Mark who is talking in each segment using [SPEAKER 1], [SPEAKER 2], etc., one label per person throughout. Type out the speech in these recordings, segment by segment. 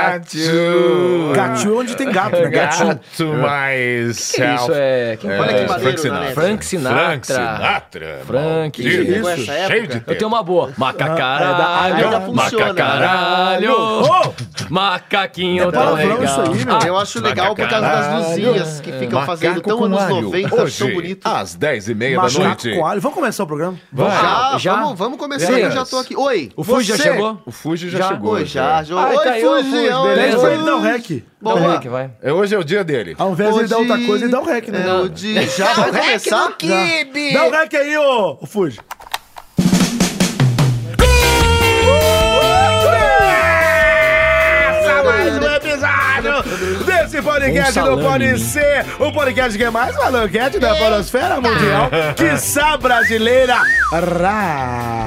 [SPEAKER 1] Gato.
[SPEAKER 2] Ah.
[SPEAKER 3] Gatiu é onde tem gato, né? Gatiu.
[SPEAKER 1] Gato mais.
[SPEAKER 2] Que isso é. Quem
[SPEAKER 1] Olha
[SPEAKER 2] foi?
[SPEAKER 1] que maneiro, Frank Sinatra.
[SPEAKER 2] Frank
[SPEAKER 1] Frank
[SPEAKER 2] Sinatra.
[SPEAKER 1] Sinatra.
[SPEAKER 2] Frank.
[SPEAKER 1] maldito.
[SPEAKER 3] Isso.
[SPEAKER 1] Cheio
[SPEAKER 3] Essa
[SPEAKER 1] de
[SPEAKER 3] época.
[SPEAKER 2] Eu tenho uma boa. Ah,
[SPEAKER 3] é da- ainda
[SPEAKER 2] Macacaralho.
[SPEAKER 3] funciona, né?
[SPEAKER 2] Macacaralho.
[SPEAKER 4] tá
[SPEAKER 2] Macaquinho tão
[SPEAKER 3] palavrão
[SPEAKER 2] legal.
[SPEAKER 3] isso aí, meu.
[SPEAKER 1] Ah,
[SPEAKER 3] Eu
[SPEAKER 1] Eu acho acho
[SPEAKER 3] acho acho
[SPEAKER 1] isso
[SPEAKER 3] legal por causa das
[SPEAKER 1] Macacaralho.
[SPEAKER 3] luzinhas que ficam
[SPEAKER 1] Macaco
[SPEAKER 3] fazendo tão
[SPEAKER 1] com
[SPEAKER 3] anos
[SPEAKER 1] alho.
[SPEAKER 3] 90,
[SPEAKER 1] Hoje,
[SPEAKER 3] tão bonito.
[SPEAKER 1] às 10h30 da
[SPEAKER 3] Macaco
[SPEAKER 1] noite.
[SPEAKER 3] com alho. Vamos começar o programa?
[SPEAKER 1] Vai.
[SPEAKER 3] já,
[SPEAKER 2] já?
[SPEAKER 3] Vamos, vamos começar,
[SPEAKER 2] Sim.
[SPEAKER 3] que eu já tô aqui. Oi!
[SPEAKER 2] O Fuji já
[SPEAKER 3] você?
[SPEAKER 2] chegou?
[SPEAKER 5] tá
[SPEAKER 1] O Fuji já,
[SPEAKER 2] Já?
[SPEAKER 1] chegou.
[SPEAKER 3] Oi, já, já.
[SPEAKER 2] Ai,
[SPEAKER 3] Oi,
[SPEAKER 2] tá aí, ô,
[SPEAKER 3] Fuji!
[SPEAKER 2] Fuji,
[SPEAKER 3] oi,
[SPEAKER 2] beleza?
[SPEAKER 3] Fuji.
[SPEAKER 2] Então
[SPEAKER 3] Oi,
[SPEAKER 2] ele
[SPEAKER 3] é. dá um rec.
[SPEAKER 2] Então,
[SPEAKER 3] Boa.
[SPEAKER 2] Rick, vai.
[SPEAKER 1] É, Hoje é o dia dele.
[SPEAKER 3] Ao invés de ele dar outra coisa, ele dá um rec, né?
[SPEAKER 2] Não.
[SPEAKER 3] Não.
[SPEAKER 1] Já
[SPEAKER 3] vai começar? Dá um rec aí, ô ô, Fuji.
[SPEAKER 1] Começa mais um episódio desse
[SPEAKER 2] Um
[SPEAKER 1] podcast
[SPEAKER 2] salame.
[SPEAKER 1] do Pode Ser. O podcast que é mais malanquete da Podosfera Mundial, quiçá brasileira. Rá.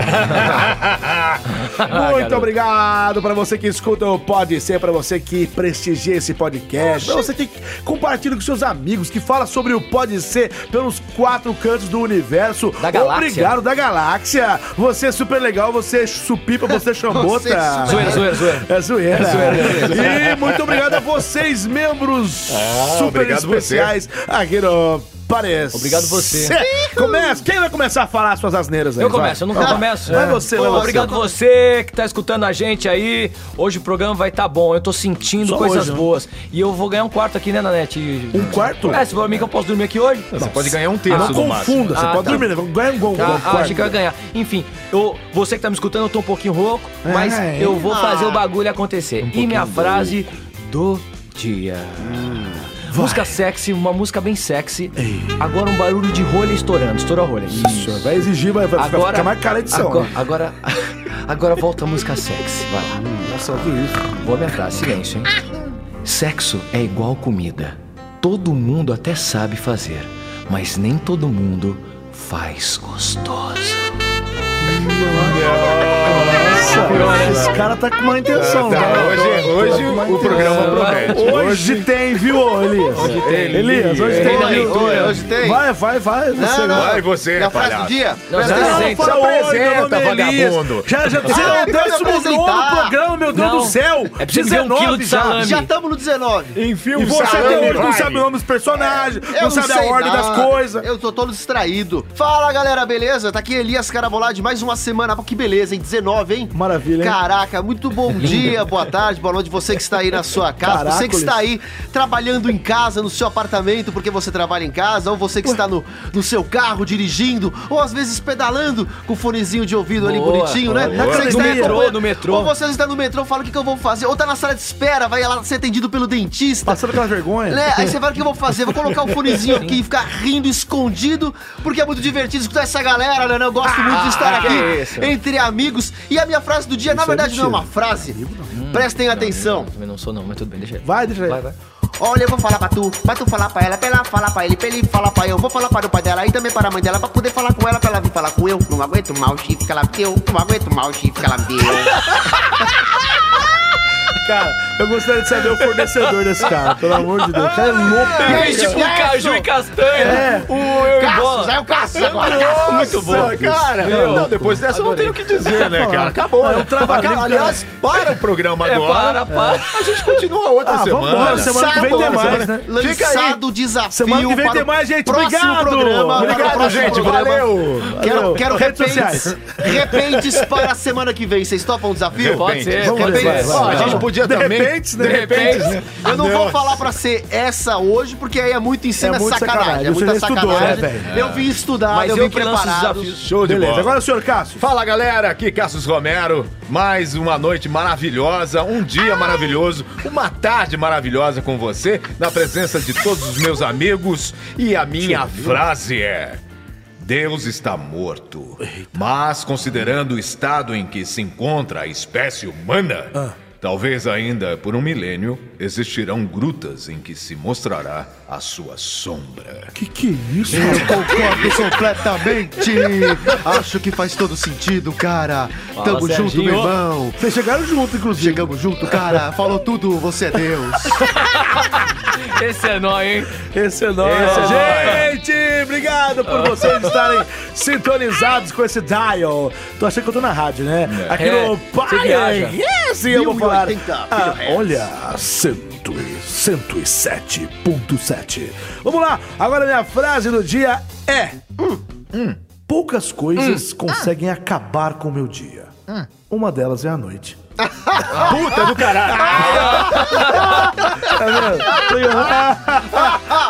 [SPEAKER 1] Muito
[SPEAKER 2] garoto.
[SPEAKER 1] obrigado para você que escuta o Pode Ser, para você que prestigia esse podcast, para você que compartilha com seus amigos, que fala sobre o Pode Ser pelos quatro cantos do universo.
[SPEAKER 2] Da galáxia.
[SPEAKER 1] Obrigado da galáxia. Você é super legal, você é supipa, você é
[SPEAKER 3] Você é
[SPEAKER 1] chambota.
[SPEAKER 3] super
[SPEAKER 2] Zoeira, zoeira, zoeira.
[SPEAKER 1] É zoeira. E muito obrigado a vocês, membros super
[SPEAKER 5] obrigado você.
[SPEAKER 1] especiais aqui no Pares.
[SPEAKER 2] Obrigado você.
[SPEAKER 1] Começa. Quem vai começar a falar suas asneiras aí?
[SPEAKER 2] Eu
[SPEAKER 1] vai?
[SPEAKER 2] começo, eu nunca começo.
[SPEAKER 1] Vai
[SPEAKER 2] É.
[SPEAKER 1] você, vai
[SPEAKER 2] Pô,
[SPEAKER 1] você.
[SPEAKER 2] Obrigado você que tá escutando a gente aí. Hoje o programa vai estar bom. Eu tô sentindo
[SPEAKER 3] Só
[SPEAKER 2] coisas
[SPEAKER 3] hoje, né?
[SPEAKER 2] boas. E eu vou ganhar um quarto aqui, né, Nanete?
[SPEAKER 3] Um quarto?
[SPEAKER 2] É, se for mim que eu posso dormir aqui hoje.
[SPEAKER 5] Você pode ganhar um terço
[SPEAKER 2] Ah,
[SPEAKER 5] no
[SPEAKER 3] Não
[SPEAKER 5] máximo.
[SPEAKER 3] confunda, você
[SPEAKER 2] Ah,
[SPEAKER 3] pode
[SPEAKER 2] tá.
[SPEAKER 3] dormir, né? Ganha um gol.
[SPEAKER 2] Ah, ah, achei que eu ia ganhar. Enfim, eu, você que tá me escutando, eu tô um pouquinho rouco, mas
[SPEAKER 3] é.
[SPEAKER 2] eu vou fazer o bagulho acontecer. e minha frase do dia. música sexy, uma música bem sexy. Agora um barulho de rolha estourando. Estourou a rolha. Isso.
[SPEAKER 3] Vai exigir, vai, vai ficar- ficar é mais cara a edição.
[SPEAKER 2] Agora,
[SPEAKER 3] né?
[SPEAKER 2] agora, agora volta a música sexy. Vai lá.
[SPEAKER 3] Nossa, tudo isso.
[SPEAKER 2] Vou me atrás, silêncio, hein? Sexo é igual comida. Todo mundo até sabe fazer, mas nem todo mundo faz gostoso.
[SPEAKER 3] Nossa, esse cara tá com uma intenção,
[SPEAKER 5] Tá,
[SPEAKER 3] né?
[SPEAKER 5] hoje hoje o programa promete.
[SPEAKER 3] Hoje tem, viu, Elias? Hoje
[SPEAKER 5] tem.
[SPEAKER 3] Elias, hoje tem,
[SPEAKER 2] Hoje
[SPEAKER 3] viu?
[SPEAKER 2] tem.
[SPEAKER 3] Hoje tem. Vai, vai, vai.
[SPEAKER 5] não.
[SPEAKER 3] Você vai.
[SPEAKER 5] Vai você,
[SPEAKER 3] E a frase
[SPEAKER 5] palhaço.
[SPEAKER 3] do dia?
[SPEAKER 2] Não,
[SPEAKER 3] Presta
[SPEAKER 2] não,
[SPEAKER 3] atenção,
[SPEAKER 2] não,
[SPEAKER 3] fala,
[SPEAKER 5] se
[SPEAKER 3] "Oi,
[SPEAKER 5] apresenta,
[SPEAKER 3] meu nome é Elias."
[SPEAKER 5] vagabundo.
[SPEAKER 3] Já, já, você
[SPEAKER 1] Ah,
[SPEAKER 3] não
[SPEAKER 1] é pra
[SPEAKER 3] décimo nono
[SPEAKER 1] apresentar.
[SPEAKER 3] programa, meu Deus
[SPEAKER 2] Não.
[SPEAKER 3] do céu.
[SPEAKER 2] É pra você ver um quilo de salame.
[SPEAKER 3] já.
[SPEAKER 2] Já
[SPEAKER 3] estamos no 19.
[SPEAKER 5] Enfia
[SPEAKER 3] E
[SPEAKER 5] um
[SPEAKER 3] você
[SPEAKER 5] salame,
[SPEAKER 3] até hoje não
[SPEAKER 5] vai.
[SPEAKER 3] sabe o nome dos personagens,
[SPEAKER 4] Eu
[SPEAKER 3] não sabe a
[SPEAKER 4] sei
[SPEAKER 3] ordem
[SPEAKER 4] nada.
[SPEAKER 3] das coisas.
[SPEAKER 4] Eu tô todo distraído. Fala, galera, beleza? Tá aqui Elias Carabolade, mais uma semana. Pô, Que beleza, hein? 19, hein?
[SPEAKER 3] Maravilha, hein?
[SPEAKER 4] Caraca, muito bom dia, boa tarde, boa noite. Você que está aí na sua casa, você que
[SPEAKER 3] Caracoles.
[SPEAKER 4] está aí trabalhando em casa, no seu apartamento, porque você trabalha em casa, ou você que está no, no seu carro dirigindo, ou às vezes pedalando com o fonezinho de ouvido ali
[SPEAKER 2] Boa,
[SPEAKER 4] bonitinho, né?
[SPEAKER 2] boa.
[SPEAKER 4] Você
[SPEAKER 3] No
[SPEAKER 4] aí
[SPEAKER 2] metrô,
[SPEAKER 4] acompanhando.
[SPEAKER 2] no metrô.
[SPEAKER 4] Ou você está no metrô, fala o que, que eu vou fazer. Ou tá na sala de espera, vai lá ser atendido pelo dentista.
[SPEAKER 3] Passando aquela vergonha.
[SPEAKER 4] Né? Aí você fala o que eu vou fazer? Vou colocar o fonezinho aqui e ficar rindo escondido, porque é muito divertido escutar essa galera, né? Eu gosto muito de estar
[SPEAKER 2] Ah, que
[SPEAKER 4] aqui
[SPEAKER 2] isso.
[SPEAKER 4] entre amigos. E a minha frase do dia, na verdade, não é uma
[SPEAKER 3] mentira.
[SPEAKER 4] frase. Hum, Prestem atenção.
[SPEAKER 2] Também não sou não, mas tudo bem, deixa aí.
[SPEAKER 3] Vai, deixa aí.
[SPEAKER 2] Vai, vai.
[SPEAKER 4] Olha, eu vou falar pra tu, pra tu falar pra ela, pra ela falar pra ele, pra ele falar pra eu. Vou falar para o pai dela e também para a mãe dela, pra poder falar com ela, pra ela vir falar com eu. Não aguento mal o chifre que ela me deu, não aguento mal o chifre que ela me deu.
[SPEAKER 3] Cara, eu gostaria de saber o fornecedor desse cara, pelo amor de Deus. O cara é
[SPEAKER 5] Ah,
[SPEAKER 3] louco.
[SPEAKER 2] É,
[SPEAKER 3] cara.
[SPEAKER 2] tipo caju e castanha.
[SPEAKER 3] É.
[SPEAKER 5] um
[SPEAKER 2] O eu e
[SPEAKER 4] Caços,
[SPEAKER 2] bola.
[SPEAKER 4] é o caço agora.
[SPEAKER 5] Muito bom. Cara, não, depois dessa eu não tenho o que dizer, né, cara? Acabou. né? Acabou. Aliás, para o programa
[SPEAKER 2] É,
[SPEAKER 5] agora.
[SPEAKER 2] para, para.
[SPEAKER 5] A gente continua outra
[SPEAKER 3] Ah,
[SPEAKER 5] semana.
[SPEAKER 3] vambora, semana que vem tem
[SPEAKER 4] Sábado,
[SPEAKER 3] mais, né?
[SPEAKER 5] Fica aí.
[SPEAKER 4] Lançado o desafio
[SPEAKER 3] Semana que vem
[SPEAKER 4] para
[SPEAKER 3] tem
[SPEAKER 4] o
[SPEAKER 3] mais, gente.
[SPEAKER 4] próximo
[SPEAKER 3] Obrigado.
[SPEAKER 4] Programa, para o
[SPEAKER 3] Obrigado,
[SPEAKER 5] Obrigado,
[SPEAKER 4] próximo
[SPEAKER 5] gente.
[SPEAKER 4] programa.
[SPEAKER 5] É tipo, Valeu.
[SPEAKER 3] Valeu.
[SPEAKER 4] Quero, quero
[SPEAKER 3] Redes
[SPEAKER 4] repentes,
[SPEAKER 3] sociais.
[SPEAKER 4] repentes para a semana que vem. Vocês topam o desafio?
[SPEAKER 2] Pode
[SPEAKER 5] Repente.
[SPEAKER 2] ser,
[SPEAKER 3] Vamos
[SPEAKER 2] quer
[SPEAKER 3] nessa,
[SPEAKER 2] bem-
[SPEAKER 3] vai, vai.
[SPEAKER 2] Ó,
[SPEAKER 5] A gente podia
[SPEAKER 3] De
[SPEAKER 5] também...
[SPEAKER 3] repente, né?
[SPEAKER 2] De repente,
[SPEAKER 4] Eu não vou
[SPEAKER 5] Nossa.
[SPEAKER 4] falar pra ser essa hoje, porque aí é muito ensino,
[SPEAKER 3] É
[SPEAKER 4] é,
[SPEAKER 3] muito sacanagem.
[SPEAKER 4] sacanagem. É
[SPEAKER 3] Você
[SPEAKER 4] muita
[SPEAKER 3] já estudou,
[SPEAKER 4] sacanagem.
[SPEAKER 3] né, velho?
[SPEAKER 4] eu vim estudar,
[SPEAKER 2] mas
[SPEAKER 4] eu,
[SPEAKER 2] eu
[SPEAKER 4] vim
[SPEAKER 2] que lanço os
[SPEAKER 4] preparado.
[SPEAKER 2] desafios.
[SPEAKER 5] Show de
[SPEAKER 3] Beleza,
[SPEAKER 5] bola.
[SPEAKER 3] agora o senhor Cássio.
[SPEAKER 5] Fala galera, aqui é Cassius Romero. Mais uma noite maravilhosa, um dia maravilhoso, uma tarde maravilhosa com você, na presença de todos os meus amigos. E a minha frase é: Deus está morto. Mas, considerando o estado em que se encontra a espécie humana,
[SPEAKER 1] Ah.
[SPEAKER 5] talvez ainda por um milênio existirão grutas em que se mostrará a sua sombra.
[SPEAKER 3] Que que é isso?
[SPEAKER 4] Eu concordo completamente. Acho que faz todo sentido, cara.
[SPEAKER 2] Fala, Serginho.
[SPEAKER 4] irmão.
[SPEAKER 3] Vocês chegaram junto, inclusive.
[SPEAKER 4] Chegamos junto, cara. Falou tudo, você é Deus.
[SPEAKER 2] esse é nóis, hein?
[SPEAKER 3] Esse é nóis.
[SPEAKER 5] Esse é
[SPEAKER 3] gente, obrigado por vocês estarem
[SPEAKER 1] sintonizados com esse dial. Tô achando que eu tô na rádio, né? Aqui
[SPEAKER 2] É,
[SPEAKER 1] no
[SPEAKER 2] você viaja.
[SPEAKER 1] Pai, esse eu vou falar.
[SPEAKER 4] 1080
[SPEAKER 1] Ah,
[SPEAKER 4] kilohertz.
[SPEAKER 1] olha, 100 107.7. Vamos lá, agora minha frase do dia é: hum, Poucas coisas conseguem acabar com o meu dia. Uma delas é a noite.
[SPEAKER 3] Puta do caralho.
[SPEAKER 1] Tá vendo?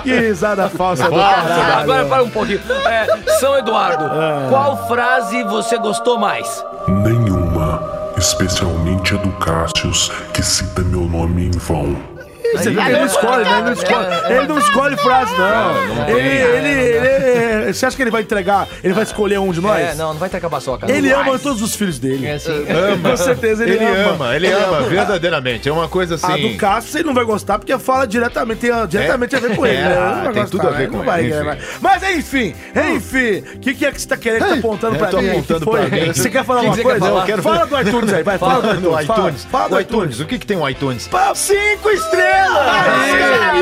[SPEAKER 1] que risada falsa do caralho.
[SPEAKER 2] Agora para um pouquinho. É, São Eduardo,
[SPEAKER 3] Ah.
[SPEAKER 2] qual frase você gostou mais?
[SPEAKER 6] Nenhuma, especialmente a do Cassius, que cita meu nome em vão.
[SPEAKER 1] Você viu que ele não escolhe, né? Ele não escolhe, ele não escolhe frase, não.
[SPEAKER 5] Não, não tem,
[SPEAKER 1] ele, ele, ele- é, Você acha que ele vai entregar? Ele vai escolher um de nós?
[SPEAKER 2] É, não, não vai ter acabar só, cara.
[SPEAKER 1] Ele ama todos os filhos dele.
[SPEAKER 2] É assim.
[SPEAKER 5] Ama.
[SPEAKER 1] Com certeza ele,
[SPEAKER 5] Ele ama, ele ama, verdadeiramente. É uma coisa assim.
[SPEAKER 1] A do Cássio ele não vai gostar porque fala diretamente, tem a- diretamente a ver com ele.
[SPEAKER 5] É,
[SPEAKER 1] né?
[SPEAKER 5] ah,
[SPEAKER 1] Ele não vai
[SPEAKER 5] tem
[SPEAKER 1] gostar,
[SPEAKER 5] tudo a ver
[SPEAKER 1] né?
[SPEAKER 5] com
[SPEAKER 1] Não vai,
[SPEAKER 5] ele,
[SPEAKER 1] né? Mas enfim, enfim, o que, que é que você tá querendo que tá apontando
[SPEAKER 5] eu
[SPEAKER 1] pra
[SPEAKER 5] tô
[SPEAKER 1] mim?
[SPEAKER 5] apontando
[SPEAKER 1] Que foi?
[SPEAKER 5] pra mim.
[SPEAKER 1] Você quer falar
[SPEAKER 2] Que
[SPEAKER 1] uma
[SPEAKER 2] que você
[SPEAKER 1] coisa?
[SPEAKER 2] quer falar?
[SPEAKER 1] Eu quero- Fala do iTunes aí, vai. Fala do
[SPEAKER 5] No
[SPEAKER 1] iTunes. fala.
[SPEAKER 5] iTunes.
[SPEAKER 1] Fala
[SPEAKER 5] O
[SPEAKER 1] do iTunes.
[SPEAKER 5] iTunes. O que, que tem um iTunes?
[SPEAKER 1] Pá, Cinco estrelas!
[SPEAKER 5] É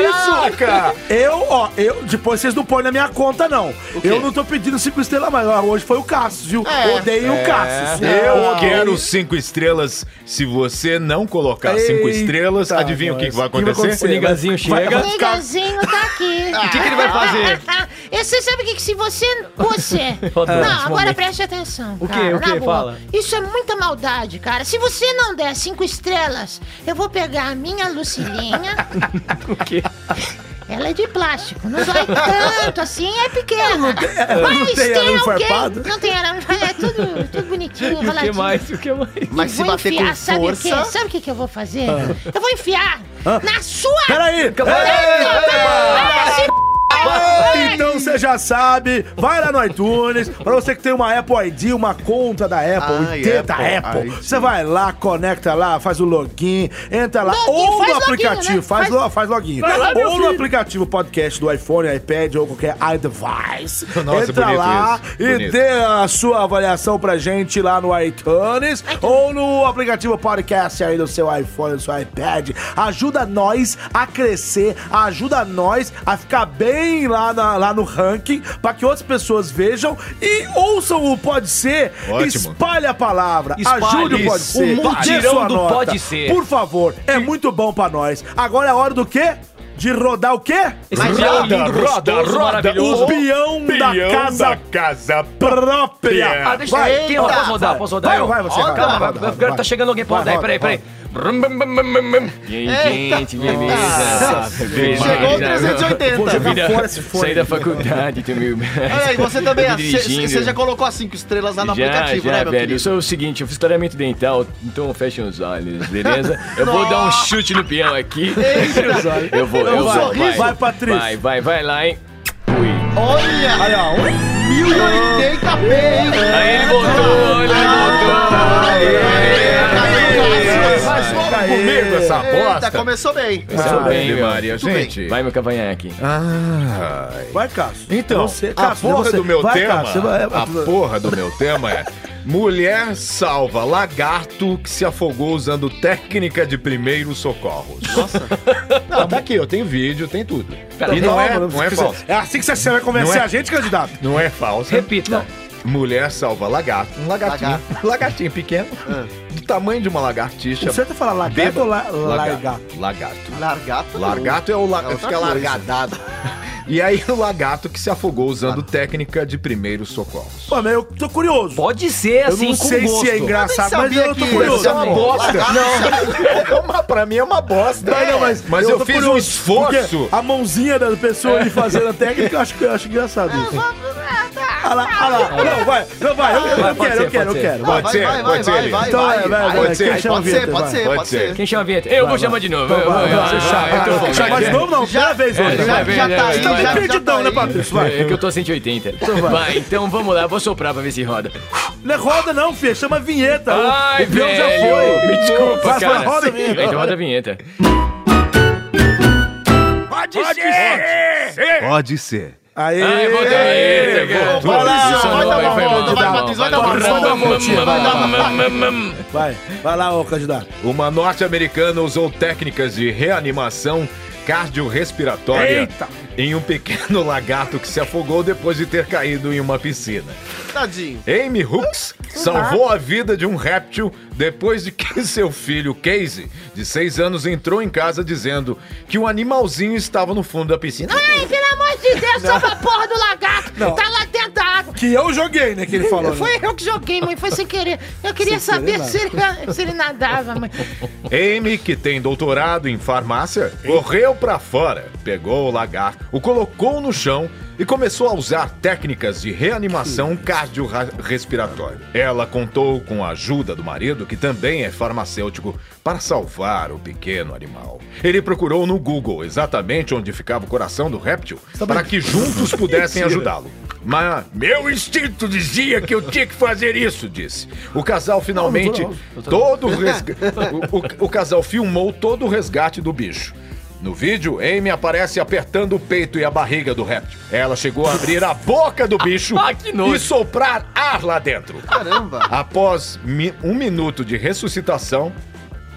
[SPEAKER 5] isso, cara!
[SPEAKER 1] Eu, ó, eu, depois vocês não põem na minha conta, não. Eu não tô pedindo cinco estrelas mais. ó, Hoje foi o Cassius, viu? Odeio o Ah, Cassius.
[SPEAKER 5] É. Eu quero cinco estrelas. Se você não colocar cinco
[SPEAKER 1] Eita,
[SPEAKER 5] estrelas, adivinha o que, que vai
[SPEAKER 1] O que vai
[SPEAKER 5] acontecer?
[SPEAKER 1] acontecer?
[SPEAKER 2] O Nigazinho
[SPEAKER 1] Vai-
[SPEAKER 2] chega.
[SPEAKER 1] vai ficar-
[SPEAKER 7] Ligazinho tá aqui.
[SPEAKER 5] O que, que ele vai fazer?
[SPEAKER 7] E você sabe o que, que se você. Você.
[SPEAKER 2] Rodando
[SPEAKER 7] não,
[SPEAKER 2] esse
[SPEAKER 7] agora
[SPEAKER 2] momento.
[SPEAKER 7] preste atenção.
[SPEAKER 2] O quê?
[SPEAKER 7] Cara,
[SPEAKER 2] O quê?
[SPEAKER 7] na boa.
[SPEAKER 2] Fala.
[SPEAKER 7] Isso é muita maldade, cara. Se você não der cinco estrelas, eu vou pegar a minha Lucilinha.
[SPEAKER 2] O quê?
[SPEAKER 7] Ela é de plástico, não dói tanto assim, é pequena.
[SPEAKER 1] não
[SPEAKER 7] Mas
[SPEAKER 1] tem
[SPEAKER 7] tem,
[SPEAKER 1] arame
[SPEAKER 7] alguém.
[SPEAKER 1] farpado?
[SPEAKER 7] Não tem arame farpado, é tudo, tudo bonitinho,
[SPEAKER 2] E o que
[SPEAKER 7] enroladinho.
[SPEAKER 2] mais? O que mais?
[SPEAKER 4] Mas
[SPEAKER 7] E
[SPEAKER 4] se
[SPEAKER 7] vou
[SPEAKER 4] bater
[SPEAKER 7] enfiar,
[SPEAKER 4] com
[SPEAKER 7] ah, sabe O
[SPEAKER 4] força. Ah.
[SPEAKER 7] quê? Sabe o que, que eu vou fazer? Eu vou enfiar na sua.
[SPEAKER 1] Peraí! Então você já sabe, vai lá no iTunes, pra você que tem uma Apple ID, uma conta da Apple,
[SPEAKER 4] Ai,
[SPEAKER 1] ID da
[SPEAKER 4] Apple,
[SPEAKER 1] Apple,
[SPEAKER 4] ai,
[SPEAKER 1] você vai lá, conecta lá, faz o login, entra lá,
[SPEAKER 7] Login,
[SPEAKER 1] ou
[SPEAKER 7] faz
[SPEAKER 1] no
[SPEAKER 7] login,
[SPEAKER 1] aplicativo,
[SPEAKER 7] né?
[SPEAKER 1] faz,
[SPEAKER 7] Faz-
[SPEAKER 1] lo- faz login,
[SPEAKER 2] lá, meu
[SPEAKER 1] ou no
[SPEAKER 2] filho.
[SPEAKER 1] aplicativo podcast do iPhone, iPad ou qualquer iDevice,
[SPEAKER 5] Nossa,
[SPEAKER 1] entra
[SPEAKER 5] bonito
[SPEAKER 1] lá
[SPEAKER 5] isso,
[SPEAKER 1] e
[SPEAKER 5] bonito.
[SPEAKER 1] dê É a sua avaliação pra gente lá no iTunes, ou no aplicativo podcast aí do seu iPhone, do seu iPad. Ajuda nós a crescer, ajuda nós a ficar bem lá, na- lá no ranking, pra que outras pessoas vejam e ouçam o Pode Ser.
[SPEAKER 5] Ótimo.
[SPEAKER 1] Espalhe a palavra,
[SPEAKER 2] Espalhe
[SPEAKER 1] ajude o Pode
[SPEAKER 2] isso.
[SPEAKER 1] Ser.
[SPEAKER 2] O
[SPEAKER 1] dê
[SPEAKER 2] mutirão
[SPEAKER 1] sua
[SPEAKER 2] do
[SPEAKER 1] nota.
[SPEAKER 2] Pode Ser.
[SPEAKER 1] Por favor, é muito bom pra nós. Agora é a hora do quê? De rodar o quê?
[SPEAKER 2] Esse
[SPEAKER 5] Roda,
[SPEAKER 2] diálogo é lindo,
[SPEAKER 5] roda,
[SPEAKER 2] gostoso,
[SPEAKER 5] roda,
[SPEAKER 2] maravilhoso.
[SPEAKER 1] O peão, da casa
[SPEAKER 5] casa
[SPEAKER 1] própria.
[SPEAKER 5] própria.
[SPEAKER 2] Ah, deixa eu Quem eu posso rodar?
[SPEAKER 1] vai.
[SPEAKER 2] Posso rodar?
[SPEAKER 1] Vai,
[SPEAKER 2] eu?
[SPEAKER 1] vai, você
[SPEAKER 2] Ó,
[SPEAKER 1] vai,
[SPEAKER 2] Calma,
[SPEAKER 1] vai,
[SPEAKER 2] vai,
[SPEAKER 1] vai,
[SPEAKER 2] vai,
[SPEAKER 1] vai.
[SPEAKER 2] tá chegando alguém pra
[SPEAKER 1] Vai,
[SPEAKER 2] rodar. Peraí, peraí.
[SPEAKER 1] roda,
[SPEAKER 2] Brum, bum, bum, bum, bum. E aí, gente, beleza?
[SPEAKER 4] Chegou o
[SPEAKER 2] Maravilha.
[SPEAKER 4] 380.
[SPEAKER 1] Vira fora esse
[SPEAKER 2] Saí
[SPEAKER 1] fone.
[SPEAKER 2] da faculdade também.
[SPEAKER 4] Olha aí, você também, é
[SPEAKER 2] Tô
[SPEAKER 4] você
[SPEAKER 2] dirigindo.
[SPEAKER 4] você já colocou as cinco estrelas lá no
[SPEAKER 2] Já,
[SPEAKER 4] aplicativo, né,
[SPEAKER 2] já,
[SPEAKER 4] meu
[SPEAKER 2] velho.
[SPEAKER 4] querido?
[SPEAKER 2] Só o seguinte, eu fiz tratamento dental, então fechem os olhos, beleza? Eu vou dar um chute no peão aqui. Eu vou,
[SPEAKER 4] Um
[SPEAKER 2] eu vou.
[SPEAKER 4] sorriso.
[SPEAKER 1] Vai, Patrícia.
[SPEAKER 2] Vai, vai, vai lá, hein? Ui.
[SPEAKER 4] Olha,
[SPEAKER 1] Aí, ó, um-
[SPEAKER 4] 1080 p hein?
[SPEAKER 2] Aí ele voltou, ele
[SPEAKER 3] É,
[SPEAKER 2] voltou.
[SPEAKER 4] Mais
[SPEAKER 3] é,
[SPEAKER 4] um
[SPEAKER 1] Fica aí.
[SPEAKER 5] Comigo essa
[SPEAKER 4] Eita,
[SPEAKER 5] bosta.
[SPEAKER 4] começou bem.
[SPEAKER 2] Tudo bem,
[SPEAKER 5] Ave
[SPEAKER 2] meu.
[SPEAKER 5] Maria,
[SPEAKER 4] Tudo bem.
[SPEAKER 5] gente.
[SPEAKER 2] Vai, meu cavanhaque.
[SPEAKER 5] Ai.
[SPEAKER 1] Vai, Cássio.
[SPEAKER 5] Então,
[SPEAKER 1] Você-
[SPEAKER 5] a
[SPEAKER 1] Cássio,
[SPEAKER 5] porra
[SPEAKER 1] você-
[SPEAKER 5] do meu
[SPEAKER 1] vai,
[SPEAKER 5] tema.
[SPEAKER 1] Cássio, vai- vai-
[SPEAKER 5] a porra do meu tema é. Mulher salva lagarto que se afogou usando técnica de primeiros socorros. Nossa. Não, tá aqui, eu tenho vídeo, tem tudo.
[SPEAKER 2] Pera,
[SPEAKER 5] e não, é,
[SPEAKER 1] mano,
[SPEAKER 5] não é
[SPEAKER 1] você-
[SPEAKER 5] falso.
[SPEAKER 1] É assim que você vai convencer
[SPEAKER 5] Não é?
[SPEAKER 1] a gente, candidato.
[SPEAKER 5] Não é falso.
[SPEAKER 2] Repita.
[SPEAKER 5] Mulher salva lagarto. Um lagartinho.
[SPEAKER 4] Lagarto.
[SPEAKER 5] Um lagartinho pequeno. Do tamanho de uma lagartixa.
[SPEAKER 1] O senhor tá falando lagarto ou la- largato?
[SPEAKER 5] Lagarto. Lagarto.
[SPEAKER 4] Largato.
[SPEAKER 5] Largato é o la...
[SPEAKER 4] outra
[SPEAKER 5] fica
[SPEAKER 4] coisa.
[SPEAKER 5] largadado. E aí o lagarto que se afogou usando técnica de primeiros socorros.
[SPEAKER 1] Pô, mas eu tô curioso.
[SPEAKER 2] Pode ser
[SPEAKER 1] eu
[SPEAKER 2] assim,
[SPEAKER 1] não
[SPEAKER 2] com
[SPEAKER 1] sei
[SPEAKER 2] gosto.
[SPEAKER 1] se é engraçado,
[SPEAKER 4] Eu nem
[SPEAKER 1] mas eu
[SPEAKER 4] sabia
[SPEAKER 1] tô
[SPEAKER 4] que
[SPEAKER 1] curioso.
[SPEAKER 4] isso é uma
[SPEAKER 1] Não,
[SPEAKER 5] bosta. Não, é uma, pra mim é uma bosta.
[SPEAKER 1] não, mas,
[SPEAKER 5] Mas eu
[SPEAKER 1] tô
[SPEAKER 5] fiz um
[SPEAKER 1] curioso,
[SPEAKER 5] esforço.
[SPEAKER 1] porque A mãozinha da pessoa ali fazendo a técnica, eu acho, que- eu acho engraçado isso. Olha lá, olha lá. Não, vai, não, vai. Eu, eu
[SPEAKER 2] Vai, pode
[SPEAKER 1] quero,
[SPEAKER 2] ser,
[SPEAKER 1] eu quero,
[SPEAKER 2] pode
[SPEAKER 1] eu
[SPEAKER 2] ser.
[SPEAKER 1] quero.
[SPEAKER 5] Pode
[SPEAKER 4] Vai,
[SPEAKER 5] ser, pode
[SPEAKER 4] vai, vai,
[SPEAKER 5] ser.
[SPEAKER 4] vai,
[SPEAKER 1] Então,
[SPEAKER 4] vai,
[SPEAKER 1] vai,
[SPEAKER 4] vai,
[SPEAKER 1] vai.
[SPEAKER 5] Pode ser,
[SPEAKER 1] Quem chama o
[SPEAKER 4] Pode ser,
[SPEAKER 1] Vitor,
[SPEAKER 4] pode
[SPEAKER 1] vai.
[SPEAKER 4] ser,
[SPEAKER 5] Pode
[SPEAKER 4] pode
[SPEAKER 5] ser.
[SPEAKER 4] ser.
[SPEAKER 2] Quem chama a vinheta? Eu vou chamar de novo.
[SPEAKER 1] Então
[SPEAKER 2] eu
[SPEAKER 1] vai,
[SPEAKER 2] vou-
[SPEAKER 1] vai,
[SPEAKER 2] ah,
[SPEAKER 1] você chama.
[SPEAKER 2] eu tô folgado.
[SPEAKER 1] Chama de novo, não. Primeira vez,
[SPEAKER 4] já,
[SPEAKER 1] hoje.
[SPEAKER 4] já, já tá aí,
[SPEAKER 1] Tá
[SPEAKER 4] já,
[SPEAKER 1] meio perdidão,
[SPEAKER 4] já tá
[SPEAKER 1] né,
[SPEAKER 4] aí.
[SPEAKER 1] Patrícia? Vai.
[SPEAKER 2] É que eu tô 180.
[SPEAKER 1] vai.
[SPEAKER 2] vai. então vamos lá, vou soprar pra ver se roda.
[SPEAKER 1] Não é roda, não, filho. Chama a vinheta. O-
[SPEAKER 2] Ai,
[SPEAKER 1] o peão já
[SPEAKER 2] velho,
[SPEAKER 1] foi.
[SPEAKER 2] Me desculpa,
[SPEAKER 1] Faz-
[SPEAKER 2] cara.
[SPEAKER 1] faz- roda a vinheta.
[SPEAKER 2] Então roda a vinheta.
[SPEAKER 5] Pode ser. Pode ser.
[SPEAKER 1] Aê,
[SPEAKER 2] Ai, volta a vinheta, cara.
[SPEAKER 1] Vai lá,
[SPEAKER 2] Isso,
[SPEAKER 1] vai
[SPEAKER 2] não,
[SPEAKER 1] dar
[SPEAKER 2] aí
[SPEAKER 1] uma
[SPEAKER 2] foi
[SPEAKER 1] volta,
[SPEAKER 2] mal.
[SPEAKER 1] vai,
[SPEAKER 4] Patrícia, vai dar
[SPEAKER 1] uma
[SPEAKER 2] Porra,
[SPEAKER 1] volta.
[SPEAKER 2] mam,
[SPEAKER 1] Vai dar uma
[SPEAKER 2] mam, mam, mam, mam.
[SPEAKER 1] Vai, vai lá, ô candidato.
[SPEAKER 5] Uma norte-americana usou técnicas de reanimação cardiorrespiratória
[SPEAKER 1] Eita!
[SPEAKER 5] em um pequeno lagarto que se afogou depois de ter caído em uma piscina.
[SPEAKER 4] Tadinho.
[SPEAKER 5] Amy Hooks salvou a vida de um réptil depois de que seu filho Casey, de 6 anos, entrou em casa dizendo que um animalzinho estava no fundo da piscina.
[SPEAKER 7] Ai, pelo amor de Deus, salva a porra do lagarto! Tá lá dentro da água!
[SPEAKER 1] Que eu joguei, né? Que ele falou. né?
[SPEAKER 7] Foi eu que joguei, mãe, foi sem querer. Eu queria saber se ele, se ele nadava, mãe. É.
[SPEAKER 5] Amy, que tem doutorado em farmácia, correu pra fora, pegou o lagarto, o colocou no chão e começou a usar técnicas de reanimação cardiorrespiratória. Ela contou com a ajuda do marido, que também é farmacêutico, para salvar o pequeno animal. Ele procurou no Google exatamente onde ficava o coração do réptil para que juntos pudessem ajudá-lo. Mas meu instinto dizia que eu tinha que fazer isso, disse. O casal finalmente todo o resga- o, o- o casal filmou todo o resgate do bicho. No vídeo, Amy aparece apertando o peito e a barriga do réptil. Ela chegou a abrir a boca do bicho
[SPEAKER 2] Ah, que nojo.
[SPEAKER 5] e soprar ar lá dentro.
[SPEAKER 4] Caramba.
[SPEAKER 5] Após mi- um minuto de ressuscitação,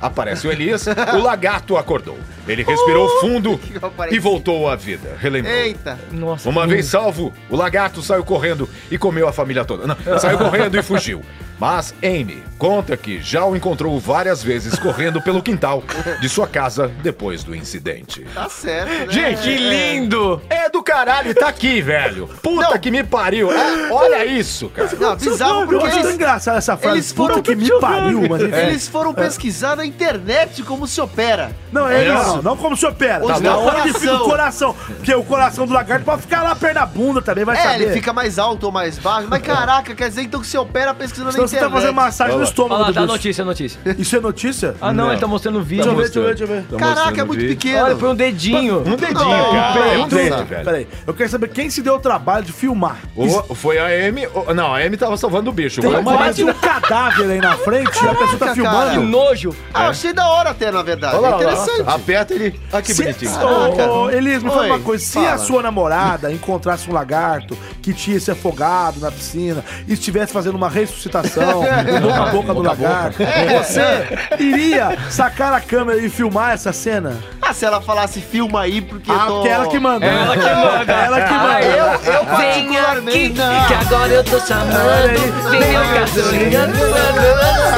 [SPEAKER 5] aparece o Elias. o lagarto acordou. Ele respirou fundo
[SPEAKER 4] Uh, que eu pareci.
[SPEAKER 5] e voltou à vida. Relembrou.
[SPEAKER 4] Eita.
[SPEAKER 2] Nossa.
[SPEAKER 5] Uma vez salvo, o lagarto saiu correndo e comeu a família toda. Não, saiu correndo e fugiu. Mas Amy conta que já o encontrou várias vezes correndo pelo quintal de sua casa depois do incidente.
[SPEAKER 4] Tá certo, né?
[SPEAKER 5] Gente,
[SPEAKER 2] Que lindo!
[SPEAKER 5] é do caralho, tá aqui, velho. Puta que me pariu. É, olha isso, cara.
[SPEAKER 4] Não, bizarro
[SPEAKER 1] Eu
[SPEAKER 4] porque
[SPEAKER 1] acho tão
[SPEAKER 4] eles,
[SPEAKER 1] engraçada essa frase.
[SPEAKER 4] eles foram
[SPEAKER 1] Puta que me pariu, mano.
[SPEAKER 2] É.
[SPEAKER 1] É.
[SPEAKER 4] eles foram pesquisar na internet como se opera.
[SPEAKER 1] Não, é
[SPEAKER 5] Não.
[SPEAKER 1] não, não como se opera.
[SPEAKER 4] Onde
[SPEAKER 1] Não,
[SPEAKER 4] tá o
[SPEAKER 1] onde fica o coração. Porque o coração do lagarto pode ficar lá perto da bunda também, vai
[SPEAKER 4] É,
[SPEAKER 1] saber.
[SPEAKER 4] ele fica mais alto ou mais baixo. Mas caraca, quer dizer então que se opera pesquisando
[SPEAKER 1] Senão
[SPEAKER 4] na
[SPEAKER 1] você tá
[SPEAKER 4] internet.
[SPEAKER 1] fazendo massagem no estômago
[SPEAKER 2] Olha lá,
[SPEAKER 1] do
[SPEAKER 2] dá tá a
[SPEAKER 1] bicho.
[SPEAKER 2] notícia, a notícia.
[SPEAKER 1] Isso é notícia?
[SPEAKER 2] Ah, não, ele tá mostrando o vídeo.
[SPEAKER 1] então deixa eu ver, deixa eu ver, deixa eu ver.
[SPEAKER 4] Caraca, é muito pequeno.
[SPEAKER 2] Olha, foi um dedinho.
[SPEAKER 5] Um dedinho,
[SPEAKER 4] Não,
[SPEAKER 5] cara. É um
[SPEAKER 4] peito.
[SPEAKER 5] dedo,
[SPEAKER 4] Tá.
[SPEAKER 5] velho.
[SPEAKER 1] Peraí, eu quero saber quem se deu o trabalho de filmar.
[SPEAKER 5] O- foi a Amy. o- Não, a Amy tava salvando o bicho.
[SPEAKER 1] Tem
[SPEAKER 5] Agora uma-
[SPEAKER 1] quase um cadáver aí na frente e a pessoa tá
[SPEAKER 4] cara.
[SPEAKER 2] Que
[SPEAKER 1] filmando.
[SPEAKER 2] nojo.
[SPEAKER 4] Ah, eu achei da hora até, na verdade. É
[SPEAKER 5] Olha lá, olha lá.
[SPEAKER 4] Interessante.
[SPEAKER 5] Aperta ele. Ah, que
[SPEAKER 1] Se,
[SPEAKER 5] bonitinho.
[SPEAKER 1] Ô, ô, Elias, me fala
[SPEAKER 4] Oi,
[SPEAKER 1] uma coisa. Se a
[SPEAKER 4] fala.
[SPEAKER 1] sua namorada encontrasse um lagarto que tinha se afogado na piscina e estivesse fazendo uma ressuscitação boca a boca do lagarto, você iria sacar a câmera e filmar essa cena?
[SPEAKER 4] Ah, se ela falasse filma aí, porque eu tô...
[SPEAKER 1] Aquela é que manda.
[SPEAKER 2] Ela que manda.
[SPEAKER 1] Ela que
[SPEAKER 2] Ah,
[SPEAKER 1] manda.
[SPEAKER 4] Eu, eu
[SPEAKER 8] Vem aqui,
[SPEAKER 4] particularmente...
[SPEAKER 8] que
[SPEAKER 4] Não.
[SPEAKER 8] agora eu tô chamando. Vem meu gasolina.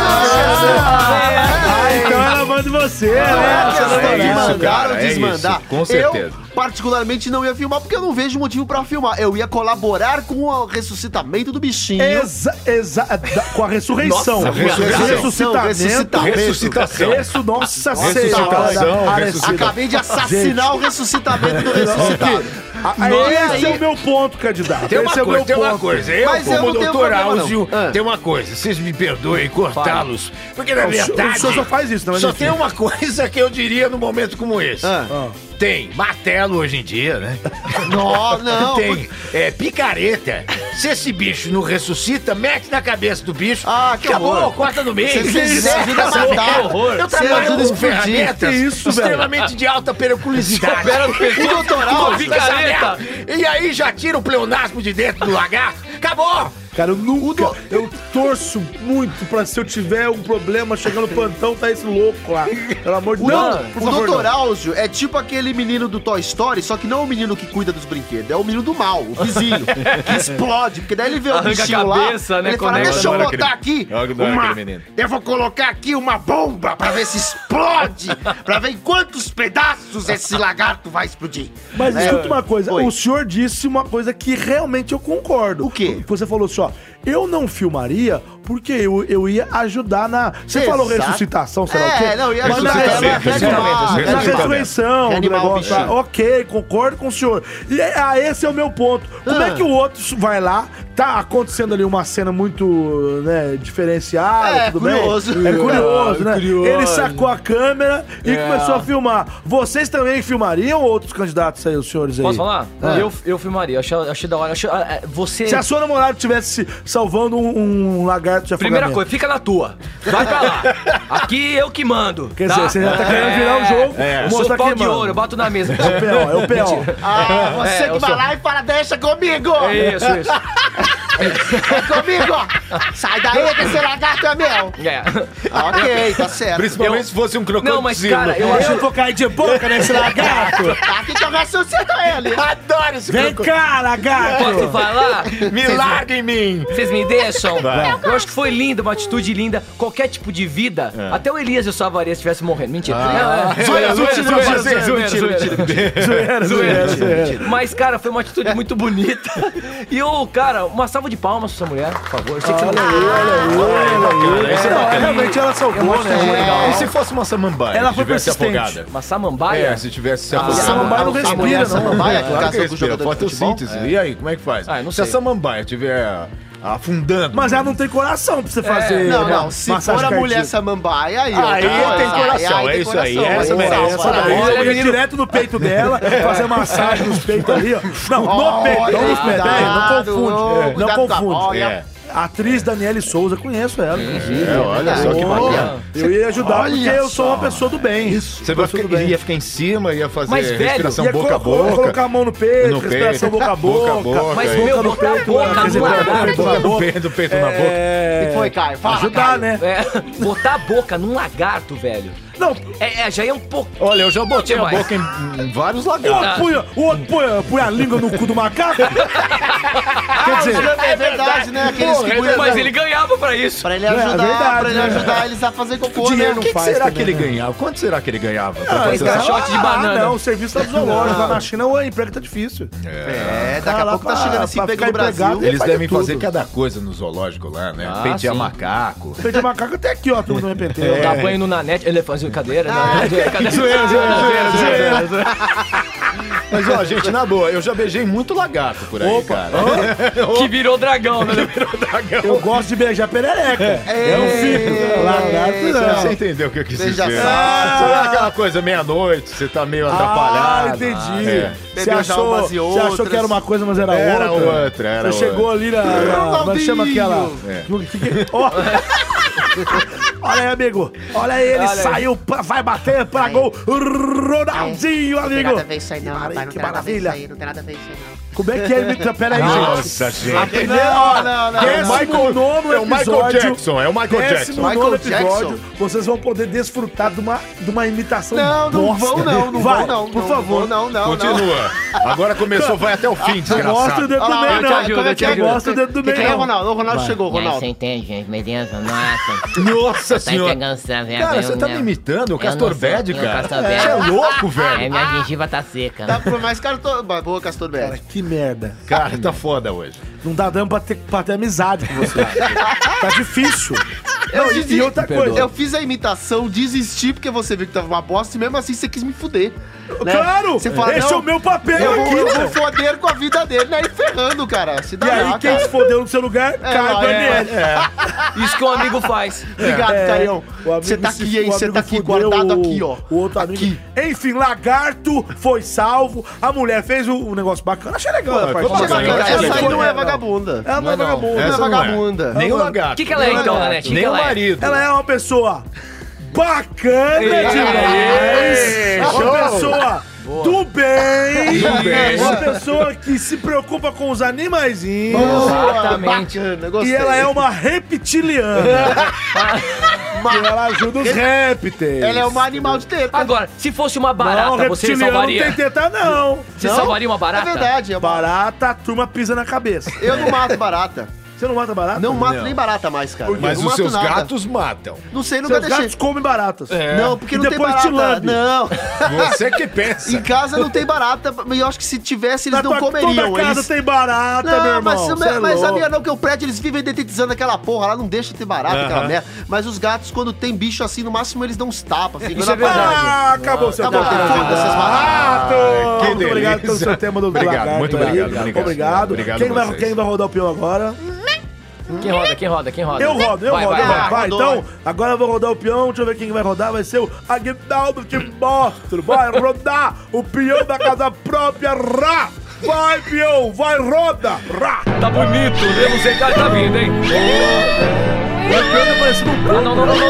[SPEAKER 1] Ah, então ela manda em você, né?
[SPEAKER 4] A questão
[SPEAKER 5] é
[SPEAKER 4] de
[SPEAKER 5] isso,
[SPEAKER 4] mandar
[SPEAKER 5] cara,
[SPEAKER 4] ou
[SPEAKER 5] é
[SPEAKER 4] desmandar.
[SPEAKER 5] isso, com certeza.
[SPEAKER 4] Eu, particularmente, não ia filmar porque eu não vejo motivo pra filmar. Eu ia colaborar com o ressuscitamento do bichinho.
[SPEAKER 1] Exa, exa, da- com a ressurreição.
[SPEAKER 5] Nossa, ressurreição.
[SPEAKER 1] Ressuscitamento.
[SPEAKER 4] Ressuscitamento.
[SPEAKER 5] Ressuscitação.
[SPEAKER 1] Ressu- nossa
[SPEAKER 5] Ressuscitação,
[SPEAKER 1] Ressuscitação.
[SPEAKER 5] ressuscitação.
[SPEAKER 4] Acabei de assassinar o ressuscitamento do ressuscitado.
[SPEAKER 1] Esse é o meu ponto, candidato.
[SPEAKER 5] Ah, Tem uma
[SPEAKER 1] Esse é o
[SPEAKER 5] coisa,
[SPEAKER 1] meu
[SPEAKER 5] tem uma
[SPEAKER 1] ponto.
[SPEAKER 5] coisa. Eu,
[SPEAKER 4] Mas eu
[SPEAKER 5] como
[SPEAKER 4] não tenho
[SPEAKER 5] doutor
[SPEAKER 4] problema, não.
[SPEAKER 5] Áuzio,
[SPEAKER 4] Ah.
[SPEAKER 5] tem uma coisa. Vocês me perdoem cortá-los. Porque, na
[SPEAKER 1] O senhor-
[SPEAKER 5] é verdade,
[SPEAKER 1] o senhor só faz isso, não é,
[SPEAKER 5] só
[SPEAKER 1] gente?
[SPEAKER 5] tem uma coisa que eu diria num momento como esse.
[SPEAKER 4] Ah.
[SPEAKER 5] Tem martelo hoje em dia, né?
[SPEAKER 4] Não, não.
[SPEAKER 5] Tem é, picareta. Se esse bicho não ressuscita, mete na cabeça do bicho.
[SPEAKER 4] Ah, que
[SPEAKER 5] acabou,
[SPEAKER 4] horror.
[SPEAKER 5] corta no meio.
[SPEAKER 4] Você fez isso,
[SPEAKER 5] Essa
[SPEAKER 4] ajuda a matar.
[SPEAKER 5] merda.
[SPEAKER 4] Que horror.
[SPEAKER 5] Eu
[SPEAKER 4] Você
[SPEAKER 5] trabalho
[SPEAKER 4] ajuda a
[SPEAKER 5] com
[SPEAKER 4] explodir.
[SPEAKER 5] ferramentas
[SPEAKER 1] Que isso, velho?
[SPEAKER 5] extremamente de alta periculosidade.
[SPEAKER 4] O doutoral...
[SPEAKER 5] Uma picareta. E aí já tira o pleonasmo de dentro do lagarto. Acabou!
[SPEAKER 1] Cara, eu nunca. Eu torço muito pra se eu tiver um problema chegando no plantão, tá esse louco lá. Pelo amor de
[SPEAKER 4] O,
[SPEAKER 1] Deus.
[SPEAKER 4] não, o Dr. Áuzio é tipo aquele menino do Toy Story, só que não é o menino que cuida dos brinquedos, é o menino do mal, o vizinho, que explode, porque daí ele vê o
[SPEAKER 2] Arranca a
[SPEAKER 4] bichinho
[SPEAKER 2] cabeça,
[SPEAKER 4] lá,
[SPEAKER 2] né,
[SPEAKER 4] ele fala,
[SPEAKER 2] conecta.
[SPEAKER 4] deixa eu
[SPEAKER 5] Olha
[SPEAKER 4] botar
[SPEAKER 5] aquele-
[SPEAKER 4] aqui
[SPEAKER 5] olha aquele
[SPEAKER 4] uma-
[SPEAKER 5] menino.
[SPEAKER 4] eu vou colocar aqui uma bomba pra ver se explode, pra ver em quantos pedaços esse lagarto vai explodir.
[SPEAKER 1] Mas escuta uma coisa,
[SPEAKER 4] Né? Oi.
[SPEAKER 1] o senhor disse uma coisa que realmente eu concordo.
[SPEAKER 4] O quê?
[SPEAKER 1] Você falou assim, ó, eu não filmaria porque eu, eu ia ajudar na... Você falou
[SPEAKER 4] Exato.
[SPEAKER 1] ressuscitação, sei lá o quê?
[SPEAKER 4] É, não, e
[SPEAKER 1] Mas na
[SPEAKER 5] ressuscitar,
[SPEAKER 1] ressu-
[SPEAKER 4] é
[SPEAKER 5] ressuscitar,
[SPEAKER 4] reanimar,
[SPEAKER 1] Na
[SPEAKER 5] ressuscitar.
[SPEAKER 4] reanimar.
[SPEAKER 1] ressurreição, do
[SPEAKER 4] Reanimar o
[SPEAKER 1] negócio, tá?
[SPEAKER 4] bichinho.
[SPEAKER 1] ok, concordo com o senhor. E ah, esse é o meu ponto. Como
[SPEAKER 4] Ah.
[SPEAKER 1] é que o outro vai lá, tá acontecendo ali uma cena muito, né, diferenciada,
[SPEAKER 4] É, É.
[SPEAKER 1] tudo
[SPEAKER 4] curioso.
[SPEAKER 1] bem? É curioso, né?
[SPEAKER 2] curioso.
[SPEAKER 1] Ele sacou a câmera e começou a filmar. Vocês também filmariam outros candidatos aí, os senhores aí?
[SPEAKER 2] Posso falar?
[SPEAKER 1] É.
[SPEAKER 2] Eu, eu filmaria, achei, achei da hora. Achei, ah, ah, você.
[SPEAKER 1] Se a sua namorada estivesse salvando um, um lagarto de afogamento.
[SPEAKER 2] Primeira coisa, fica na tua. Vai pra lá. Aqui eu que mando.
[SPEAKER 1] Quer
[SPEAKER 2] tá?
[SPEAKER 1] dizer, você já tá querendo virar o jogo,
[SPEAKER 2] Eu
[SPEAKER 1] mostrar
[SPEAKER 2] sou pau
[SPEAKER 1] quem
[SPEAKER 2] de
[SPEAKER 1] manda.
[SPEAKER 2] ouro, eu bato na mesa.
[SPEAKER 1] É o P.O., é o P.O.
[SPEAKER 4] Ah, você
[SPEAKER 2] É, eu
[SPEAKER 4] que vai
[SPEAKER 2] sou.
[SPEAKER 4] lá e fala, deixa comigo,
[SPEAKER 2] É isso, isso.
[SPEAKER 4] comigo, Sai daí que esse lagarto é meu.
[SPEAKER 2] É.
[SPEAKER 4] Ok, tá certo.
[SPEAKER 5] Principalmente se fosse um crocodilo.
[SPEAKER 2] Não, mas, cara, eu
[SPEAKER 1] Eu
[SPEAKER 2] acho.
[SPEAKER 1] vou cair de boca nesse lagarto.
[SPEAKER 4] Aqui que eu ressuscito ele.
[SPEAKER 5] Adoro esse
[SPEAKER 1] Vem
[SPEAKER 5] crocodilo.
[SPEAKER 1] cá,
[SPEAKER 2] Posso
[SPEAKER 1] lagarto.
[SPEAKER 2] falar?
[SPEAKER 5] Me larga em mim.
[SPEAKER 2] Vocês me deixam?
[SPEAKER 5] Vai.
[SPEAKER 2] Eu acho que foi linda, uma atitude linda. Qualquer tipo de vida,
[SPEAKER 1] É.
[SPEAKER 2] até o Elias e o Savaria estivessem morrendo.
[SPEAKER 1] Ah.
[SPEAKER 2] Mentira. Não, é.
[SPEAKER 5] Ah. Zoeira, zoeira, zoeira,
[SPEAKER 2] zoeira,
[SPEAKER 5] zoeira,
[SPEAKER 2] zoeira,
[SPEAKER 5] zoeira, zoeira.
[SPEAKER 1] Zoeira, zoeira, zoeira.
[SPEAKER 2] Mas, cara, foi uma atitude muito bonita. E o cara, uma salva de palmas pra essa mulher, por favor. Eu sei
[SPEAKER 1] Ah.
[SPEAKER 2] que você não
[SPEAKER 5] Cara, isso é
[SPEAKER 1] Não,
[SPEAKER 5] bacana.
[SPEAKER 1] Realmente ela salvou, né?
[SPEAKER 5] E se fosse uma samambaia?
[SPEAKER 1] Ela
[SPEAKER 5] que
[SPEAKER 1] foi
[SPEAKER 5] tivesse
[SPEAKER 1] persistente.
[SPEAKER 5] afogada?
[SPEAKER 2] Uma
[SPEAKER 5] É,
[SPEAKER 2] samambaia?
[SPEAKER 5] se tivesse se afogado. Ah,
[SPEAKER 1] samambaia não respira,
[SPEAKER 4] mulher
[SPEAKER 1] não.
[SPEAKER 4] Samambaia
[SPEAKER 5] Claro que
[SPEAKER 4] que casou com o
[SPEAKER 5] respira,
[SPEAKER 4] jogador de futebol.
[SPEAKER 5] fotossíntese. E aí, como é que faz?
[SPEAKER 2] Ah, eu não
[SPEAKER 5] se a
[SPEAKER 2] sei.
[SPEAKER 5] samambaia estiver afundando...
[SPEAKER 1] Mas ela não tem coração pra você fazer.
[SPEAKER 4] Não,
[SPEAKER 1] uma
[SPEAKER 4] não. Se
[SPEAKER 1] massagem
[SPEAKER 4] for a mulher
[SPEAKER 1] cardíaca.
[SPEAKER 4] samambaia, aí...
[SPEAKER 5] Aí tem coração, é isso aí, essa merece.
[SPEAKER 1] Essa
[SPEAKER 4] Tá
[SPEAKER 1] daí
[SPEAKER 2] Olha,
[SPEAKER 1] eu ia
[SPEAKER 2] menino.
[SPEAKER 1] direto no peito dela, fazer massagem nos peitos ali, ó. Não, no
[SPEAKER 4] Olha,
[SPEAKER 1] peito, não nos peitos.
[SPEAKER 4] cuidado,
[SPEAKER 1] É, Não confunde.
[SPEAKER 4] cuidado
[SPEAKER 1] Não
[SPEAKER 4] com a
[SPEAKER 1] confunde.
[SPEAKER 4] boia.
[SPEAKER 5] É,
[SPEAKER 1] Atriz Daniele Souza, conheço ela, inclusive.
[SPEAKER 5] é, olha só que
[SPEAKER 1] Boa.
[SPEAKER 5] bacana.
[SPEAKER 1] Eu ia ajudar
[SPEAKER 5] Olha
[SPEAKER 1] porque eu sou
[SPEAKER 5] só.
[SPEAKER 1] uma pessoa do bem. Isso.
[SPEAKER 5] Você vai ficar, ia ficar em cima, ia fazer
[SPEAKER 2] Mas, velho,
[SPEAKER 5] respiração
[SPEAKER 1] ia
[SPEAKER 5] boca a
[SPEAKER 1] colo-
[SPEAKER 5] boca.
[SPEAKER 1] colocar a mão no peito,
[SPEAKER 5] No
[SPEAKER 1] respiração
[SPEAKER 5] peito.
[SPEAKER 1] boca a
[SPEAKER 5] Boca
[SPEAKER 1] boca.
[SPEAKER 5] a boca, é
[SPEAKER 2] Mas,
[SPEAKER 5] aí.
[SPEAKER 2] meu,
[SPEAKER 1] no
[SPEAKER 2] boca a
[SPEAKER 1] peito,
[SPEAKER 2] boca,
[SPEAKER 1] quer dizer,
[SPEAKER 2] boca a
[SPEAKER 1] boca
[SPEAKER 2] boca.
[SPEAKER 1] no
[SPEAKER 5] Boca no
[SPEAKER 1] boca.
[SPEAKER 5] peito, peito na boca.
[SPEAKER 1] É...
[SPEAKER 4] E foi, Caio? Fala,
[SPEAKER 1] Ajudar,
[SPEAKER 4] Caio.
[SPEAKER 1] né?
[SPEAKER 2] É, botar a boca num lagarto, velho.
[SPEAKER 1] Não,
[SPEAKER 2] É, é, já é um pouco.
[SPEAKER 5] Olha, eu já botei a
[SPEAKER 2] Demais.
[SPEAKER 5] boca em, em vários
[SPEAKER 1] o
[SPEAKER 5] lagartos.
[SPEAKER 1] outro punha, o outro punha, punha a língua no cu do macaco. Quer dizer,
[SPEAKER 4] É verdade, né? Aqueles que cuidam
[SPEAKER 2] Mas ele ganhava pra isso.
[SPEAKER 4] Pra ele
[SPEAKER 1] É,
[SPEAKER 4] ajudar,
[SPEAKER 1] verdade,
[SPEAKER 4] pra ele
[SPEAKER 1] né?
[SPEAKER 4] ajudar eles a fazer cocô, né?
[SPEAKER 1] Dinheiro
[SPEAKER 5] O
[SPEAKER 1] não
[SPEAKER 5] que, que
[SPEAKER 1] faz
[SPEAKER 5] será que
[SPEAKER 1] também,
[SPEAKER 5] ele
[SPEAKER 1] né?
[SPEAKER 5] ganhava? Quanto será que ele ganhava? pra
[SPEAKER 1] Ah,
[SPEAKER 5] fazer
[SPEAKER 1] cara,
[SPEAKER 5] essa-
[SPEAKER 2] caixote de
[SPEAKER 1] ah,
[SPEAKER 2] banana.
[SPEAKER 1] Não, o serviço tá do zoológico. Lá na China, o emprego tá difícil.
[SPEAKER 4] É, daqui a
[SPEAKER 1] Fala
[SPEAKER 4] pouco tá
[SPEAKER 1] pra-
[SPEAKER 4] chegando esse
[SPEAKER 1] pra
[SPEAKER 4] emprego
[SPEAKER 1] ficar
[SPEAKER 4] no Brasil.
[SPEAKER 1] empregado.
[SPEAKER 5] Eles
[SPEAKER 1] Faz de
[SPEAKER 5] devem fazer
[SPEAKER 1] tudo.
[SPEAKER 5] cada coisa no zoológico lá, né?
[SPEAKER 2] Ah,
[SPEAKER 5] Pentear
[SPEAKER 2] sim.
[SPEAKER 5] macaco.
[SPEAKER 1] Feito de macaco até aqui, ó, a turma do MPT. ó.
[SPEAKER 5] É.
[SPEAKER 2] Dar banho no Nanete, ele fazia cadeira, né? Cadeira. né?
[SPEAKER 5] Mas, ó, gente, na boa, eu já beijei muito lagarto por aí, cara.
[SPEAKER 2] Que virou dragão, né?
[SPEAKER 1] Eu gosto de beijar perereca. É, eu fico. Lagarto
[SPEAKER 5] Você-
[SPEAKER 1] não.
[SPEAKER 5] Você entendeu o que eu quis
[SPEAKER 4] Beija
[SPEAKER 5] dizer?
[SPEAKER 4] sapo.
[SPEAKER 5] Ah, Será aquela coisa meia-noite, você tá meio
[SPEAKER 1] Ah,
[SPEAKER 5] atrapalhado?
[SPEAKER 1] entendi.
[SPEAKER 5] É.
[SPEAKER 1] Você
[SPEAKER 4] Bebeu já
[SPEAKER 1] achou,
[SPEAKER 4] umas
[SPEAKER 1] você
[SPEAKER 4] e outras.
[SPEAKER 1] achou que era uma coisa, mas era,
[SPEAKER 5] Era
[SPEAKER 1] outra.
[SPEAKER 5] outra, era
[SPEAKER 1] Você chegou ali na.
[SPEAKER 4] um
[SPEAKER 1] na mas chama aquela.
[SPEAKER 5] É.
[SPEAKER 1] no- que que- ó. Olha aí, amigo. Olha aí, ele saiu, pra- vai bater pra gol.
[SPEAKER 7] É.
[SPEAKER 1] Ronaldinho,
[SPEAKER 4] Não tem
[SPEAKER 1] amigo.
[SPEAKER 4] nada a ver isso aí, não,
[SPEAKER 1] Maravilha,
[SPEAKER 4] rapaz. Não tem nada a ver isso
[SPEAKER 1] maravilha.
[SPEAKER 4] aí, não tem nada a ver isso aí, não.
[SPEAKER 1] Como é que é? imita- Pera aí, gente.
[SPEAKER 5] Nossa, gente.
[SPEAKER 4] Não, não, não.
[SPEAKER 5] É o Michael,
[SPEAKER 1] nono
[SPEAKER 5] é o Michael
[SPEAKER 1] episódio.
[SPEAKER 5] Jackson, é o Michael
[SPEAKER 1] Décimo
[SPEAKER 5] Jackson.
[SPEAKER 4] Michael
[SPEAKER 1] nono
[SPEAKER 4] Jackson.
[SPEAKER 1] episódio, vocês vão poder desfrutar de uma, de uma imitação
[SPEAKER 4] Não, não
[SPEAKER 1] bosta.
[SPEAKER 4] vão não, não
[SPEAKER 1] Vai,
[SPEAKER 4] vão não.
[SPEAKER 1] por
[SPEAKER 4] não,
[SPEAKER 1] favor.
[SPEAKER 4] Não, não, não.
[SPEAKER 5] Continua. Agora começou, vai até o fim,
[SPEAKER 1] Não mostra
[SPEAKER 5] desgraçado.
[SPEAKER 1] o dedo do
[SPEAKER 4] Olha lá, é
[SPEAKER 1] meio,
[SPEAKER 4] eu te
[SPEAKER 1] não.
[SPEAKER 4] ajudo, eu te
[SPEAKER 1] Não
[SPEAKER 4] ajudo.
[SPEAKER 1] mostra o dedo do
[SPEAKER 4] Quem é o
[SPEAKER 1] meio, não.
[SPEAKER 4] Ronaldo? O Ronaldo chegou,
[SPEAKER 9] E aí,
[SPEAKER 4] Ronaldo.
[SPEAKER 9] você entende, gente, beleza? Nossa,
[SPEAKER 5] Nossa
[SPEAKER 9] tá
[SPEAKER 5] senhora.
[SPEAKER 9] entregando essa velha.
[SPEAKER 5] Cara,
[SPEAKER 9] eu
[SPEAKER 5] você tá
[SPEAKER 9] não-
[SPEAKER 5] me imitando, o
[SPEAKER 9] Eu não
[SPEAKER 5] Castor
[SPEAKER 9] sou-
[SPEAKER 5] Bad,
[SPEAKER 9] eu,
[SPEAKER 5] cara. Você
[SPEAKER 9] Castor
[SPEAKER 5] é
[SPEAKER 9] Bad.
[SPEAKER 5] louco,
[SPEAKER 9] É,
[SPEAKER 5] velho.
[SPEAKER 9] minha gengiva tá seca.
[SPEAKER 4] Tá por mais cara todo. Boa, Castor
[SPEAKER 1] Cara,
[SPEAKER 4] Bell.
[SPEAKER 1] que merda.
[SPEAKER 5] Cara, tá foda hoje.
[SPEAKER 1] Não dá dando pra ter, pra ter amizade com você. tá difícil. Não, e, e outra coisa.
[SPEAKER 4] Eu fiz a imitação, desisti porque você viu que tava uma bosta e mesmo assim você quis me fuder. né?
[SPEAKER 1] Claro!
[SPEAKER 4] Você fala,
[SPEAKER 1] esse
[SPEAKER 4] não,
[SPEAKER 1] é o meu papel
[SPEAKER 4] Eu
[SPEAKER 1] aqui.
[SPEAKER 4] vou, eu vou foder com a vida dele, né? E ferrando, cara. Se dá
[SPEAKER 1] E aí,
[SPEAKER 4] lá,
[SPEAKER 1] quem
[SPEAKER 4] cara. É,
[SPEAKER 1] se fodeu no seu lugar, cai
[SPEAKER 4] não,
[SPEAKER 1] o Daniel.
[SPEAKER 2] Isso que um amigo faz.
[SPEAKER 4] Obrigado,
[SPEAKER 1] É,
[SPEAKER 4] Caião.
[SPEAKER 1] o amigo
[SPEAKER 4] Você tá
[SPEAKER 1] se-
[SPEAKER 4] aqui, hein?
[SPEAKER 1] o
[SPEAKER 4] Você
[SPEAKER 1] amigo
[SPEAKER 4] tá aqui,
[SPEAKER 1] fudeu
[SPEAKER 4] guardado
[SPEAKER 1] o-
[SPEAKER 4] aqui, ó.
[SPEAKER 1] O outro
[SPEAKER 4] Aqui.
[SPEAKER 1] amigo. Enfim, lagarto foi salvo. A mulher fez um, um negócio bacana. Achei legal. a parte.
[SPEAKER 5] foi
[SPEAKER 4] Achei
[SPEAKER 5] bacana,
[SPEAKER 4] bacana,
[SPEAKER 5] Caião.
[SPEAKER 4] Essa aí não é
[SPEAKER 1] Ela-
[SPEAKER 4] vagabunda.
[SPEAKER 1] Ela não é vagabunda.
[SPEAKER 4] Essa
[SPEAKER 5] Essa não é.
[SPEAKER 4] vagabunda.
[SPEAKER 5] Nem o
[SPEAKER 1] Ela-
[SPEAKER 5] lagarto.
[SPEAKER 2] O que, que ela é então, Nanete? O que,
[SPEAKER 5] Nem o
[SPEAKER 2] que ela é?
[SPEAKER 5] marido.
[SPEAKER 1] Ela é uma pessoa bacana
[SPEAKER 5] Ei,
[SPEAKER 1] demais. É
[SPEAKER 5] show.
[SPEAKER 1] Uma pessoa do bem. É
[SPEAKER 5] Do bem.
[SPEAKER 1] Uma pessoa que se preocupa com os animaizinhos.
[SPEAKER 2] Exatamente.
[SPEAKER 4] Bacana, gostei.
[SPEAKER 1] E ela é uma reptiliana. E ela ajuda os répteis.
[SPEAKER 4] Ela é uma animal de teta.
[SPEAKER 2] Agora, se fosse uma
[SPEAKER 1] Não, um
[SPEAKER 2] barata, você
[SPEAKER 1] reptiliano não
[SPEAKER 2] salvaria?
[SPEAKER 1] tem teta, não.
[SPEAKER 2] Você
[SPEAKER 4] Não?
[SPEAKER 2] salvaria uma
[SPEAKER 4] É
[SPEAKER 2] barata?
[SPEAKER 4] verdade, é barata.
[SPEAKER 1] Barata, a turma pisa na cabeça.
[SPEAKER 4] Eu não mato barata.
[SPEAKER 1] Você não mata barata?
[SPEAKER 4] Não mato
[SPEAKER 5] Não.
[SPEAKER 4] nem barata mais, cara.
[SPEAKER 5] Mas os
[SPEAKER 4] não mato
[SPEAKER 5] seus
[SPEAKER 4] nada.
[SPEAKER 5] gatos matam.
[SPEAKER 4] Não sei, nunca
[SPEAKER 1] Seus
[SPEAKER 4] deixei.
[SPEAKER 1] gatos comem baratas.
[SPEAKER 4] Não, porque
[SPEAKER 1] E
[SPEAKER 4] não tem
[SPEAKER 1] depois
[SPEAKER 4] barata.
[SPEAKER 1] te lambe.
[SPEAKER 4] Não.
[SPEAKER 5] Você que pensa.
[SPEAKER 4] em casa não tem barata. E eu acho que se tivesse, eles
[SPEAKER 1] Na
[SPEAKER 4] não
[SPEAKER 1] tua-
[SPEAKER 4] comeriam.
[SPEAKER 1] Toda casa
[SPEAKER 4] Eles...
[SPEAKER 1] tem barata, meu
[SPEAKER 4] Não,
[SPEAKER 1] irmão.
[SPEAKER 4] mas,
[SPEAKER 1] Cê é
[SPEAKER 4] mas a
[SPEAKER 1] louco.
[SPEAKER 4] minha não, que o prédio eles vivem detetizando aquela porra lá, não deixa de ter barata, aquela merda. Mas os gatos, quando tem bicho assim, no máximo eles dão uns tapas. Assim,
[SPEAKER 2] Isso é verdade.
[SPEAKER 1] Ah, acabou seu
[SPEAKER 4] Acabou,
[SPEAKER 1] tempo.
[SPEAKER 4] foda-se essas baratas.
[SPEAKER 1] Barato!
[SPEAKER 5] que
[SPEAKER 1] Muito
[SPEAKER 5] delícia.
[SPEAKER 1] obrigado pelo seu tema do
[SPEAKER 5] Obrigado,
[SPEAKER 1] lagarto
[SPEAKER 5] muito
[SPEAKER 1] aí.
[SPEAKER 5] obrigado, obrigado.
[SPEAKER 1] Obrigado.
[SPEAKER 5] Obrigado
[SPEAKER 1] Quem,
[SPEAKER 5] a
[SPEAKER 1] vai,
[SPEAKER 5] vocês.
[SPEAKER 1] quem vai rodar o peão agora?
[SPEAKER 2] Quem roda, quem roda, quem roda?
[SPEAKER 1] Eu rodo, eu
[SPEAKER 2] Vai,
[SPEAKER 1] rodo,
[SPEAKER 2] vai,
[SPEAKER 1] eu
[SPEAKER 2] vai.
[SPEAKER 1] rodo. Vai,
[SPEAKER 4] rodou,
[SPEAKER 1] então, agora eu vou rodar o peão. Deixa eu ver quem vai rodar. Vai ser o Aguinaldo de Mostro. Vai rodar o peão da casa própria. Rá! Vai, peão! Vai, roda! Rá!
[SPEAKER 2] Tá bonito, eu não sei que cara tá vindo, hein? Ah, não, não, não, não, não, não, não, não.
[SPEAKER 1] Não,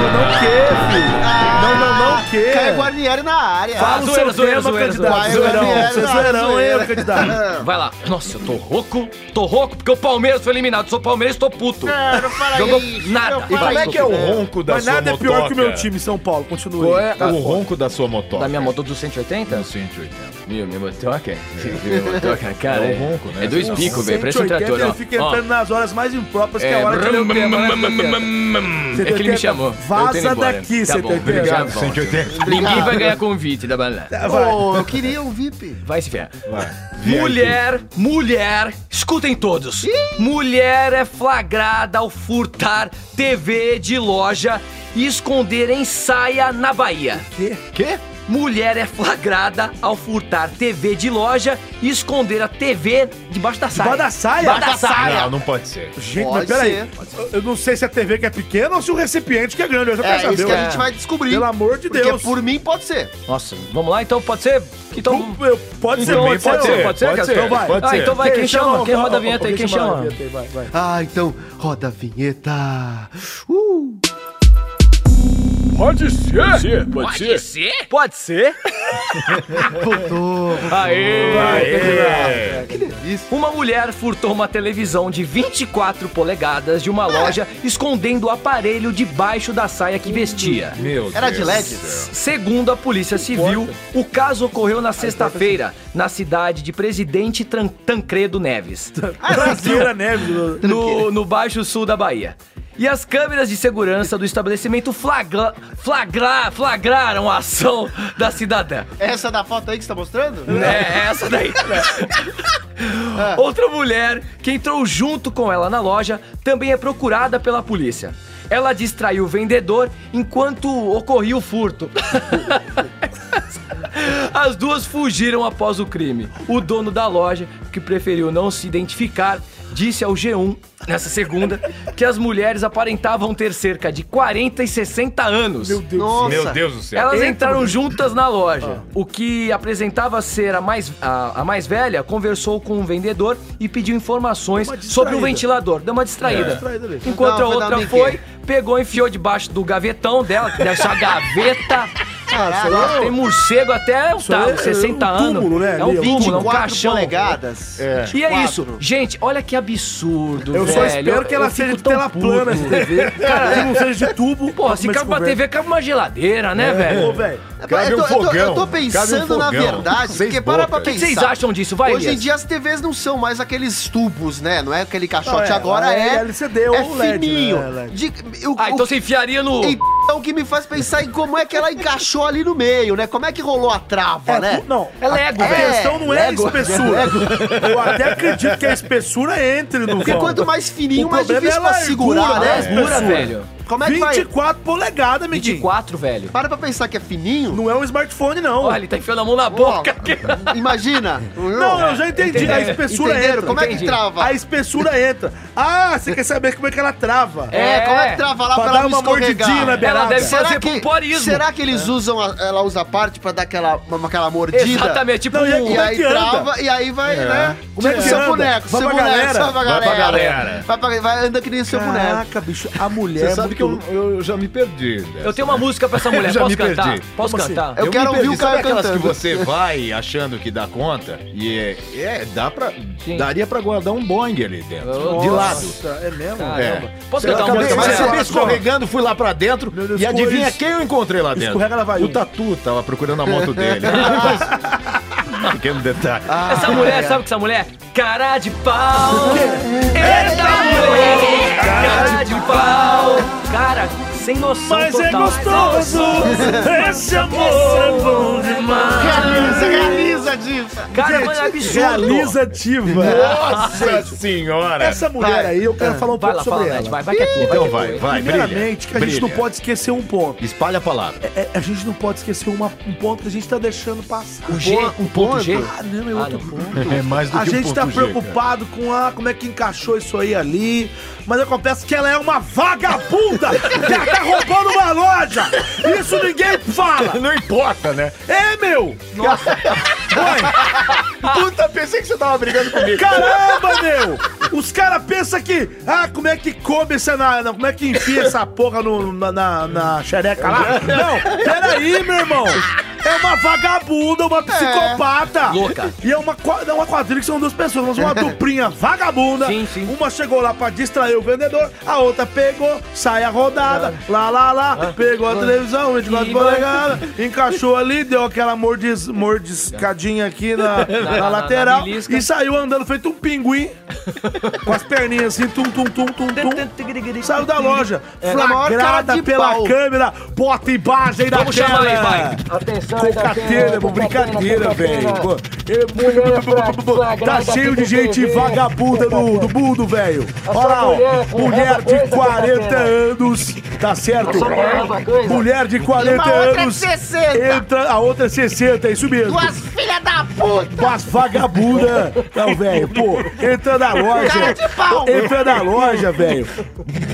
[SPEAKER 1] não, não, o quê, filho? Não, não, não, o quê?
[SPEAKER 4] Caio Guarnieri, Guarnieri na área.
[SPEAKER 1] Ah, é. Fala o
[SPEAKER 2] zoeira,
[SPEAKER 1] seu
[SPEAKER 2] zoeira,
[SPEAKER 1] tema,
[SPEAKER 2] zoeira,
[SPEAKER 1] candidato.
[SPEAKER 4] zoeira.
[SPEAKER 1] Zoeirão,
[SPEAKER 4] Zoeira,
[SPEAKER 1] você é
[SPEAKER 4] zoeira,
[SPEAKER 1] zoeirão, hein,
[SPEAKER 4] zoeira.
[SPEAKER 1] ô candidato?
[SPEAKER 2] Vai lá. Nossa, eu tô rouco. Tô rouco porque o Palmeiras foi eliminado. Sou palmeirense, tô puto.
[SPEAKER 4] Não, não fala
[SPEAKER 2] Jogou
[SPEAKER 4] isso,
[SPEAKER 2] nada.
[SPEAKER 4] não
[SPEAKER 2] E
[SPEAKER 5] E
[SPEAKER 4] fala
[SPEAKER 5] como é
[SPEAKER 4] isso.
[SPEAKER 5] que é o ronco da
[SPEAKER 1] Mas
[SPEAKER 5] sua
[SPEAKER 1] nada é
[SPEAKER 5] motoca?
[SPEAKER 1] pior que o meu time, São Paulo. Continue.
[SPEAKER 5] Qual é
[SPEAKER 1] Tá.
[SPEAKER 5] o ronco da sua motoca?
[SPEAKER 2] Da minha moto do 180?
[SPEAKER 5] No 180.
[SPEAKER 2] Meu, minha motoca? Minha motoca, cara.
[SPEAKER 5] É
[SPEAKER 2] É,
[SPEAKER 5] um ronco, né?
[SPEAKER 2] é dois
[SPEAKER 5] Nossa,
[SPEAKER 2] picos, velho. Parece um
[SPEAKER 1] 180,
[SPEAKER 2] trator, ó.
[SPEAKER 1] Ele fica
[SPEAKER 2] Ó,
[SPEAKER 1] entrando nas horas mais impróprias, que é a hora que ele
[SPEAKER 2] brum,
[SPEAKER 1] tem, né, 180?
[SPEAKER 2] É que ele me chamou. Eu tô indo
[SPEAKER 1] Vaza
[SPEAKER 2] embora.
[SPEAKER 1] daqui,
[SPEAKER 2] Tá bom,
[SPEAKER 1] 180.
[SPEAKER 2] obrigado. volto.
[SPEAKER 5] 180.
[SPEAKER 2] Ninguém vai ganhar convite da balada.
[SPEAKER 4] Ô, eu queria um VIP.
[SPEAKER 2] Vai se ferrar. Mulher, mulher, escutem todos. Mulher é flagrada ao furtar TV de loja e esconder em saia na Bahia.
[SPEAKER 1] Quê?
[SPEAKER 5] Quê?
[SPEAKER 2] Mulher é flagrada ao furtar TV de loja e esconder a TV debaixo da saia.
[SPEAKER 1] Debaixo da saia?
[SPEAKER 2] Debaixo da saia.
[SPEAKER 5] Não, não pode ser.
[SPEAKER 1] Gente, mas
[SPEAKER 4] Pode
[SPEAKER 1] peraí.
[SPEAKER 4] ser.
[SPEAKER 1] Eu- Eu não sei se a TV que é pequena ou se o recipiente que é grande. Eu já quero
[SPEAKER 4] É
[SPEAKER 1] saber.
[SPEAKER 4] isso que
[SPEAKER 1] ué.
[SPEAKER 4] a gente vai descobrir.
[SPEAKER 1] Pelo amor de
[SPEAKER 4] Porque
[SPEAKER 1] Deus.
[SPEAKER 4] por mim pode ser.
[SPEAKER 2] Nossa, vamos lá então, pode ser? Então,
[SPEAKER 1] Eu- Pode ser,
[SPEAKER 2] Então,
[SPEAKER 1] Hum, pode ser.
[SPEAKER 2] pode ser,
[SPEAKER 1] não.
[SPEAKER 2] pode ser, Cassio?
[SPEAKER 1] Então vai.
[SPEAKER 5] Pode
[SPEAKER 2] Ah,
[SPEAKER 5] ser.
[SPEAKER 2] então vai, quem chama? Quem roda a vinheta aí?
[SPEAKER 1] Alguém
[SPEAKER 2] Quem
[SPEAKER 1] chama a
[SPEAKER 2] chama?
[SPEAKER 1] vinheta aí, vai, vai.
[SPEAKER 4] Ah, então roda a vinheta.
[SPEAKER 3] Pode ser. Pode ser.
[SPEAKER 2] ser? Pode ser?
[SPEAKER 4] Voltou.
[SPEAKER 2] Aê!
[SPEAKER 5] É.
[SPEAKER 4] Que delícia.
[SPEAKER 2] Uma mulher furtou uma televisão de 24 polegadas de uma loja, escondendo o aparelho debaixo da saia que vestia.
[SPEAKER 5] Meu
[SPEAKER 4] Era
[SPEAKER 5] Deus
[SPEAKER 4] de
[SPEAKER 5] do
[SPEAKER 4] LED?
[SPEAKER 5] céu.
[SPEAKER 2] Segundo a Polícia Civil, o caso ocorreu na sexta-feira, na cidade de Presidente Tran- Tancredo Neves,
[SPEAKER 1] Brasileira Neves. meu-
[SPEAKER 2] no, no Baixo Sul da Bahia. E as câmeras de segurança do estabelecimento flagra, flagra- flagraram a ação da cidadã.
[SPEAKER 4] Essa da foto aí que você tá mostrando?
[SPEAKER 2] É, é essa daí. Outra mulher que entrou junto com ela na loja também é procurada pela polícia. Ela distraiu o vendedor enquanto ocorria o furto. As duas fugiram após o crime. O dono da loja, que preferiu não se identificar, disse ao G1 nessa segunda que as mulheres aparentavam ter cerca de 40 e 60 anos.
[SPEAKER 4] Nossa.
[SPEAKER 5] Meu Deus do céu.
[SPEAKER 2] Elas entraram juntas na loja.
[SPEAKER 1] Ah.
[SPEAKER 2] O que apresentava ser a mais, a, a mais velha conversou com o vendedor e pediu informações
[SPEAKER 1] Deu uma
[SPEAKER 2] sobre o
[SPEAKER 1] distraída. É.
[SPEAKER 2] ventilador. Deu uma distraída.
[SPEAKER 1] distraída ali.
[SPEAKER 2] Enquanto
[SPEAKER 4] Não,
[SPEAKER 2] a
[SPEAKER 4] foi dar
[SPEAKER 2] outra
[SPEAKER 4] um
[SPEAKER 2] foi,
[SPEAKER 4] brinquedo.
[SPEAKER 2] pegou, enfiou debaixo do gavetão dela, dessa gaveta. Nossa, tem morcego até um
[SPEAKER 1] aí
[SPEAKER 2] talo,
[SPEAKER 1] é
[SPEAKER 2] 60
[SPEAKER 1] um
[SPEAKER 2] anos.
[SPEAKER 1] túmulo, né,
[SPEAKER 2] É um
[SPEAKER 1] ali, é um
[SPEAKER 2] túmulo, é um
[SPEAKER 4] 24
[SPEAKER 2] caixão.
[SPEAKER 4] polegadas. É.
[SPEAKER 2] E é isso. Gente, olha que absurdo,
[SPEAKER 1] Eu
[SPEAKER 2] velho.
[SPEAKER 1] só espero que ela
[SPEAKER 2] Eu
[SPEAKER 1] seja
[SPEAKER 2] fico
[SPEAKER 1] de
[SPEAKER 2] tão
[SPEAKER 1] tela
[SPEAKER 2] puto.
[SPEAKER 1] plana essa TV. Cara, que não seja de tubo. é
[SPEAKER 2] Porra, se cabe pra TV, cabe uma geladeira, né, velho?
[SPEAKER 1] Ô, velho.
[SPEAKER 5] Cabe
[SPEAKER 4] É, eu, tô,
[SPEAKER 5] um fogão,
[SPEAKER 4] eu, tô, eu tô
[SPEAKER 5] cabe um
[SPEAKER 4] pensando na
[SPEAKER 5] fogão.
[SPEAKER 4] verdade,
[SPEAKER 5] Seis
[SPEAKER 4] porque para pra
[SPEAKER 5] bocas.
[SPEAKER 4] pensar.
[SPEAKER 2] O que vocês acham disso? Vai,
[SPEAKER 4] Hoje em
[SPEAKER 2] Elias.
[SPEAKER 4] dia as TVs não são mais aqueles tubos, né? Não é aquele caixote.
[SPEAKER 1] Não, é,
[SPEAKER 4] agora
[SPEAKER 1] é
[SPEAKER 4] é.
[SPEAKER 1] LCD ou
[SPEAKER 4] é
[SPEAKER 1] LED,
[SPEAKER 4] fininho.
[SPEAKER 1] né, LED.
[SPEAKER 4] De- o-
[SPEAKER 2] Ah,
[SPEAKER 4] o-
[SPEAKER 2] então você enfiaria no...
[SPEAKER 4] Então, o que me faz pensar em como é que ela encaixou ali no meio, né? Como é que rolou a trava,
[SPEAKER 1] É,
[SPEAKER 4] né?
[SPEAKER 1] tu- Não,
[SPEAKER 2] É Lego,
[SPEAKER 1] a
[SPEAKER 2] velho.
[SPEAKER 1] questão não é a espessura. Eu até acredito que a espessura entre no
[SPEAKER 4] Porque
[SPEAKER 1] vão.
[SPEAKER 4] quanto mais fininho,
[SPEAKER 1] O
[SPEAKER 4] mais
[SPEAKER 1] problema
[SPEAKER 4] difícil
[SPEAKER 1] é a
[SPEAKER 4] pra
[SPEAKER 1] largura,
[SPEAKER 4] segurar,
[SPEAKER 1] né?
[SPEAKER 4] né?
[SPEAKER 1] É.
[SPEAKER 2] Segura,
[SPEAKER 1] espessura.
[SPEAKER 2] velho.
[SPEAKER 4] Como é que vai?
[SPEAKER 1] 24 polegadas, amiguinho.
[SPEAKER 2] 24, velho.
[SPEAKER 4] Para pra pensar que é fininho.
[SPEAKER 1] Não é um smartphone, não.
[SPEAKER 2] Olha, ele tá enfiando a mão na
[SPEAKER 4] Ó,
[SPEAKER 2] boca.
[SPEAKER 4] Imagina.
[SPEAKER 1] Não, eu já entendi. A espessura
[SPEAKER 4] Entenderam?
[SPEAKER 1] entra.
[SPEAKER 4] é, Como é que
[SPEAKER 2] entendi.
[SPEAKER 4] trava?
[SPEAKER 1] A espessura entra. Ah, você quer saber como é que ela trava?
[SPEAKER 2] É,
[SPEAKER 4] É, como é que trava lá
[SPEAKER 1] Pra
[SPEAKER 4] pra,
[SPEAKER 1] dar
[SPEAKER 4] ela
[SPEAKER 1] uma
[SPEAKER 4] não escorregar? É,
[SPEAKER 1] mordidinha na beirada.
[SPEAKER 2] Ela deve
[SPEAKER 4] Será
[SPEAKER 2] fazer
[SPEAKER 4] que-
[SPEAKER 2] pompoarismo.
[SPEAKER 4] Será que
[SPEAKER 1] É.
[SPEAKER 4] eles usam, a- ela usa a parte pra dar aquela, uma- aquela mordida?
[SPEAKER 2] Exatamente, tipo
[SPEAKER 1] Não, e
[SPEAKER 2] um-
[SPEAKER 4] E
[SPEAKER 1] Como é
[SPEAKER 4] aí
[SPEAKER 1] que anda?
[SPEAKER 4] trava, e aí vai, né?
[SPEAKER 1] Como é que
[SPEAKER 4] seu
[SPEAKER 1] anda?
[SPEAKER 4] boneco,
[SPEAKER 1] Vai
[SPEAKER 4] seu
[SPEAKER 1] pra
[SPEAKER 4] boneco,
[SPEAKER 1] galera.
[SPEAKER 4] vai pra
[SPEAKER 5] Vai
[SPEAKER 4] galera.
[SPEAKER 5] pra galera.
[SPEAKER 4] Vai, pra- vai, anda que nem seu boneco.
[SPEAKER 1] Caraca, bicho, a mulher. é
[SPEAKER 5] Você sabe que eu, eu já me perdi. dessa.
[SPEAKER 2] Eu tenho uma música pra essa mulher,
[SPEAKER 5] Eu já
[SPEAKER 2] posso
[SPEAKER 5] me
[SPEAKER 2] cantar?
[SPEAKER 5] perdi.
[SPEAKER 2] Posso
[SPEAKER 1] Como assim?
[SPEAKER 2] cantar?
[SPEAKER 4] Eu quero
[SPEAKER 5] me
[SPEAKER 4] ouvir o
[SPEAKER 5] perdi.
[SPEAKER 4] cara
[SPEAKER 5] Sabe aquelas
[SPEAKER 4] cantando.
[SPEAKER 5] que você vai achando que dá conta? E é, é, dá pra,
[SPEAKER 2] Sim.
[SPEAKER 5] daria pra guardar um boing ali dentro.
[SPEAKER 2] Oh,
[SPEAKER 5] de
[SPEAKER 2] nossa.
[SPEAKER 5] lado.
[SPEAKER 1] É tá mesmo?
[SPEAKER 2] Caramba.
[SPEAKER 5] É.
[SPEAKER 2] Posso
[SPEAKER 5] Eu
[SPEAKER 2] cantar uma
[SPEAKER 5] acabei-
[SPEAKER 2] música pra
[SPEAKER 5] mas
[SPEAKER 1] Escorrega.
[SPEAKER 2] ela?
[SPEAKER 5] acabei escorregando, fui lá pra dentro
[SPEAKER 1] Meu Deus,
[SPEAKER 5] e adivinha
[SPEAKER 1] pois.
[SPEAKER 5] quem eu encontrei lá dentro?
[SPEAKER 1] Escorrega, ela vai
[SPEAKER 5] O
[SPEAKER 1] indo.
[SPEAKER 5] Tatu tava procurando a moto dele. Mas- Pequeno detalhe.
[SPEAKER 1] Ah,
[SPEAKER 2] Essa mulher, sabe que essa mulher? Cara de pau. Eita, mulher. Cara de pau. Cara, sem noção
[SPEAKER 1] Mas é
[SPEAKER 2] total.
[SPEAKER 1] gostoso. Esse amor é bom demais.
[SPEAKER 4] Realiza, realiza, Diva.
[SPEAKER 2] Cara,
[SPEAKER 1] Gente,
[SPEAKER 2] mano, é absurdo.
[SPEAKER 1] Realizativa.
[SPEAKER 5] Nossa senhora!
[SPEAKER 1] Essa mulher
[SPEAKER 4] Vai.
[SPEAKER 1] aí, eu quero falar um
[SPEAKER 2] Vai
[SPEAKER 1] pouco
[SPEAKER 2] lá, fala,
[SPEAKER 1] sobre
[SPEAKER 2] Ned,
[SPEAKER 1] ela.
[SPEAKER 2] vai, vai que é tua.
[SPEAKER 5] Então
[SPEAKER 2] que é tua,
[SPEAKER 5] vai,
[SPEAKER 2] hein?
[SPEAKER 5] vai, brilha.
[SPEAKER 1] Primeiramente, que a gente
[SPEAKER 5] brilha.
[SPEAKER 1] não pode esquecer um ponto.
[SPEAKER 5] Espalha a palavra.
[SPEAKER 1] É, a gente não pode esquecer uma- um ponto que a gente tá deixando passar.
[SPEAKER 2] O G, o ponto G.
[SPEAKER 1] Ah, não, é
[SPEAKER 2] Ah,
[SPEAKER 1] outro
[SPEAKER 2] não.
[SPEAKER 1] ponto.
[SPEAKER 5] É mais do
[SPEAKER 1] A
[SPEAKER 5] que um
[SPEAKER 1] gente tá
[SPEAKER 5] ponto G, cara.
[SPEAKER 1] preocupado com a, como é que encaixou isso aí ali. Mas eu confesso que ela é uma vagabunda que ela tá roubando uma loja. Isso ninguém fala.
[SPEAKER 5] Não importa, né?
[SPEAKER 1] É, meu.
[SPEAKER 5] Puta, pensei que você tava brigando comigo.
[SPEAKER 1] Caramba, meu. Os caras pensam que, ah, como é que come essa, na, na- como é que enfia essa porra no- na, na, na xereca lá. Não, peraí, meu irmão. é uma vagabunda, uma psicopata.
[SPEAKER 2] Louca.
[SPEAKER 1] E é uma, qua- não, uma quadrilha que são duas pessoas, mas uma duplinha vagabunda.
[SPEAKER 2] Sim, sim.
[SPEAKER 1] Uma chegou lá pra distrair o vendedor, a outra pegou, sai a rodada, lá, lá, lá, pegou a televisão, 24
[SPEAKER 2] Ah. E
[SPEAKER 1] polegadas, encaixou ali, deu aquela mordiz, mordiscadinha aqui na, na
[SPEAKER 2] na-
[SPEAKER 1] lateral
[SPEAKER 2] na belisca.
[SPEAKER 1] e saiu andando feito um pinguim, com as perninhas assim, tum, tum, tum, tum, tum. Saiu da loja,
[SPEAKER 4] na maior cara
[SPEAKER 1] flagrada
[SPEAKER 4] de
[SPEAKER 1] pela
[SPEAKER 4] pau.
[SPEAKER 1] câmera, bota imagem da
[SPEAKER 2] Vamos
[SPEAKER 1] tela.
[SPEAKER 2] chamar aí, vai.
[SPEAKER 10] Atenção,
[SPEAKER 1] Cocatena, pô, brincadeira, velho. Pô, é- Tá cheio de gente vagabunda do, do mundo, velho. Olha lá, ó. Mulher de 40 anos, tá certo? Mulher de 40
[SPEAKER 4] E uma outra é
[SPEAKER 1] anos.
[SPEAKER 4] 60.
[SPEAKER 1] Entra, a outra é 60, é isso mesmo.
[SPEAKER 7] Duas filhas da puta!
[SPEAKER 1] Mas vagabunda, não, velho, pô, entra na
[SPEAKER 4] É, Cara tipo,
[SPEAKER 1] loja,
[SPEAKER 4] de pau.
[SPEAKER 1] entra na loja, velho,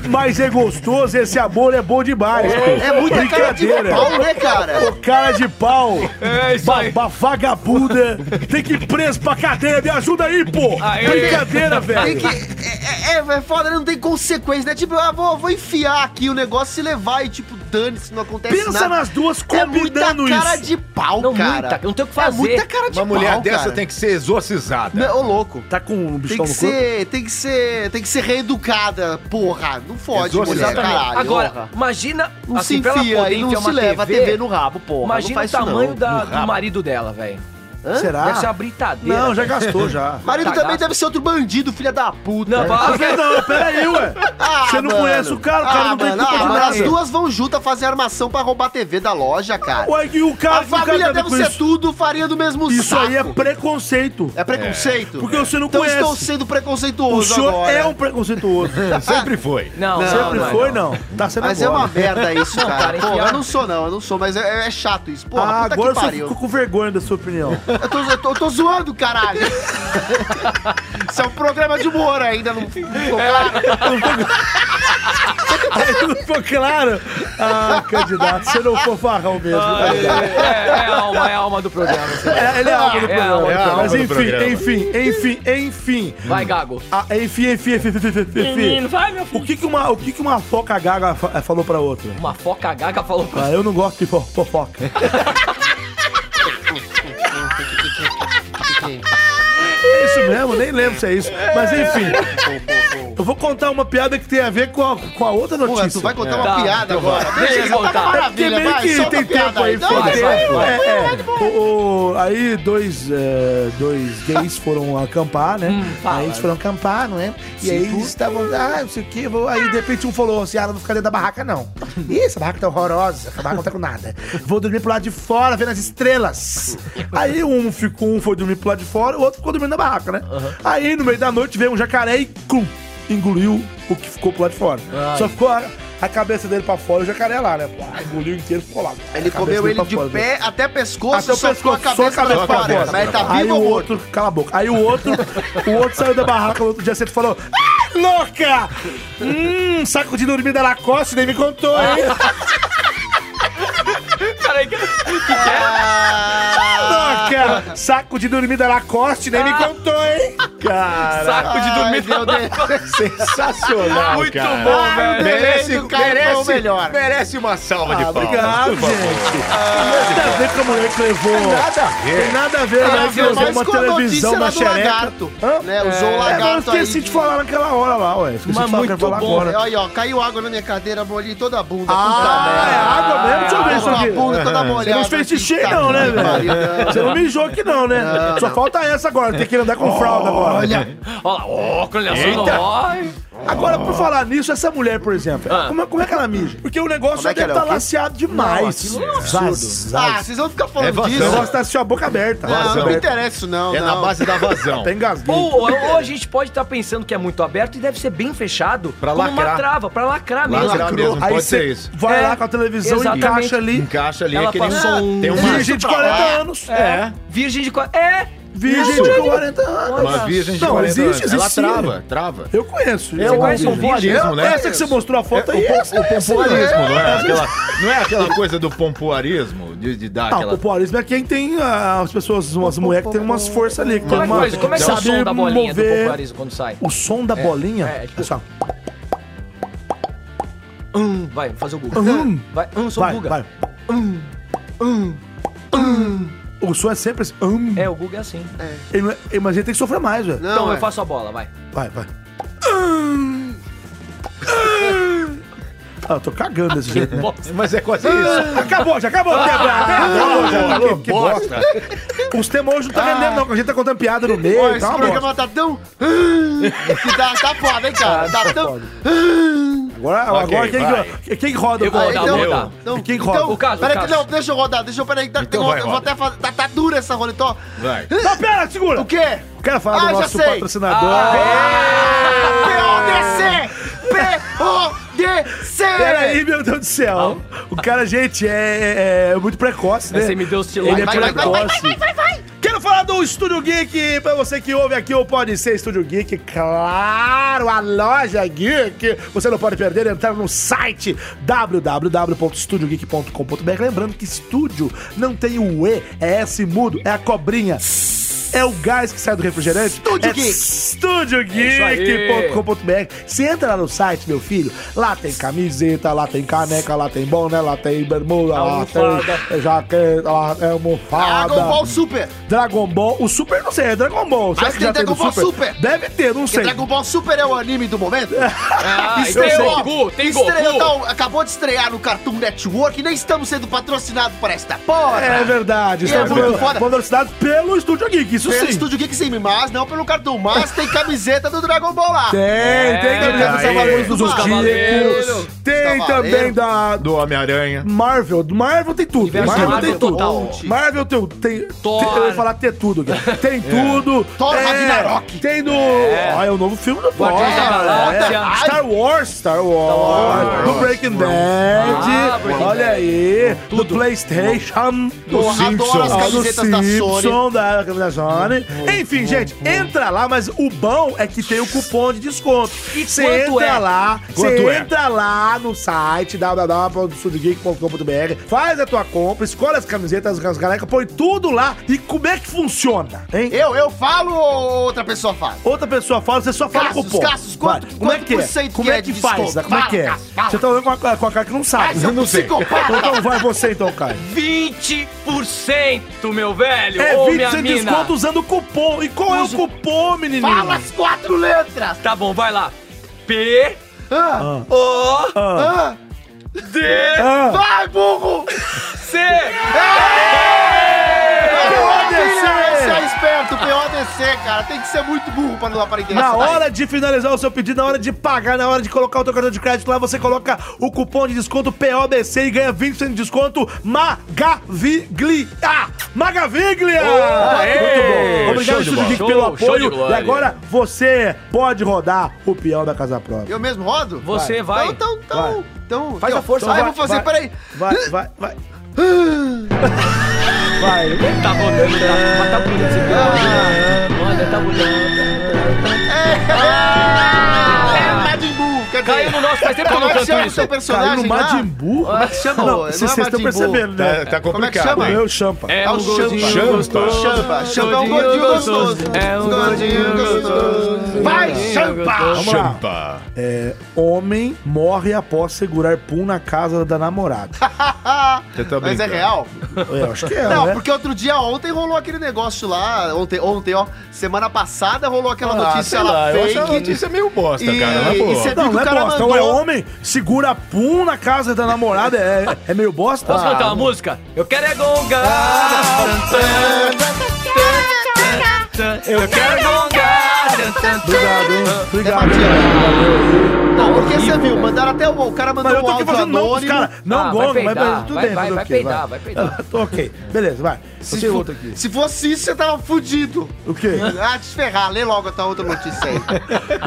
[SPEAKER 1] mas é gostoso, esse amor é bom demais, pô.
[SPEAKER 4] É muita cara de
[SPEAKER 1] Brincadeira.
[SPEAKER 4] pau, né, cara?
[SPEAKER 1] Ô, cara de pau!
[SPEAKER 2] É isso aí.
[SPEAKER 1] Baba vagabunda! Tem que ir preso pra cadeia! Me ajuda aí, pô!
[SPEAKER 2] Aê.
[SPEAKER 1] Brincadeira,
[SPEAKER 4] Tem
[SPEAKER 1] velho!
[SPEAKER 4] que- é, é, é foda, não tem consequência, né? Tipo, ah, vou, vou enfiar aqui o negócio e levar e, tipo, dane-se, não acontece
[SPEAKER 1] Pensa
[SPEAKER 4] nada.
[SPEAKER 1] nas duas
[SPEAKER 4] É muita
[SPEAKER 1] combinando
[SPEAKER 4] cara
[SPEAKER 1] isso!
[SPEAKER 4] de pau,
[SPEAKER 2] Não,
[SPEAKER 4] cara.
[SPEAKER 2] muita, não tem o que fazer.
[SPEAKER 4] É muita cara de
[SPEAKER 5] Uma
[SPEAKER 4] pau,
[SPEAKER 5] mulher dessa
[SPEAKER 4] cara.
[SPEAKER 5] tem que ser exorcizada.
[SPEAKER 4] Não, Ô, louco.
[SPEAKER 1] Tá com um
[SPEAKER 4] Tem que,
[SPEAKER 1] bichão no corpo?
[SPEAKER 4] ser, tem que ser, tem que ser reeducada, porra. Não fode, mulher,
[SPEAKER 5] Exatamente.
[SPEAKER 4] caralho.
[SPEAKER 2] Agora,
[SPEAKER 4] porra.
[SPEAKER 2] imagina assim,
[SPEAKER 4] não se
[SPEAKER 2] pra ela
[SPEAKER 4] enfia
[SPEAKER 2] poder
[SPEAKER 4] e
[SPEAKER 2] enfiar
[SPEAKER 4] não se
[SPEAKER 2] uma
[SPEAKER 4] leva a TV no rabo, porra. não
[SPEAKER 2] Imagina o
[SPEAKER 4] faz isso,
[SPEAKER 2] tamanho
[SPEAKER 4] não.
[SPEAKER 2] da-
[SPEAKER 4] No
[SPEAKER 2] do
[SPEAKER 4] rabo.
[SPEAKER 2] marido dela, velho. Deve ser
[SPEAKER 1] Será?
[SPEAKER 2] uma britadeira.
[SPEAKER 1] Não, já gastou, já.
[SPEAKER 4] Marido
[SPEAKER 2] Cagaço.
[SPEAKER 4] também deve ser outro bandido, filha da puta.
[SPEAKER 2] Não, é
[SPEAKER 1] Mas,
[SPEAKER 2] para.
[SPEAKER 1] não, peraí, ué!
[SPEAKER 4] Ah,
[SPEAKER 1] Você não
[SPEAKER 4] mano.
[SPEAKER 1] conhece o cara, o cara
[SPEAKER 4] Ah,
[SPEAKER 1] não tem
[SPEAKER 4] mano,
[SPEAKER 1] culpa
[SPEAKER 4] ah,
[SPEAKER 1] de
[SPEAKER 4] mano,
[SPEAKER 1] nada.
[SPEAKER 4] As duas vão juntas fazer armação pra roubar a TV da loja, cara.
[SPEAKER 1] Ué, e o cara
[SPEAKER 4] A
[SPEAKER 1] o cara
[SPEAKER 4] família
[SPEAKER 1] tá
[SPEAKER 4] deve
[SPEAKER 1] com
[SPEAKER 4] ser
[SPEAKER 1] isso?
[SPEAKER 4] tudo farinha do mesmo
[SPEAKER 1] Isso
[SPEAKER 4] saco.
[SPEAKER 1] aí é preconceito.
[SPEAKER 4] É preconceito?
[SPEAKER 1] Porque você não
[SPEAKER 4] então
[SPEAKER 1] conhece.
[SPEAKER 4] estou sendo preconceituoso
[SPEAKER 1] O senhor
[SPEAKER 4] agora.
[SPEAKER 1] é um preconceituoso.
[SPEAKER 5] Sempre foi.
[SPEAKER 2] Não,
[SPEAKER 4] Não,
[SPEAKER 1] Sempre
[SPEAKER 4] não,
[SPEAKER 1] foi, não. Tá sendo
[SPEAKER 4] Mas é
[SPEAKER 1] agora.
[SPEAKER 4] uma merda isso,
[SPEAKER 2] Não, cara,
[SPEAKER 4] cara. Pô,
[SPEAKER 2] enfiar-
[SPEAKER 4] eu não sou não, eu não sou, mas é, é chato isso. Porra,
[SPEAKER 1] Ah,
[SPEAKER 4] puta
[SPEAKER 1] agora
[SPEAKER 4] que
[SPEAKER 1] você
[SPEAKER 4] pariu.
[SPEAKER 1] ficou com vergonha da sua opinião.
[SPEAKER 4] Eu, tô, eu tô- eu tô zoando, caralho. isso é um programa de humor ainda, não ficou
[SPEAKER 1] É,
[SPEAKER 4] claro.
[SPEAKER 1] Aí não ficou claro? Ah, candidato, você não for farrão mesmo. né?
[SPEAKER 2] É, é a alma, é a alma do programa. assim.
[SPEAKER 1] É, ele é alma do
[SPEAKER 2] É a alma
[SPEAKER 1] programa.
[SPEAKER 2] do programa.
[SPEAKER 1] Mas
[SPEAKER 5] do
[SPEAKER 1] enfim,
[SPEAKER 5] programa.
[SPEAKER 1] enfim, enfim, enfim.
[SPEAKER 2] Vai, Gago.
[SPEAKER 1] Ah, enfim, enfim, enfim, enfim, enfim, enfim.
[SPEAKER 8] Menino, vai, meu filho.
[SPEAKER 1] O que que uma, o que que uma foca gaga fa- falou pra outra?
[SPEAKER 2] Uma foca gaga falou com
[SPEAKER 1] Ah, eu não gosto de fo- fofoca. É isso mesmo, nem lembro se é isso. Mas enfim. Eu vou contar uma piada que tem a ver com a, com a outra
[SPEAKER 4] Porra,
[SPEAKER 1] notícia.
[SPEAKER 4] tu vai contar uma
[SPEAKER 2] Tá,
[SPEAKER 4] piada
[SPEAKER 2] então
[SPEAKER 4] agora.
[SPEAKER 2] vai. Deixa ele
[SPEAKER 4] Beleza, tá
[SPEAKER 2] contar.
[SPEAKER 4] maravilha,
[SPEAKER 1] Porque meio
[SPEAKER 4] vai,
[SPEAKER 1] que
[SPEAKER 4] solta a
[SPEAKER 1] tem
[SPEAKER 4] piada
[SPEAKER 1] tempo aí,
[SPEAKER 4] aí. Não,
[SPEAKER 1] foda-se.
[SPEAKER 4] vai, vai, vai.
[SPEAKER 1] É, é. O- o- aí dois, é, dois gays foram acampar, né? aí eles foram acampar, não é? E aí eles estavam, ah, não sei o que, vou... aí de repente um falou assim, ah, não vou ficar dentro da barraca não. Ih, essa barraca tá horrorosa, essa barraca não tá com nada. Vou dormir pro lado de fora, vendo as estrelas. Aí um ficou, um foi dormir pro lado de fora, o outro ficou dormindo na barraca, né? Aí no meio da noite veio um jacaré e clum, engoliu o que ficou pro lado de fora. Só ficou a, a cabeça dele pra fora e o jacaré lá, né? Pá, engoliu inteiro, ficou lá.
[SPEAKER 4] Ele
[SPEAKER 1] A cabeça
[SPEAKER 4] comeu
[SPEAKER 1] dele
[SPEAKER 4] ele
[SPEAKER 1] pra
[SPEAKER 4] de
[SPEAKER 1] fora, né?
[SPEAKER 4] pé até pescoço,
[SPEAKER 1] Até o
[SPEAKER 4] só ficou
[SPEAKER 1] pescoço, só a cabeça pra fora.
[SPEAKER 4] Mas ele tá
[SPEAKER 1] Aí
[SPEAKER 4] vivo
[SPEAKER 1] o
[SPEAKER 4] ou morto?
[SPEAKER 1] outro, cala a boca. Aí o outro, o outro saiu da barraca no outro dia cedo e falou: ah, louca! Hum, saco de dormir da Lacoste, nem me contou, hein?
[SPEAKER 2] Peraí, que-
[SPEAKER 1] louca! Saco de dormir da Lacoste, nem
[SPEAKER 4] Ah.
[SPEAKER 1] me contou, hein?
[SPEAKER 2] saco de
[SPEAKER 4] Ai,
[SPEAKER 2] dormir.
[SPEAKER 4] meu Deus.
[SPEAKER 5] Sensacional,
[SPEAKER 2] Muito
[SPEAKER 5] cara.
[SPEAKER 2] bom,
[SPEAKER 4] Ah,
[SPEAKER 2] velho.
[SPEAKER 4] meu Deus.
[SPEAKER 5] Merece,
[SPEAKER 1] então,
[SPEAKER 4] do cartão
[SPEAKER 5] merece,
[SPEAKER 4] melhor.
[SPEAKER 5] merece uma salva de palmas.
[SPEAKER 1] Obrigado,
[SPEAKER 5] por favor.
[SPEAKER 1] gente. Nada a ver com a mulher que levou.
[SPEAKER 5] Nada a ver.
[SPEAKER 1] Tem nada a ver, né?
[SPEAKER 4] Mas
[SPEAKER 1] Que levou
[SPEAKER 4] mais
[SPEAKER 1] uma
[SPEAKER 4] com a
[SPEAKER 1] televisão
[SPEAKER 4] notícia lá
[SPEAKER 1] na
[SPEAKER 4] do
[SPEAKER 1] xereca.
[SPEAKER 4] lagarto.
[SPEAKER 1] Hã?
[SPEAKER 4] Né? Usou
[SPEAKER 1] É,
[SPEAKER 4] o
[SPEAKER 1] mas eu
[SPEAKER 4] lagarto aí.
[SPEAKER 1] esqueci de falar naquela hora lá, ué. Esqueci
[SPEAKER 2] Mas
[SPEAKER 1] de falar, quero
[SPEAKER 2] muito
[SPEAKER 1] falar
[SPEAKER 2] bom,
[SPEAKER 1] agora.
[SPEAKER 4] É, Olha, ó, caiu água na minha cadeira, molhei toda a bunda.
[SPEAKER 1] Ah, é água mesmo? Deixa eu ver isso
[SPEAKER 4] Toda a
[SPEAKER 1] aqui.
[SPEAKER 4] bunda toda molhada. tá
[SPEAKER 1] Você não fez xixi
[SPEAKER 4] Puta
[SPEAKER 1] não, né,
[SPEAKER 4] que pariu,
[SPEAKER 1] velho?
[SPEAKER 4] não.
[SPEAKER 1] Você não mijou aqui não, né? Só falta essa agora, tem que andar com fralda agora.
[SPEAKER 4] Olha,
[SPEAKER 2] Olha lá, ó, olha só. Ai.
[SPEAKER 1] Agora, por falar nisso, essa mulher, por exemplo, como, é- como é que ela mija? Porque o negócio
[SPEAKER 4] Como é
[SPEAKER 1] já
[SPEAKER 4] que
[SPEAKER 1] deve estar
[SPEAKER 4] ela é o quê?
[SPEAKER 1] laceado demais. Não, é um
[SPEAKER 4] ah, vocês vão ficar
[SPEAKER 5] É
[SPEAKER 4] falando
[SPEAKER 5] vazão.
[SPEAKER 1] O
[SPEAKER 4] disso?
[SPEAKER 1] negócio tá assim, ó, a boca aberta.
[SPEAKER 4] Não, não
[SPEAKER 5] vazão.
[SPEAKER 4] me interessa isso não,
[SPEAKER 5] É na
[SPEAKER 4] não.
[SPEAKER 5] base da vazão.
[SPEAKER 1] Tá engasguei.
[SPEAKER 2] Ou, ou- ou a gente pode estar pensando que é muito aberto e deve ser bem fechado.
[SPEAKER 5] Pra
[SPEAKER 2] como uma
[SPEAKER 5] lacrar.
[SPEAKER 2] trava, pra lacrar mesmo.
[SPEAKER 5] Lacrar mesmo,
[SPEAKER 1] Aí
[SPEAKER 5] pode ser
[SPEAKER 1] você
[SPEAKER 5] isso.
[SPEAKER 1] vai
[SPEAKER 2] É,
[SPEAKER 1] lá com a televisão,
[SPEAKER 2] exatamente.
[SPEAKER 1] encaixa ali.
[SPEAKER 5] Encaixa ali
[SPEAKER 2] Ela
[SPEAKER 5] aquele...
[SPEAKER 2] passou um-
[SPEAKER 5] Tem uma,
[SPEAKER 1] Virgem de
[SPEAKER 4] pra
[SPEAKER 1] 40
[SPEAKER 4] lá.
[SPEAKER 1] anos.
[SPEAKER 2] É. Virgem de... qua- É.
[SPEAKER 1] Virgem de 40 anos.
[SPEAKER 5] uma virgem de
[SPEAKER 1] Não,
[SPEAKER 5] 40
[SPEAKER 1] existe,
[SPEAKER 5] anos. Ela
[SPEAKER 1] existe.
[SPEAKER 5] trava, trava.
[SPEAKER 1] Eu conheço.
[SPEAKER 5] É
[SPEAKER 1] Eu
[SPEAKER 5] o
[SPEAKER 1] conheço.
[SPEAKER 5] pompoarismo,
[SPEAKER 1] Eu-
[SPEAKER 5] né?
[SPEAKER 1] Essa que você mostrou a foto
[SPEAKER 5] É,
[SPEAKER 1] aí.
[SPEAKER 5] o,
[SPEAKER 1] essa-
[SPEAKER 5] pom- o
[SPEAKER 1] essa-
[SPEAKER 5] pompoarismo, não é? Aquela, não é aquela coisa do pompoarismo, de, de dar
[SPEAKER 1] Não,
[SPEAKER 5] aquela...
[SPEAKER 1] o populismo é quem tem ah, as pessoas, umas mulheres que tem umas forças ali. Que um
[SPEAKER 2] Como é,
[SPEAKER 1] tem
[SPEAKER 2] que
[SPEAKER 1] uma-
[SPEAKER 2] faz? Como é que é o
[SPEAKER 1] sabe
[SPEAKER 2] som da bolinha do
[SPEAKER 1] mover.
[SPEAKER 2] popularismo quando sai?
[SPEAKER 1] O som da bolinha?
[SPEAKER 2] é,
[SPEAKER 1] É,
[SPEAKER 2] tipo-
[SPEAKER 1] tipo, assim, ó.
[SPEAKER 2] Hum, vai, fazer o Guga.
[SPEAKER 1] Hum.
[SPEAKER 2] Vai, hum, sou o
[SPEAKER 1] vai,
[SPEAKER 2] Guga.
[SPEAKER 1] vai. hum, O som é sempre assim. hum.
[SPEAKER 2] É, o Guga é assim.
[SPEAKER 1] Ele não é- ele- mas ele tem que sofrer mais, velho.
[SPEAKER 4] Não,
[SPEAKER 2] então
[SPEAKER 4] é.
[SPEAKER 2] eu faço a bola, vai.
[SPEAKER 1] Vai, vai. Hum, Ah, eu tô cagando desse jeito, né?
[SPEAKER 5] Mas é quase isso.
[SPEAKER 1] Acabou, já acabou o tempo. já, né? Acabou, já,
[SPEAKER 5] Ah,
[SPEAKER 1] acabou.
[SPEAKER 5] que bosta.
[SPEAKER 1] Os temas hoje não tá vendendo, não, que a gente tá contando piada no meio.
[SPEAKER 4] Olha,
[SPEAKER 1] tá
[SPEAKER 4] esse
[SPEAKER 1] uma bosta.
[SPEAKER 4] programa tá tão. que tá, tá foda, hein,
[SPEAKER 1] Ah,
[SPEAKER 4] cara? Tá tão.
[SPEAKER 1] Agora,
[SPEAKER 5] Ok,
[SPEAKER 1] agora quem,
[SPEAKER 5] vai.
[SPEAKER 1] que- quem roda?
[SPEAKER 2] Eu
[SPEAKER 1] agora?
[SPEAKER 2] vou rodar,
[SPEAKER 4] então-
[SPEAKER 2] vou rodar.
[SPEAKER 4] Então,
[SPEAKER 1] E quem roda?
[SPEAKER 4] então,
[SPEAKER 2] O caso,
[SPEAKER 4] peraí
[SPEAKER 2] o
[SPEAKER 4] que-
[SPEAKER 2] caso.
[SPEAKER 4] não, deixa eu rodar, deixa eu, peraí, que tá,
[SPEAKER 5] Então
[SPEAKER 4] tem-
[SPEAKER 5] vai,
[SPEAKER 4] eu vou
[SPEAKER 5] roda.
[SPEAKER 4] até fazer, tá, tá dura essa rola, então.
[SPEAKER 5] Vai.
[SPEAKER 1] Não, pera, segura.
[SPEAKER 4] O quê?
[SPEAKER 1] Quero falar
[SPEAKER 4] Ah,
[SPEAKER 1] do
[SPEAKER 4] já
[SPEAKER 1] nosso
[SPEAKER 4] sei. Ah, é?
[SPEAKER 1] patrocinador.
[SPEAKER 4] PODC! PODC!
[SPEAKER 1] Peraí, meu Deus do céu. O cara, gente, é, é- é muito precoce, né?
[SPEAKER 2] Você me deu os
[SPEAKER 1] Ele é
[SPEAKER 2] tilões.
[SPEAKER 4] Vai, vai, vai, vai,
[SPEAKER 1] precoce. Quero falar do Estúdio Geek, pra você que ouve aqui o Pode Ser Estúdio Geek, claro, a loja geek. Você não pode perder, é entrar no site www.studiogeek.com.br. Lembrando que estúdio não tem o E, é S mudo, é a cobrinha. É o gás que sai do refrigerante?
[SPEAKER 4] Estúdio
[SPEAKER 1] é
[SPEAKER 4] Geek. É
[SPEAKER 1] StúdioGeek.com.br. Você entra lá no site, meu filho, lá tem camiseta, lá tem caneca, lá tem boné, lá tem bermuda, lá tem é, jaqueta, lá tem almofada.
[SPEAKER 4] Dragon Ball Super!
[SPEAKER 1] Dragon Ball. O Super, não sei, é Dragon Ball. Será
[SPEAKER 4] Mas
[SPEAKER 1] que
[SPEAKER 4] tem
[SPEAKER 1] já tem
[SPEAKER 4] Dragon
[SPEAKER 1] no
[SPEAKER 4] Ball
[SPEAKER 1] Super?
[SPEAKER 4] Super.
[SPEAKER 1] Deve ter, não
[SPEAKER 4] Porque
[SPEAKER 1] sei.
[SPEAKER 4] Dragon Ball Super é o anime do momento?
[SPEAKER 2] Ah,
[SPEAKER 1] Isso eu
[SPEAKER 2] tem
[SPEAKER 1] sei.
[SPEAKER 2] Goku, tem
[SPEAKER 4] Estreou,
[SPEAKER 2] Goku.
[SPEAKER 4] tá, acabou de estrear no Cartoon Network e nem estamos sendo patrocinados por esta porra!
[SPEAKER 1] É verdade.
[SPEAKER 4] E é muito foda.
[SPEAKER 1] Patrocinado pelo Estúdio Geek, isso
[SPEAKER 4] Pelo
[SPEAKER 1] sim.
[SPEAKER 4] estúdio Geek Sim, mas não pelo Cartoon, mas tem camiseta do Dragon Ball lá!
[SPEAKER 1] Tem,
[SPEAKER 4] É,
[SPEAKER 1] tem também dos
[SPEAKER 5] aí.
[SPEAKER 1] Cavaleiros dos
[SPEAKER 4] Dos
[SPEAKER 2] Cavaleiros.
[SPEAKER 1] Zodíacos. Tem
[SPEAKER 4] Dos
[SPEAKER 1] também
[SPEAKER 4] Cavaleiros.
[SPEAKER 1] da
[SPEAKER 5] Do Homem-Aranha.
[SPEAKER 1] Marvel. Do Marvel tem tudo.
[SPEAKER 2] Universo
[SPEAKER 1] Marvel
[SPEAKER 2] Marvel
[SPEAKER 1] tem tudo.
[SPEAKER 2] total.
[SPEAKER 1] Marvel tem, tem,
[SPEAKER 2] Thor. É.
[SPEAKER 1] tem- Eu ia falar ter tudo. cara. Tem tudo. É,
[SPEAKER 4] Thor Ragnarok.
[SPEAKER 1] Tem do... Ah, é o novo filme do Thor.
[SPEAKER 2] Guardiões da Galáxia.
[SPEAKER 1] É. Star Wars. Star Wars. Do Breaking Bad.
[SPEAKER 2] Ah, Breaking
[SPEAKER 1] Olha aí. Do Playstation.
[SPEAKER 4] Eu
[SPEAKER 5] Simpsons.
[SPEAKER 4] adoro as
[SPEAKER 1] Ah, do
[SPEAKER 4] camisetas da Sony.
[SPEAKER 1] Simpson, da, da Sony. Enfim, gente, entra lá, mas o bom é que tem o cupom de desconto. Você
[SPEAKER 2] quanto
[SPEAKER 1] entra
[SPEAKER 2] é?
[SPEAKER 1] lá, você
[SPEAKER 5] Quanto é?
[SPEAKER 1] entra lá no site www.sudgeek.com.br, faz a tua compra, escolhe as camisetas, as canecas, põe tudo lá. E como é que funciona, hein?
[SPEAKER 4] Eu, eu falo ou outra pessoa fala?
[SPEAKER 1] Outra pessoa fala, você só fala
[SPEAKER 4] Cassius,
[SPEAKER 1] o cupom.
[SPEAKER 4] Cassius, quanto-
[SPEAKER 1] Vai, como é
[SPEAKER 4] quanto
[SPEAKER 1] que
[SPEAKER 4] por
[SPEAKER 1] é?
[SPEAKER 4] cento
[SPEAKER 1] Como
[SPEAKER 4] que
[SPEAKER 1] é
[SPEAKER 4] é
[SPEAKER 1] que
[SPEAKER 4] de
[SPEAKER 1] faz?
[SPEAKER 4] desconto?
[SPEAKER 1] Como é que é?
[SPEAKER 4] Fala, Cassius, fala.
[SPEAKER 1] Você tá olhando com a, com a cara que Ah, não
[SPEAKER 4] Ai,
[SPEAKER 1] sabe.
[SPEAKER 4] seu
[SPEAKER 5] não sei.
[SPEAKER 4] psicopata!
[SPEAKER 1] Então vai você então, Caio.
[SPEAKER 2] 20%, meu velho.
[SPEAKER 1] É
[SPEAKER 2] ou
[SPEAKER 1] 20%
[SPEAKER 2] minha
[SPEAKER 1] de
[SPEAKER 2] mina.
[SPEAKER 1] desconto usando o cupom. E qual é o cupom, menino?
[SPEAKER 4] Fala as quatro letras!
[SPEAKER 2] Tá bom, vai lá. P,
[SPEAKER 4] Ah,
[SPEAKER 2] O,
[SPEAKER 4] ah,
[SPEAKER 2] D,
[SPEAKER 1] Ah,
[SPEAKER 4] Vai, burro!
[SPEAKER 2] C.
[SPEAKER 4] Filho, Esse é
[SPEAKER 1] PODC!
[SPEAKER 4] esperto, PODC, cara. Tem que ser muito burro pra não dar pra ninguém.
[SPEAKER 1] Na
[SPEAKER 4] essa daí.
[SPEAKER 1] hora de finalizar o seu pedido, na hora de pagar, na hora de colocar o teu cartão de crédito lá, você coloca o cupom de desconto PODC e ganha 20% de desconto Magaviglia! Magaviglia!
[SPEAKER 2] aê!
[SPEAKER 1] Muito bom!
[SPEAKER 5] Show
[SPEAKER 1] Obrigado,
[SPEAKER 5] de
[SPEAKER 1] Estúdio
[SPEAKER 5] bola.
[SPEAKER 1] Geek,
[SPEAKER 2] Show,
[SPEAKER 1] pelo
[SPEAKER 2] show de
[SPEAKER 1] apoio. E
[SPEAKER 2] glória.
[SPEAKER 1] agora você pode rodar o peão da Casa Própria.
[SPEAKER 4] Eu mesmo rodo?
[SPEAKER 2] Você vai.
[SPEAKER 4] Então, então,
[SPEAKER 1] Vai.
[SPEAKER 4] então.
[SPEAKER 1] Faz
[SPEAKER 4] então,
[SPEAKER 1] a força,
[SPEAKER 4] Vai,
[SPEAKER 1] vai,
[SPEAKER 4] vou fazer,
[SPEAKER 1] vai.
[SPEAKER 4] peraí.
[SPEAKER 1] Vai, vai, vai. Vai.
[SPEAKER 2] Tá rodando, tá, mas tá bonito esse piano. Olha, tá bonito.
[SPEAKER 4] É, Majin Buu, cadê?
[SPEAKER 2] Caiu no nosso, faz tempo que eu
[SPEAKER 4] Como
[SPEAKER 2] não
[SPEAKER 4] é que
[SPEAKER 2] canto
[SPEAKER 4] chama o seu
[SPEAKER 2] isso.
[SPEAKER 1] Caiu
[SPEAKER 4] personagem
[SPEAKER 1] no
[SPEAKER 4] lá?
[SPEAKER 1] Majin Buu?
[SPEAKER 4] Como é que chama?
[SPEAKER 1] Não, vocês
[SPEAKER 4] é
[SPEAKER 1] estão
[SPEAKER 4] Majin Buu.
[SPEAKER 1] percebendo,
[SPEAKER 5] Tá, tá
[SPEAKER 1] né?
[SPEAKER 4] Como é que
[SPEAKER 5] complicado,
[SPEAKER 4] chama?
[SPEAKER 5] hein?
[SPEAKER 1] Eu, Champa.
[SPEAKER 2] É
[SPEAKER 4] É
[SPEAKER 2] um
[SPEAKER 4] o
[SPEAKER 2] gordinho
[SPEAKER 4] Champa.
[SPEAKER 2] gostoso.
[SPEAKER 4] Champa. Champa é um
[SPEAKER 2] Gordinho
[SPEAKER 4] gordinho gostoso.
[SPEAKER 2] gostoso. É um gordinho gostoso.
[SPEAKER 4] Vai,
[SPEAKER 2] Gordinho
[SPEAKER 4] Champa!
[SPEAKER 1] Vamos lá.
[SPEAKER 5] Champa.
[SPEAKER 1] É, Homem morre após segurar pum na casa da namorada.
[SPEAKER 5] Você tá
[SPEAKER 4] Mas é
[SPEAKER 5] brincando.
[SPEAKER 4] real?
[SPEAKER 1] Eu acho que é,
[SPEAKER 4] Não,
[SPEAKER 1] né?
[SPEAKER 4] porque outro dia, ontem, rolou aquele negócio lá. Ontem, ontem, ó. Semana passada rolou aquela
[SPEAKER 5] Ah, sei
[SPEAKER 4] notícia
[SPEAKER 5] lá,
[SPEAKER 4] lá.
[SPEAKER 5] eu
[SPEAKER 4] Fake.
[SPEAKER 5] acho a notícia meio bosta,
[SPEAKER 4] E-
[SPEAKER 5] cara. Na boa.
[SPEAKER 4] e cê-
[SPEAKER 1] Não,
[SPEAKER 4] que
[SPEAKER 1] não
[SPEAKER 4] o
[SPEAKER 1] é
[SPEAKER 4] cara
[SPEAKER 1] bosta. Ou é
[SPEAKER 4] mandou-
[SPEAKER 1] homem, segura pum na casa da namorada. É, é meio bosta.
[SPEAKER 2] Posso cantar uma música? Eu quero é gonga. Eu quero é gonga.
[SPEAKER 1] Ah, Obrigado, hein?
[SPEAKER 4] É
[SPEAKER 1] Obrigado.
[SPEAKER 4] mentira. Não, porque você viu, mandaram até o. O cara mandou
[SPEAKER 1] Mas eu
[SPEAKER 4] um
[SPEAKER 1] tô aqui
[SPEAKER 4] áudio
[SPEAKER 1] fazendo não pros
[SPEAKER 4] anônimo.
[SPEAKER 1] caras. Não,
[SPEAKER 2] Ah, vai
[SPEAKER 1] gonga, mas,
[SPEAKER 2] peidar,
[SPEAKER 1] mas tudo
[SPEAKER 2] vai-
[SPEAKER 1] bem.
[SPEAKER 2] vai-
[SPEAKER 1] fazer o
[SPEAKER 2] vai
[SPEAKER 1] quê?
[SPEAKER 2] peidar, vai peidar.
[SPEAKER 1] Ah, tô ok, beleza, vai.
[SPEAKER 4] Se,
[SPEAKER 1] Você
[SPEAKER 4] fo-
[SPEAKER 1] outra aqui.
[SPEAKER 4] se fosse isso, você tava fudido.
[SPEAKER 1] O quê?
[SPEAKER 4] Ah, te ferrar, lê logo a tua outra notícia aí.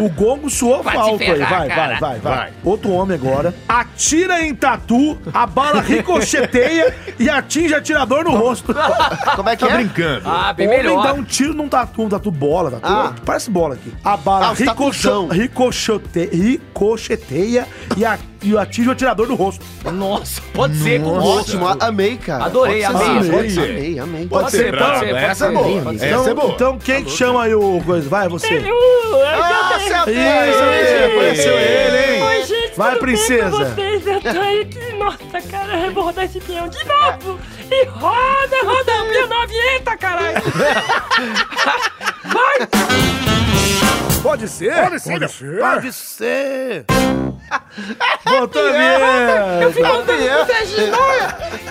[SPEAKER 1] O gongo suou
[SPEAKER 9] Vai
[SPEAKER 1] falta
[SPEAKER 9] se ferrar,
[SPEAKER 1] aí. Vai, vai,
[SPEAKER 9] cara.
[SPEAKER 1] vai, vai.
[SPEAKER 5] Vai.
[SPEAKER 1] Outro homem agora. Atira em tatu, a bala ricocheteia e atinge atirador no rosto.
[SPEAKER 4] Como é que
[SPEAKER 5] Tá
[SPEAKER 4] é?
[SPEAKER 5] brincando.
[SPEAKER 2] Ah, bem
[SPEAKER 1] Homem dá
[SPEAKER 2] melhor.
[SPEAKER 1] um tiro num tatu, um tatu bola, tatu,
[SPEAKER 4] Ah.
[SPEAKER 1] parece bola aqui. A bala
[SPEAKER 4] Ah, os
[SPEAKER 1] ricocho,
[SPEAKER 4] tatuzão.
[SPEAKER 1] ricochote, ricocheteia e, a- e atinge o atirador no rosto.
[SPEAKER 2] Nossa, pode ser com gosto.
[SPEAKER 4] Ótimo, amei, cara.
[SPEAKER 2] Adorei,
[SPEAKER 4] Pode
[SPEAKER 2] amei,
[SPEAKER 4] ser,
[SPEAKER 1] pode
[SPEAKER 5] ser.
[SPEAKER 4] Amei, amei.
[SPEAKER 2] Pode ser, pode ser, pode
[SPEAKER 5] Essa é
[SPEAKER 2] ser.
[SPEAKER 5] boa.
[SPEAKER 2] Pode ser.
[SPEAKER 5] Essa é boa.
[SPEAKER 1] Então quem que chama aí o coisa? Vai, você.
[SPEAKER 4] Ah, você
[SPEAKER 1] Isso,
[SPEAKER 4] é
[SPEAKER 5] é
[SPEAKER 1] apareceu ele, hein?
[SPEAKER 7] Oi, gente,
[SPEAKER 1] Vai,
[SPEAKER 8] Pra
[SPEAKER 1] princesa.
[SPEAKER 8] vocês, eu tô aí que, nossa, cara, eu vou rodar esse peão de novo. E roda, roda um o peão na vinheta, caralho. Vai!
[SPEAKER 1] Pode ser? Pode ser. Pode ser. Voltou a
[SPEAKER 8] Eu
[SPEAKER 1] vinheta.
[SPEAKER 8] fico andando com o Serginho, não,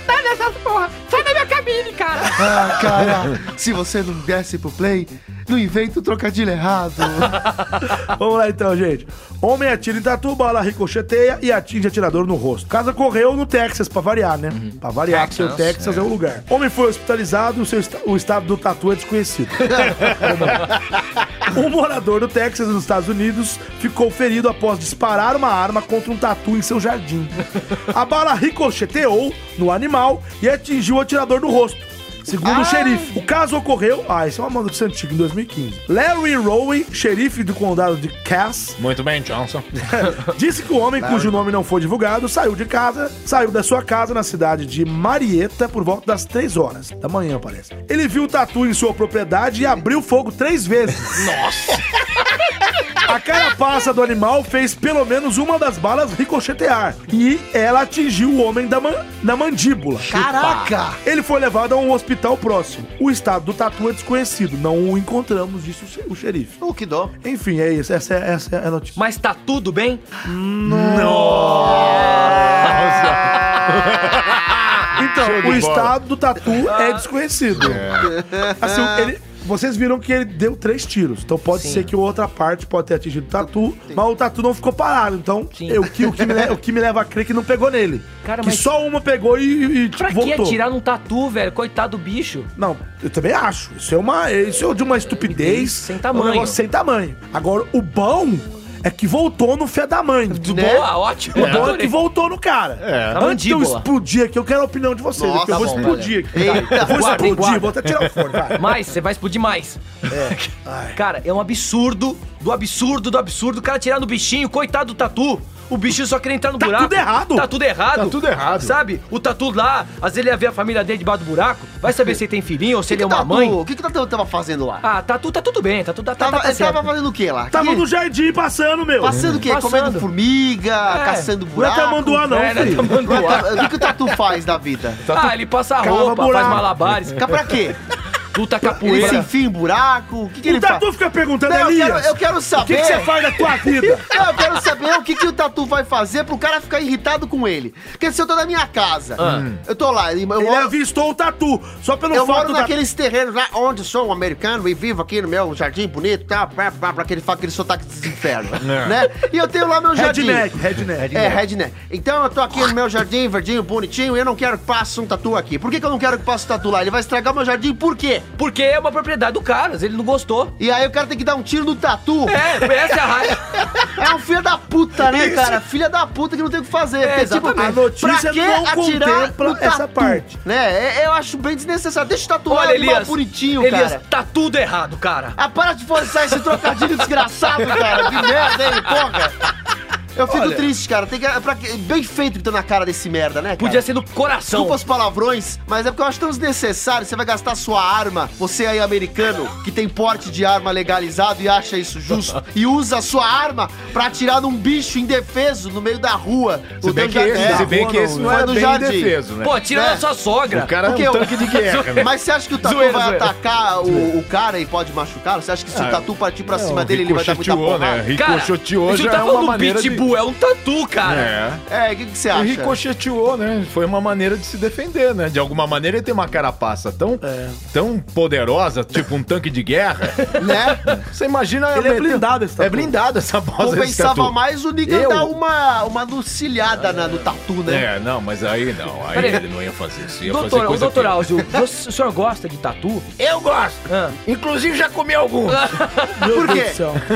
[SPEAKER 8] sai dessas Tá porra. Sai da minha cabine, cara.
[SPEAKER 3] Ah, cara, se você não desce pro play, não inventa o trocadilho errado.
[SPEAKER 1] Vamos lá então, gente. Homem atira em tatu, bala ricocheteia e atinge atirador no rosto. Casa correu no Texas, pra variar, né? Pra variar, que o Texas é o lugar. Homem foi hospitalizado, o, seu esta- o estado do tatu é desconhecido. Um morador do Texas, nos Estados Unidos, ficou ferido após disparar uma arma contra um tatu em seu jardim. A bala ricocheteou no animal e atingiu o atirador no rosto. Segundo o xerife, o caso ocorreu. Ah, isso é uma notícia antiga, em 2015. Larry Rowe, xerife do condado de Cass,
[SPEAKER 5] Muito bem, Johnson.
[SPEAKER 1] disse que o homem, cujo nome não foi divulgado, saiu de casa, saiu da sua casa na cidade de Marietta por volta das 3 horas da manhã, parece. Ele viu o tatu em sua propriedade e abriu fogo três vezes. A carapaça do animal fez pelo menos uma das balas ricochetear. E ela atingiu o homem da, man- da mandíbula.
[SPEAKER 3] Caraca!
[SPEAKER 1] Ele foi levado a um hospital próximo. O estado do tatu é desconhecido. Não o encontramos, disse o, xe- o xerife.
[SPEAKER 4] O que dó.
[SPEAKER 1] Enfim, é isso. Essa é, essa é a notícia.
[SPEAKER 2] Mas tá tudo bem?
[SPEAKER 1] Então,
[SPEAKER 5] Show de
[SPEAKER 1] o
[SPEAKER 5] bola. É.
[SPEAKER 1] estado do tatu
[SPEAKER 2] Ah.
[SPEAKER 1] é desconhecido. Assim, ele- Vocês viram que ele deu três tiros. Então pode ser que outra parte pode ter atingido o tatu, mas o tatu não ficou parado. Então, eu, o, que, o, que me, le- o que me leva a crer que não pegou nele.
[SPEAKER 2] Cara,
[SPEAKER 1] que
[SPEAKER 2] mas-
[SPEAKER 1] só uma pegou e, e tipo,
[SPEAKER 2] Pra que
[SPEAKER 1] voltou.
[SPEAKER 2] atirar num tatu, velho? Coitado do bicho.
[SPEAKER 1] Não, eu também acho. Isso é uma, isso é de uma estupidez
[SPEAKER 2] Sem
[SPEAKER 1] é um
[SPEAKER 2] tamanho.
[SPEAKER 1] negócio sem tamanho. Agora o bom é que voltou no fé da mãe.
[SPEAKER 2] Boa, ótimo.
[SPEAKER 1] O bom Né? é que voltou no cara.
[SPEAKER 5] É.
[SPEAKER 2] Na
[SPEAKER 1] Antes de eu
[SPEAKER 2] mandíbula.
[SPEAKER 1] explodir aqui, eu quero a opinião de vocês.
[SPEAKER 4] Tá Nossa,
[SPEAKER 1] porque eu vou
[SPEAKER 4] tá bom,
[SPEAKER 1] explodir aqui.
[SPEAKER 4] velho.
[SPEAKER 1] Tá? Eu Vou
[SPEAKER 2] Guarda,
[SPEAKER 1] explodir,
[SPEAKER 2] guarda.
[SPEAKER 1] vou até tirar o fone, vai.
[SPEAKER 2] Mas você vai explodir mais. Cara, é um absurdo do absurdo do absurdo o cara tirar no bichinho, coitado do tatu. O bichinho só queria entrar no
[SPEAKER 1] Tá
[SPEAKER 2] buraco.
[SPEAKER 1] tudo errado.
[SPEAKER 2] Tá tudo errado.
[SPEAKER 5] Tá tudo errado.
[SPEAKER 2] Sabe? O tatu lá, às vezes ele ia ver a família dele debaixo do buraco. Vai saber se ele tem filhinho ou se ele é uma
[SPEAKER 4] Tatu,
[SPEAKER 2] mãe.
[SPEAKER 4] O que que o Tatu tava fazendo lá?
[SPEAKER 2] Ah, tatu tá tudo bem, tá tudo tá, tá,
[SPEAKER 4] Tava,
[SPEAKER 2] tá
[SPEAKER 4] ele
[SPEAKER 2] certo.
[SPEAKER 4] tava fazendo o que lá?
[SPEAKER 1] Tava
[SPEAKER 4] Que-
[SPEAKER 1] no jardim passando, meu.
[SPEAKER 4] Passando o quê?
[SPEAKER 2] Passando.
[SPEAKER 4] Comendo formiga,
[SPEAKER 2] É.
[SPEAKER 4] caçando
[SPEAKER 1] Não é
[SPEAKER 4] buraco.
[SPEAKER 1] tamanduá, não,
[SPEAKER 2] É, né,
[SPEAKER 1] filho.
[SPEAKER 2] tomando
[SPEAKER 4] Não é
[SPEAKER 2] ar.
[SPEAKER 4] ta- O que, que o Tatu faz da vida?
[SPEAKER 2] Ah, ele passa
[SPEAKER 1] Cava
[SPEAKER 2] roupa, faz
[SPEAKER 1] buraco.
[SPEAKER 2] malabares,
[SPEAKER 4] Fica pra quê?
[SPEAKER 2] luta
[SPEAKER 4] Ele se
[SPEAKER 2] capoeira.
[SPEAKER 4] enfia em buraco? O que, que ele
[SPEAKER 1] o Tatu
[SPEAKER 4] faz?
[SPEAKER 1] fica perguntando,
[SPEAKER 4] Não, eu
[SPEAKER 1] Elias,
[SPEAKER 4] quero, eu quero
[SPEAKER 1] o que,
[SPEAKER 4] saber.
[SPEAKER 1] que você faz da tua vida?
[SPEAKER 4] Não, eu quero saber o que, que o Tatu vai fazer pro cara ficar irritado com ele. Porque se eu tô na minha casa, eu tô lá, eu,
[SPEAKER 1] Ele
[SPEAKER 4] eu
[SPEAKER 1] é
[SPEAKER 4] moro,
[SPEAKER 1] avistou o tatu, só pelo
[SPEAKER 4] eu
[SPEAKER 1] fato
[SPEAKER 4] moro
[SPEAKER 1] da...
[SPEAKER 4] naqueles terrenos lá onde sou um americano e vivo aqui no meu jardim bonito, tá? Blá, blá, blá, que ele fala aquele sotaque dos infernos, né? E eu tenho lá meu jardim.
[SPEAKER 1] É. Redneck, redneck.
[SPEAKER 4] É, redneck. Então eu tô aqui no meu jardim, verdinho, bonitinho, e eu não quero que passe um tatu aqui. Por que, que eu não quero que passe um tatu lá? Ele vai estragar meu jardim, por quê?
[SPEAKER 2] Porque é uma propriedade do cara, ele não gostou.
[SPEAKER 4] E aí o cara tem que dar um tiro no tatu. É,
[SPEAKER 2] É, essa é a raiva.
[SPEAKER 4] um filho da puta, né, cara? Filha da puta que não tem o que fazer.
[SPEAKER 2] É,
[SPEAKER 4] Porque, tipo,
[SPEAKER 1] exatamente. A notícia
[SPEAKER 4] pra que
[SPEAKER 1] não
[SPEAKER 4] atirar
[SPEAKER 1] contempla
[SPEAKER 4] no tatu,
[SPEAKER 1] essa parte.
[SPEAKER 4] Né? É, Eu acho bem desnecessário. Deixa o tatu lá
[SPEAKER 2] Olha,
[SPEAKER 4] animal
[SPEAKER 2] Elias.
[SPEAKER 4] um bonitinho,
[SPEAKER 2] Elias,
[SPEAKER 4] cara.
[SPEAKER 2] tá tudo errado, cara.
[SPEAKER 4] Ah, para de forçar esse trocadilho desgraçado, cara. Que merda, hein, porra. Eu fico triste, cara. Tem que, é pra que- bem feito então na cara desse merda, né, cara?
[SPEAKER 2] Podia ser no coração.
[SPEAKER 4] Desculpa os palavrões, mas é porque eu acho tão desnecessário. Você vai gastar sua arma, você aí americano, que tem porte de arma legalizado e acha isso justo, e usa a sua arma pra atirar num bicho indefeso no meua da rua.
[SPEAKER 5] Se
[SPEAKER 4] no
[SPEAKER 5] bem,
[SPEAKER 4] teu
[SPEAKER 5] que esse,
[SPEAKER 4] jardim.
[SPEAKER 5] se bem que esse não
[SPEAKER 4] Foi
[SPEAKER 5] é
[SPEAKER 4] no
[SPEAKER 5] bem
[SPEAKER 4] jardim.
[SPEAKER 5] defeso, né?
[SPEAKER 2] Pô, tira
[SPEAKER 4] É.
[SPEAKER 2] da sua sogra.
[SPEAKER 5] o cara
[SPEAKER 4] Porque
[SPEAKER 5] é
[SPEAKER 4] eu-
[SPEAKER 5] um tanque de guerra, né?
[SPEAKER 4] Mas você acha que o Tatu
[SPEAKER 2] Zoeira,
[SPEAKER 4] vai
[SPEAKER 2] zoeira.
[SPEAKER 4] atacar o, o cara e pode machucá-lo? Você acha que se o Tatu partir pra cima dele, ele vai dar muita
[SPEAKER 5] Ricocheteou,
[SPEAKER 4] porrada?
[SPEAKER 5] né? Ricocheteou
[SPEAKER 2] isso
[SPEAKER 5] já
[SPEAKER 2] tá
[SPEAKER 5] é uma
[SPEAKER 2] falando
[SPEAKER 5] maneira de...
[SPEAKER 2] pitbull, é um tatu, cara.
[SPEAKER 5] É.
[SPEAKER 4] É, o que, que você
[SPEAKER 5] E
[SPEAKER 4] acha?
[SPEAKER 5] ricocheteou, né? Foi uma maneira de se defender, né? De alguma maneira ele tem uma carapaça tão,
[SPEAKER 1] É.
[SPEAKER 5] tão poderosa, tipo um tanque de guerra.
[SPEAKER 4] Né?
[SPEAKER 5] Você imagina...
[SPEAKER 1] Ele é blindado esse tatu.
[SPEAKER 5] É blindado essa bosta desse
[SPEAKER 4] Compensava
[SPEAKER 5] tatu.
[SPEAKER 4] mais o Nigga
[SPEAKER 5] Eu-
[SPEAKER 4] dar uma, uma lucilhada na- no Tatu, né?
[SPEAKER 5] É, não, mas aí não. Aí
[SPEAKER 2] Peraí.
[SPEAKER 5] ele não ia fazer isso. Ia É, fazer
[SPEAKER 2] Doutor, ô,
[SPEAKER 5] coisa
[SPEAKER 2] doutor
[SPEAKER 5] feia.
[SPEAKER 2] Áuzio, você- o senhor gosta de tatu?
[SPEAKER 5] Eu gosto.
[SPEAKER 2] Ah.
[SPEAKER 5] Inclusive já comi alguns.
[SPEAKER 1] tá
[SPEAKER 4] Por quê?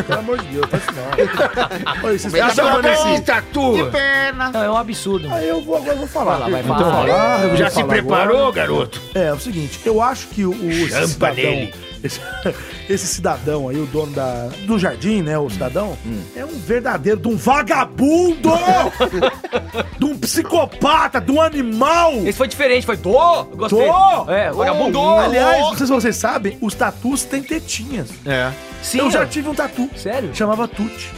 [SPEAKER 1] Pelo amor de Deus, faz isso não. Oi, vocês
[SPEAKER 4] Mas
[SPEAKER 1] estão
[SPEAKER 5] é
[SPEAKER 4] tá
[SPEAKER 1] chamando
[SPEAKER 4] bom.
[SPEAKER 1] esse...
[SPEAKER 5] Esse tatu.
[SPEAKER 4] Que pena.
[SPEAKER 2] Não, é um absurdo. mano.
[SPEAKER 1] Aí Ah, eu vou, agora eu vou falar.
[SPEAKER 2] Vai lá, vai,
[SPEAKER 1] Então,
[SPEAKER 2] fala.
[SPEAKER 1] falar, eu vou
[SPEAKER 5] Já se
[SPEAKER 1] falar
[SPEAKER 5] preparou,
[SPEAKER 1] agora.
[SPEAKER 5] garoto?
[SPEAKER 1] É, é o seguinte, eu acho que o, o- esse
[SPEAKER 5] Champa
[SPEAKER 1] cidadão,
[SPEAKER 5] nele.
[SPEAKER 1] esse, esse cidadão aí, o dono da, do jardim, né,
[SPEAKER 2] Hum,
[SPEAKER 1] o cidadão, é um verdadeiro, de um vagabundo, de um psicopata, de um animal.
[SPEAKER 2] Esse foi diferente, foi do, gostei.
[SPEAKER 1] Tô!
[SPEAKER 2] É, vagabundo.
[SPEAKER 1] Oh, Aliás, não sei se vocês sabem, os tatus têm tetinhas.
[SPEAKER 5] É.
[SPEAKER 2] sim,
[SPEAKER 1] eu já tive um tatu.
[SPEAKER 2] Sério?
[SPEAKER 1] Chamava Tute.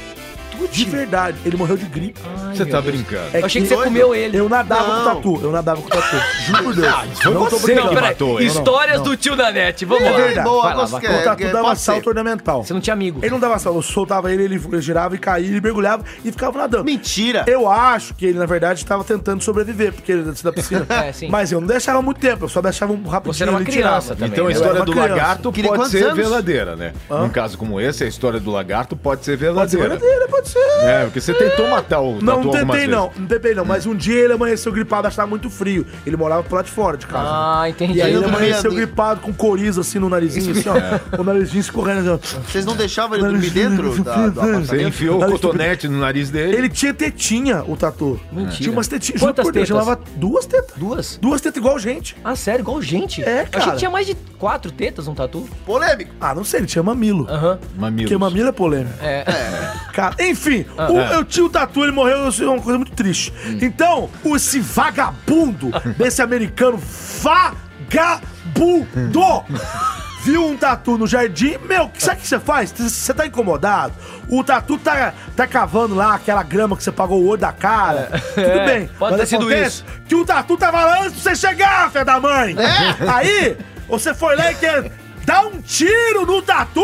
[SPEAKER 1] De verdade, ele morreu de gripe.
[SPEAKER 5] Você tá brincando.
[SPEAKER 1] É
[SPEAKER 2] Eu achei que
[SPEAKER 1] que
[SPEAKER 2] você comeu ele.
[SPEAKER 1] Eu nadava
[SPEAKER 4] Não.
[SPEAKER 1] com tatu, eu nadava com tatu. Juro por Deus.
[SPEAKER 5] foi
[SPEAKER 1] não tô
[SPEAKER 5] você que
[SPEAKER 1] brincando.
[SPEAKER 5] matou ele.
[SPEAKER 2] Histórias do tio da net, vamos
[SPEAKER 1] É
[SPEAKER 2] lá.
[SPEAKER 1] verdade. É.
[SPEAKER 4] Boa,
[SPEAKER 2] Vai lá,
[SPEAKER 4] gostei.
[SPEAKER 1] O tatu
[SPEAKER 4] É,
[SPEAKER 1] dava
[SPEAKER 4] pode ser.
[SPEAKER 1] salto ornamental.
[SPEAKER 2] Você não tinha amigo.
[SPEAKER 1] Ele não dava salto, eu soltava ele, ele girava e caía, ele mergulhava e ficava nadando.
[SPEAKER 4] Mentira.
[SPEAKER 1] Eu acho que ele, na verdade, estava tentando sobreviver, porque ele dentro da piscina.
[SPEAKER 2] É, sim.
[SPEAKER 1] Mas eu não deixava muito tempo, eu só deixava um rapidinho.
[SPEAKER 2] Você era uma
[SPEAKER 1] ele
[SPEAKER 2] criança
[SPEAKER 1] tirava.
[SPEAKER 2] também. né?
[SPEAKER 5] Então a
[SPEAKER 1] Ela
[SPEAKER 5] história
[SPEAKER 1] era
[SPEAKER 5] do
[SPEAKER 1] É uma criança.
[SPEAKER 5] lagarto
[SPEAKER 4] Queria
[SPEAKER 5] pode
[SPEAKER 4] quantos
[SPEAKER 5] ser
[SPEAKER 4] anos?
[SPEAKER 5] verdadeira, né? Num caso como esse, a história do lagarto pode ser
[SPEAKER 1] Pode ser
[SPEAKER 5] verdadeira.
[SPEAKER 1] verdadeira, pode ser.
[SPEAKER 5] É, porque você tentou matar o
[SPEAKER 1] Não,
[SPEAKER 5] tatu
[SPEAKER 1] não
[SPEAKER 5] algumas
[SPEAKER 1] tentei
[SPEAKER 5] vezes.
[SPEAKER 1] não, não tentei não, mas um dia ele amanheceu gripado, achava muito frio. Ele morava pro lado de fora de casa.
[SPEAKER 2] Ah, entendi.
[SPEAKER 1] E aí ele
[SPEAKER 4] não
[SPEAKER 1] amanheceu
[SPEAKER 4] dormia.
[SPEAKER 1] gripado com coriza assim no narizinho, assim, ó.
[SPEAKER 5] É.
[SPEAKER 1] O narizinho escorrendo assim, ó.
[SPEAKER 4] Vocês não deixavam ele dormir dentro da, do
[SPEAKER 5] Você
[SPEAKER 4] apartamento?
[SPEAKER 5] enfiou
[SPEAKER 1] Não,
[SPEAKER 5] o
[SPEAKER 1] isso-
[SPEAKER 5] cotonete no nariz dele.
[SPEAKER 1] Ele tinha tetinha, o tatu.
[SPEAKER 2] Mentira.
[SPEAKER 1] Tinha umas tetinhas.
[SPEAKER 2] Quantas
[SPEAKER 1] juro por Deus,
[SPEAKER 2] tetas?
[SPEAKER 1] chamava duas tetas.
[SPEAKER 2] Duas?
[SPEAKER 1] Duas tetas igual gente.
[SPEAKER 2] Ah, sério, igual gente. Eu
[SPEAKER 1] É,
[SPEAKER 2] achei
[SPEAKER 1] cara.
[SPEAKER 2] que tinha mais de quatro tetas um tatu.
[SPEAKER 4] Polêmico.
[SPEAKER 1] Ah, não sei, ele tinha mamilo.
[SPEAKER 2] Aham.
[SPEAKER 5] Mamilos.
[SPEAKER 1] Porque mamilo é polêmico.
[SPEAKER 2] É. Ah.
[SPEAKER 1] Cara, enfim, o
[SPEAKER 5] é.
[SPEAKER 1] meu tio Tatu, ele morreu, isso é uma coisa muito triste.
[SPEAKER 2] Hum.
[SPEAKER 1] Então, o- esse vagabundo desse americano, vagabundo, viu um tatu no jardim, meu, que- sabe o que você faz? Você tá incomodado? O tatu tá, tá cavando lá aquela grama que você pagou o olho da cara. Tudo bem.
[SPEAKER 2] É. Pode ter sido
[SPEAKER 1] acontece Que o tatu tava lá antes de você chegar, fé da mãe.
[SPEAKER 2] É.
[SPEAKER 1] Aí, você foi lá e quer dar um tiro no tatu.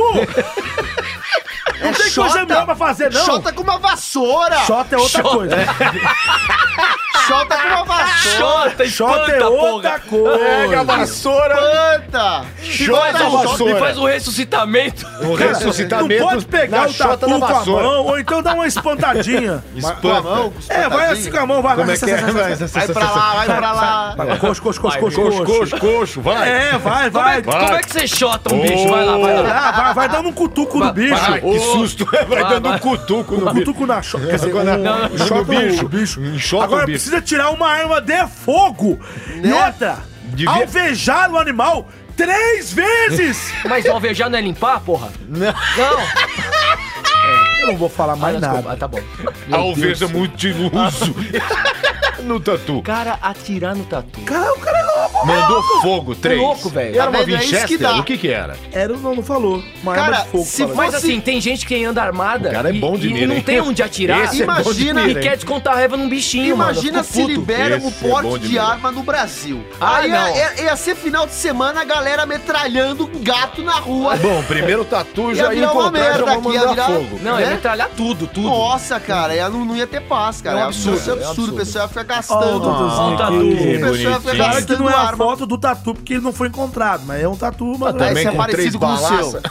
[SPEAKER 1] Não tem coisa melhor pra fazer, É, não.
[SPEAKER 4] Chota com uma vassoura.
[SPEAKER 1] Xota é outra coisa.
[SPEAKER 4] Chota com uma vassoura.
[SPEAKER 2] Chota,
[SPEAKER 1] Xota
[SPEAKER 2] espanta,
[SPEAKER 1] é outra
[SPEAKER 2] porra.
[SPEAKER 5] Pega a
[SPEAKER 1] coisa.
[SPEAKER 5] vassoura,
[SPEAKER 4] Chota.
[SPEAKER 5] e faz
[SPEAKER 1] um
[SPEAKER 5] a
[SPEAKER 2] E
[SPEAKER 5] vassoura.
[SPEAKER 2] faz o ressuscitamento.
[SPEAKER 5] O
[SPEAKER 1] Tu
[SPEAKER 5] ressuscitamento
[SPEAKER 1] pode pegar
[SPEAKER 5] na
[SPEAKER 1] o
[SPEAKER 5] chota
[SPEAKER 1] tatu
[SPEAKER 5] da
[SPEAKER 1] com a
[SPEAKER 5] vassoura.
[SPEAKER 1] mão, ou então dá uma espantadinha.
[SPEAKER 5] Espanta.
[SPEAKER 1] é, vai assim com a mão, vai.
[SPEAKER 5] Como
[SPEAKER 1] vai,
[SPEAKER 5] é que é?
[SPEAKER 4] Vai pra lá, vai pra lá.
[SPEAKER 1] Vai, Coxo, coxo, coxo, coxo,
[SPEAKER 5] Coxo,
[SPEAKER 1] coxo.
[SPEAKER 5] coxo, coxo, vai.
[SPEAKER 1] É, vai,
[SPEAKER 2] Como é,
[SPEAKER 1] vai.
[SPEAKER 2] como é que você chota um bicho? Vai lá, vai lá.
[SPEAKER 1] Ah, vai, vai dando um cutuco no bicho.
[SPEAKER 5] Ai, que susto. Vai dando um cutuco no bicho.
[SPEAKER 1] Cutuco na chota. Quer dizer,
[SPEAKER 5] Agora,
[SPEAKER 1] um-
[SPEAKER 5] não,
[SPEAKER 1] um
[SPEAKER 5] no
[SPEAKER 1] chota
[SPEAKER 5] bicho.
[SPEAKER 1] no bicho. Né?
[SPEAKER 5] Um chota
[SPEAKER 1] Agora
[SPEAKER 5] no bicho.
[SPEAKER 1] precisa tirar uma arma de fogo. E outra,
[SPEAKER 5] Devia-
[SPEAKER 1] alvejar o animal três vezes.
[SPEAKER 2] Mas alvejar não é limpar, porra? Não. Não.
[SPEAKER 1] Eu não vou falar
[SPEAKER 2] Ah,
[SPEAKER 1] mais
[SPEAKER 2] não, desculpa.
[SPEAKER 1] nada.
[SPEAKER 2] Ah, tá bom.
[SPEAKER 1] é
[SPEAKER 5] Alveja multiluso. No tatu.
[SPEAKER 2] Cara, atirar no tatu.
[SPEAKER 1] Cara, o cara é louco.
[SPEAKER 5] Mandou fogo, três.
[SPEAKER 2] louco, velho.
[SPEAKER 5] Era
[SPEAKER 4] Tá
[SPEAKER 5] uma
[SPEAKER 4] vendo? É isso
[SPEAKER 5] Winchester?
[SPEAKER 4] que dá.
[SPEAKER 5] o que que era?
[SPEAKER 1] Era, não, não falou. Uma
[SPEAKER 4] Cara,
[SPEAKER 1] arma de fogo.
[SPEAKER 4] se
[SPEAKER 1] fala.
[SPEAKER 2] Mas
[SPEAKER 4] Fosse-
[SPEAKER 2] assim, tem gente que anda armada.
[SPEAKER 5] O cara é
[SPEAKER 2] e-
[SPEAKER 5] bom de
[SPEAKER 2] e,
[SPEAKER 5] mira,
[SPEAKER 2] não
[SPEAKER 5] hein?
[SPEAKER 2] tem onde atirar.
[SPEAKER 5] Esse é bom de
[SPEAKER 4] Imagina-
[SPEAKER 5] mira,
[SPEAKER 2] E
[SPEAKER 5] hein?
[SPEAKER 2] quer descontar a raiva num bichinho,
[SPEAKER 4] Imagina
[SPEAKER 2] mano.
[SPEAKER 4] se liberam o
[SPEAKER 5] Esse é bom
[SPEAKER 4] porte
[SPEAKER 5] de
[SPEAKER 4] de
[SPEAKER 5] ver.
[SPEAKER 4] arma no Brasil.
[SPEAKER 2] Ah,
[SPEAKER 4] Aí
[SPEAKER 2] não.
[SPEAKER 4] Ia, ia ser final de semana a galera metralhando um gato na rua.
[SPEAKER 5] Bom, primeiro o tatu já ia
[SPEAKER 4] virar uma
[SPEAKER 5] encontrar, já
[SPEAKER 4] merda
[SPEAKER 5] vou
[SPEAKER 4] aqui, ia
[SPEAKER 5] mandar
[SPEAKER 4] virar-
[SPEAKER 5] fogo.
[SPEAKER 2] Não, é
[SPEAKER 4] né?
[SPEAKER 2] metralhar tudo, tudo.
[SPEAKER 4] Nossa, cara, ia- não, não ia ter paz, cara.
[SPEAKER 2] É
[SPEAKER 4] É
[SPEAKER 2] um
[SPEAKER 4] absurdo,
[SPEAKER 2] absurdo,
[SPEAKER 4] é
[SPEAKER 2] é um
[SPEAKER 4] absurdo.
[SPEAKER 2] absurdo.
[SPEAKER 4] O pessoal ia
[SPEAKER 1] Ó,
[SPEAKER 4] ficar
[SPEAKER 1] o
[SPEAKER 4] gastando. Ah,
[SPEAKER 2] Ó, o
[SPEAKER 1] tatuzinho aqui.
[SPEAKER 2] tatu.
[SPEAKER 4] O pessoal ia
[SPEAKER 5] bonitinho.
[SPEAKER 4] ficar
[SPEAKER 1] Claro que
[SPEAKER 4] gastando
[SPEAKER 1] não é a
[SPEAKER 4] arma.
[SPEAKER 1] foto do tatu, porque ele não foi encontrado, mas é um tatu, mas
[SPEAKER 5] também
[SPEAKER 4] Esse é
[SPEAKER 5] com três
[SPEAKER 4] parecido com o seu.
[SPEAKER 5] balaças.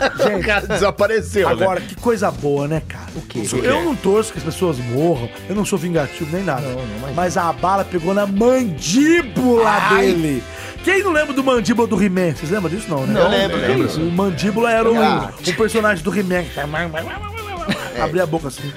[SPEAKER 5] O cara desapareceu, né?
[SPEAKER 1] Agora, que coisa boa, né, cara? O quê? Eu, não torço que as pessoas morram, eu não sou vingativo nem nada. mas a bala pegou na mandíbula dele. Quem não lembra do mandíbula do He-Man? Vocês lembram disso, não, né?
[SPEAKER 4] Não, lembro,
[SPEAKER 5] lembro.
[SPEAKER 4] lembro.
[SPEAKER 1] O mandíbula era o,
[SPEAKER 4] Ah.
[SPEAKER 1] o personagem do He-Man. Abria a boca assim.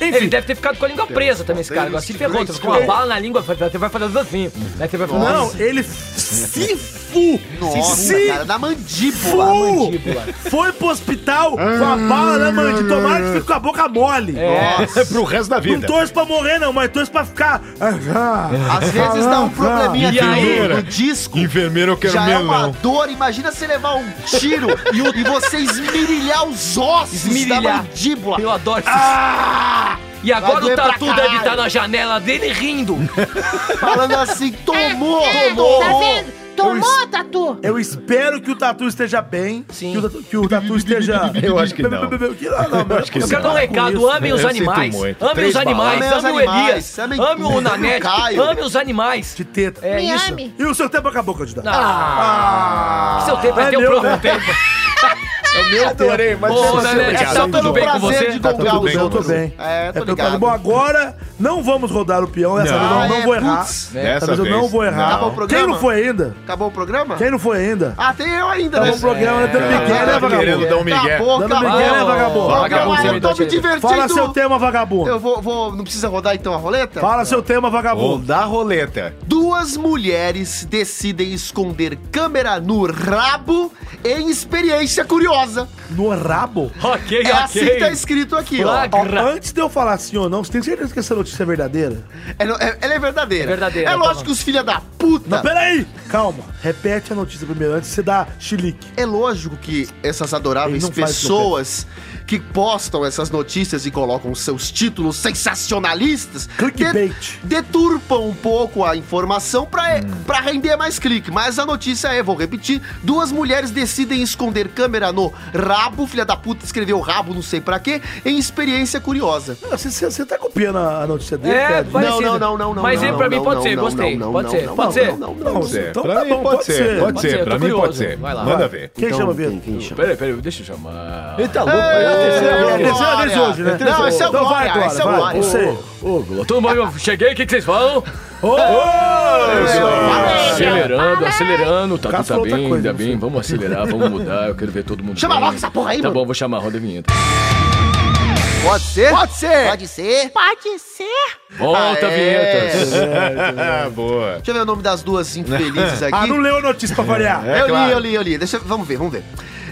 [SPEAKER 2] Ele
[SPEAKER 1] Enfim.
[SPEAKER 2] deve ter ficado com a língua presa também, esse cara. Agora se pegou, teve com uma bala na língua, você vai fazer assim. Aí você vai falar,
[SPEAKER 1] Não, ele se fu.
[SPEAKER 4] Nossa,
[SPEAKER 1] se
[SPEAKER 4] cara, da
[SPEAKER 1] Fu!
[SPEAKER 4] mandíbula.
[SPEAKER 1] Foi pro hospital com a bala na mandíbula. Tomara que fique com a boca mole.
[SPEAKER 4] É.
[SPEAKER 5] Nossa. Pro resto da
[SPEAKER 1] Não
[SPEAKER 5] vida.
[SPEAKER 1] torço pra morrer, não, mas torço pra ficar.
[SPEAKER 4] Às vezes dá um probleminha
[SPEAKER 2] E aí?
[SPEAKER 4] aqui no, no disco.
[SPEAKER 5] Enfermeiro, eu quero
[SPEAKER 4] Já é uma
[SPEAKER 5] melão.
[SPEAKER 4] dor, imagina você levar um tiro e, o- e você esmirilhar os ossos da
[SPEAKER 2] Esmirilhar.
[SPEAKER 4] mandíbula.
[SPEAKER 2] Eu adoro isso. E agora o
[SPEAKER 4] doer pra
[SPEAKER 2] tatu deve
[SPEAKER 4] caralho.
[SPEAKER 2] estar na janela dele rindo.
[SPEAKER 4] Falando assim, tomou,
[SPEAKER 7] É,
[SPEAKER 4] tomou.
[SPEAKER 7] Tá vendo? Tomou, Tatu?
[SPEAKER 1] Eu espero que o Tatu esteja bem.
[SPEAKER 2] Sim.
[SPEAKER 1] Que o Tatu, que o Tatu esteja.
[SPEAKER 5] Eu acho que não.
[SPEAKER 1] Que não, não, mas-
[SPEAKER 5] acho que
[SPEAKER 2] Eu
[SPEAKER 5] Sim,
[SPEAKER 2] quero dar um
[SPEAKER 1] com
[SPEAKER 2] recado,
[SPEAKER 1] isso.
[SPEAKER 2] amem os
[SPEAKER 5] Eu sinto
[SPEAKER 2] animais.
[SPEAKER 5] muito.
[SPEAKER 2] Amem os
[SPEAKER 5] Três
[SPEAKER 2] animais,
[SPEAKER 4] balas.
[SPEAKER 2] amem o
[SPEAKER 4] Amem os
[SPEAKER 2] Elias,
[SPEAKER 4] animais,
[SPEAKER 2] amem o
[SPEAKER 4] amem
[SPEAKER 2] Nanete,
[SPEAKER 4] o Caio.
[SPEAKER 2] amem os animais.
[SPEAKER 1] De teta.
[SPEAKER 2] É
[SPEAKER 7] Me
[SPEAKER 2] isso.
[SPEAKER 7] ame.
[SPEAKER 1] E o seu tempo acabou, candidato.
[SPEAKER 2] Ah, seu tempo vai
[SPEAKER 1] É
[SPEAKER 2] ter o
[SPEAKER 1] meu,
[SPEAKER 2] próprio
[SPEAKER 1] né?
[SPEAKER 2] tempo.
[SPEAKER 5] Eu adorei, mas
[SPEAKER 2] Ô,
[SPEAKER 5] você-
[SPEAKER 2] Nanete,
[SPEAKER 5] obrigado.
[SPEAKER 2] tá tudo bem com
[SPEAKER 4] é prazer
[SPEAKER 2] você?
[SPEAKER 4] de
[SPEAKER 5] Tá tudo
[SPEAKER 4] gongar
[SPEAKER 5] bem,
[SPEAKER 4] os
[SPEAKER 1] Eu tô
[SPEAKER 4] outros.
[SPEAKER 1] bem.
[SPEAKER 4] É, tô
[SPEAKER 1] pelo
[SPEAKER 4] ligado.
[SPEAKER 1] Bom, agora não vamos rodar o peão. Dessa
[SPEAKER 5] Não.
[SPEAKER 1] vez eu
[SPEAKER 4] Ah,
[SPEAKER 1] não
[SPEAKER 4] é,
[SPEAKER 1] vou errar.
[SPEAKER 4] putz.
[SPEAKER 1] Dessa
[SPEAKER 5] Dessa
[SPEAKER 1] vez Tá, eu não
[SPEAKER 5] vez.
[SPEAKER 1] vou errar.
[SPEAKER 4] Acabou o
[SPEAKER 1] Quem
[SPEAKER 4] programa?
[SPEAKER 1] não foi ainda?
[SPEAKER 4] Acabou o programa?
[SPEAKER 1] Quem não foi ainda?
[SPEAKER 4] Ah, tem eu ainda,
[SPEAKER 1] Acabou
[SPEAKER 4] né?
[SPEAKER 1] o programa, né? Dando Miguel, né,
[SPEAKER 5] Tá
[SPEAKER 1] vagabundo?
[SPEAKER 5] querendo dar um migué.
[SPEAKER 4] Acabou,
[SPEAKER 1] Dando
[SPEAKER 4] acabou.
[SPEAKER 1] Miguel, né, vagabundo?
[SPEAKER 4] Vamos,
[SPEAKER 2] Vagabundo,
[SPEAKER 4] vamos, eu tô me
[SPEAKER 2] vagabundo.
[SPEAKER 4] divertindo.
[SPEAKER 1] Fala seu tema, vagabundo.
[SPEAKER 4] Eu vou, vou... Não precisa rodar, então, a roleta?
[SPEAKER 1] Fala seu tema,
[SPEAKER 5] Vou
[SPEAKER 1] vagabundo.
[SPEAKER 5] dar roleta.
[SPEAKER 4] Duas mulheres decidem esconder câmera no rabo em experiência curiosa.
[SPEAKER 1] No rabo?
[SPEAKER 2] Ok,
[SPEAKER 4] É assim que tá
[SPEAKER 2] ok.
[SPEAKER 4] escrito aqui, ó.
[SPEAKER 1] Ó,
[SPEAKER 2] Flagra.
[SPEAKER 1] antes de eu falar sim ou não, você tem certeza que essa notícia é verdadeira?
[SPEAKER 4] Ela, ela é verdadeira.
[SPEAKER 2] É verdadeira,
[SPEAKER 4] É
[SPEAKER 2] tá
[SPEAKER 4] lógico
[SPEAKER 2] bom.
[SPEAKER 4] que os filha da puta.
[SPEAKER 1] Peraí! Calma, repete a notícia primeiro, antes de você dar chilique.
[SPEAKER 4] É lógico que essas adoráveis
[SPEAKER 1] Ele não faz
[SPEAKER 4] pessoas que postam essas notícias e colocam seus títulos sensacionalistas
[SPEAKER 1] Clickbait.
[SPEAKER 4] de- deturpam um pouco a informação pra pra render mais clique. Mas a notícia é, vou repetir, duas mulheres decidem esconder câmera no rabo, filha da puta escreveu rabo não sei pra quê, em experiência curiosa.
[SPEAKER 1] Você, você, você tá copiando a a notícia dele,
[SPEAKER 2] É,
[SPEAKER 1] Fred?
[SPEAKER 2] vai- Parecido.
[SPEAKER 4] Não, não, não, não, não.
[SPEAKER 2] Mas
[SPEAKER 4] não,
[SPEAKER 2] ele pra mim
[SPEAKER 4] não,
[SPEAKER 2] pode
[SPEAKER 4] não,
[SPEAKER 2] ser,
[SPEAKER 4] não,
[SPEAKER 2] gostei.
[SPEAKER 4] não,
[SPEAKER 2] Pode
[SPEAKER 4] não,
[SPEAKER 2] ser,
[SPEAKER 4] não,
[SPEAKER 2] pode
[SPEAKER 4] não,
[SPEAKER 2] ser.
[SPEAKER 4] Não, não,
[SPEAKER 1] Não,
[SPEAKER 4] não, não.
[SPEAKER 1] então
[SPEAKER 5] pra
[SPEAKER 1] tá
[SPEAKER 5] mim
[SPEAKER 1] bom,
[SPEAKER 5] pode, ser, pode
[SPEAKER 2] ser,
[SPEAKER 5] ser,
[SPEAKER 2] eu
[SPEAKER 5] pra
[SPEAKER 2] tô
[SPEAKER 5] mim pode
[SPEAKER 2] curioso.
[SPEAKER 5] ser.
[SPEAKER 2] Vai lá.
[SPEAKER 5] Manda ver.
[SPEAKER 1] Quem chama Pedro?
[SPEAKER 4] Então Quem chama?
[SPEAKER 2] Peraí, peraí, deixa eu chamar.
[SPEAKER 5] Ele tá louco, é a terceira
[SPEAKER 1] É a
[SPEAKER 5] vez.
[SPEAKER 1] terceira vez hoje, né?
[SPEAKER 4] Não, esse é o
[SPEAKER 1] então vai,
[SPEAKER 4] Glória,
[SPEAKER 1] Glória,
[SPEAKER 4] esse é o
[SPEAKER 1] vai,
[SPEAKER 4] Glória.
[SPEAKER 1] você.
[SPEAKER 2] Ô, Globo, todo mundo, eu cheguei, o que, que vocês falam? Acelerando, acelerando, tá,
[SPEAKER 1] Cássio
[SPEAKER 2] tá
[SPEAKER 1] falou outra
[SPEAKER 2] bem,
[SPEAKER 1] coisa,
[SPEAKER 2] tá
[SPEAKER 1] não
[SPEAKER 2] bem, vamos acelerar, vamos mudar, eu quero ver todo mundo.
[SPEAKER 4] Chama
[SPEAKER 2] bem.
[SPEAKER 4] logo essa porra aí,
[SPEAKER 2] Tá
[SPEAKER 4] mano.
[SPEAKER 2] bom, vou chamar, roda a vinheta.
[SPEAKER 4] Pode ser? Pode ser.
[SPEAKER 9] Pode ser?
[SPEAKER 7] Pode ser?
[SPEAKER 2] Volta
[SPEAKER 4] Ah,
[SPEAKER 2] a
[SPEAKER 4] é.
[SPEAKER 2] vinheta.
[SPEAKER 5] Ah, boa.
[SPEAKER 4] Deixa eu ver o nome das duas infelizes aqui.
[SPEAKER 1] Ah, não leu a notícia pra variar.
[SPEAKER 5] É,
[SPEAKER 4] eu
[SPEAKER 5] claro.
[SPEAKER 4] li, eu li, eu li. Deixa, eu- vamos ver, vamos ver.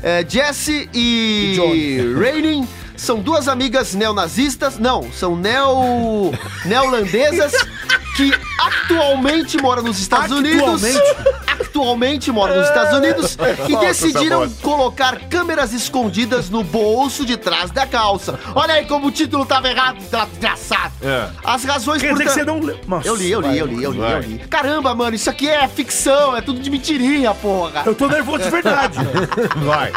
[SPEAKER 4] É, Jesse e, Raining são duas amigas neonazistas. Não, são neo. neolandesas que atualmente moram nos Estados Unidos. Atualmente moram nos Estados Unidos e decidiram colocar câmeras escondidas no bolso de trás da calça. Olha aí como o título tava errado, tá desgraçado.
[SPEAKER 5] É.
[SPEAKER 4] As razões
[SPEAKER 1] Quer dizer que
[SPEAKER 4] tra-
[SPEAKER 1] você não leu. Nossa,
[SPEAKER 4] Eu li, eu li, eu li, eu li, eu li. Caramba, mano, isso aqui é ficção, é tudo de mentirinha, porra.
[SPEAKER 1] Eu tô nervoso de verdade.
[SPEAKER 5] Vai.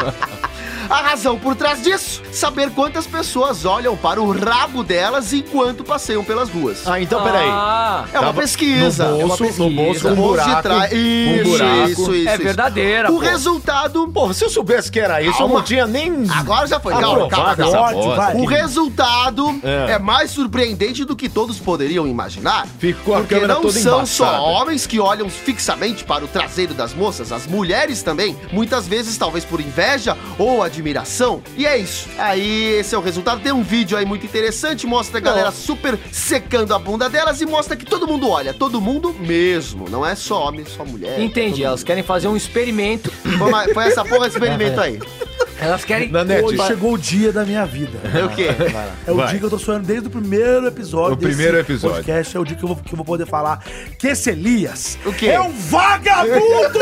[SPEAKER 4] A razão por trás disso? Saber quantas pessoas olham para o rabo delas enquanto passeiam pelas ruas.
[SPEAKER 5] Ah, então peraí.
[SPEAKER 2] Ah,
[SPEAKER 4] é uma
[SPEAKER 5] tava
[SPEAKER 4] pesquisa.
[SPEAKER 5] No
[SPEAKER 4] é uma
[SPEAKER 5] bolso,
[SPEAKER 4] pesquisa.
[SPEAKER 5] no bolso, um
[SPEAKER 4] No bolso de
[SPEAKER 5] buraco. um
[SPEAKER 4] trás. Isso,
[SPEAKER 5] buraco.
[SPEAKER 4] isso, isso.
[SPEAKER 2] é
[SPEAKER 4] isso.
[SPEAKER 2] verdadeira, pô.
[SPEAKER 4] O resultado.
[SPEAKER 5] Pô, se eu soubesse que era isso, eu
[SPEAKER 4] Calma.
[SPEAKER 5] não tinha nem.
[SPEAKER 4] Agora já foi. Calma, calma,
[SPEAKER 5] aprovado
[SPEAKER 4] calma.
[SPEAKER 5] essa
[SPEAKER 1] Ódio,
[SPEAKER 5] bosta.
[SPEAKER 1] vai.
[SPEAKER 4] O resultado
[SPEAKER 5] Ah, É.
[SPEAKER 4] é. mais surpreendente do que todos poderiam imaginar.
[SPEAKER 5] Ficou a
[SPEAKER 4] porque
[SPEAKER 5] câmera
[SPEAKER 4] não
[SPEAKER 5] toda
[SPEAKER 4] são
[SPEAKER 5] embaçada.
[SPEAKER 4] só homens que olham fixamente para o traseiro das moças, as mulheres também, muitas vezes talvez por inveja ou admiração. E é isso. Aí esse é o resultado. Tem um vídeo aí muito interessante, mostra a galera super secando a bunda delas e mostra que todo mundo olha, todo mundo mesmo, não é só homem, só mulher. É
[SPEAKER 2] Entendi, elas querem fazer um experimento,
[SPEAKER 4] Foi, uma- foi essa porra de experimento aí.
[SPEAKER 2] elas querem...
[SPEAKER 5] Nanete,
[SPEAKER 1] Hoje chegou o dia da minha vida.
[SPEAKER 4] É o quê?
[SPEAKER 1] É o
[SPEAKER 5] Vai.
[SPEAKER 1] dia que eu tô sonhando desde o primeiro episódio.
[SPEAKER 5] O primeiro episódio.
[SPEAKER 1] podcast é o dia que eu vou, que eu vou poder falar que esse Elias
[SPEAKER 4] O quê?
[SPEAKER 1] é um vagabundo!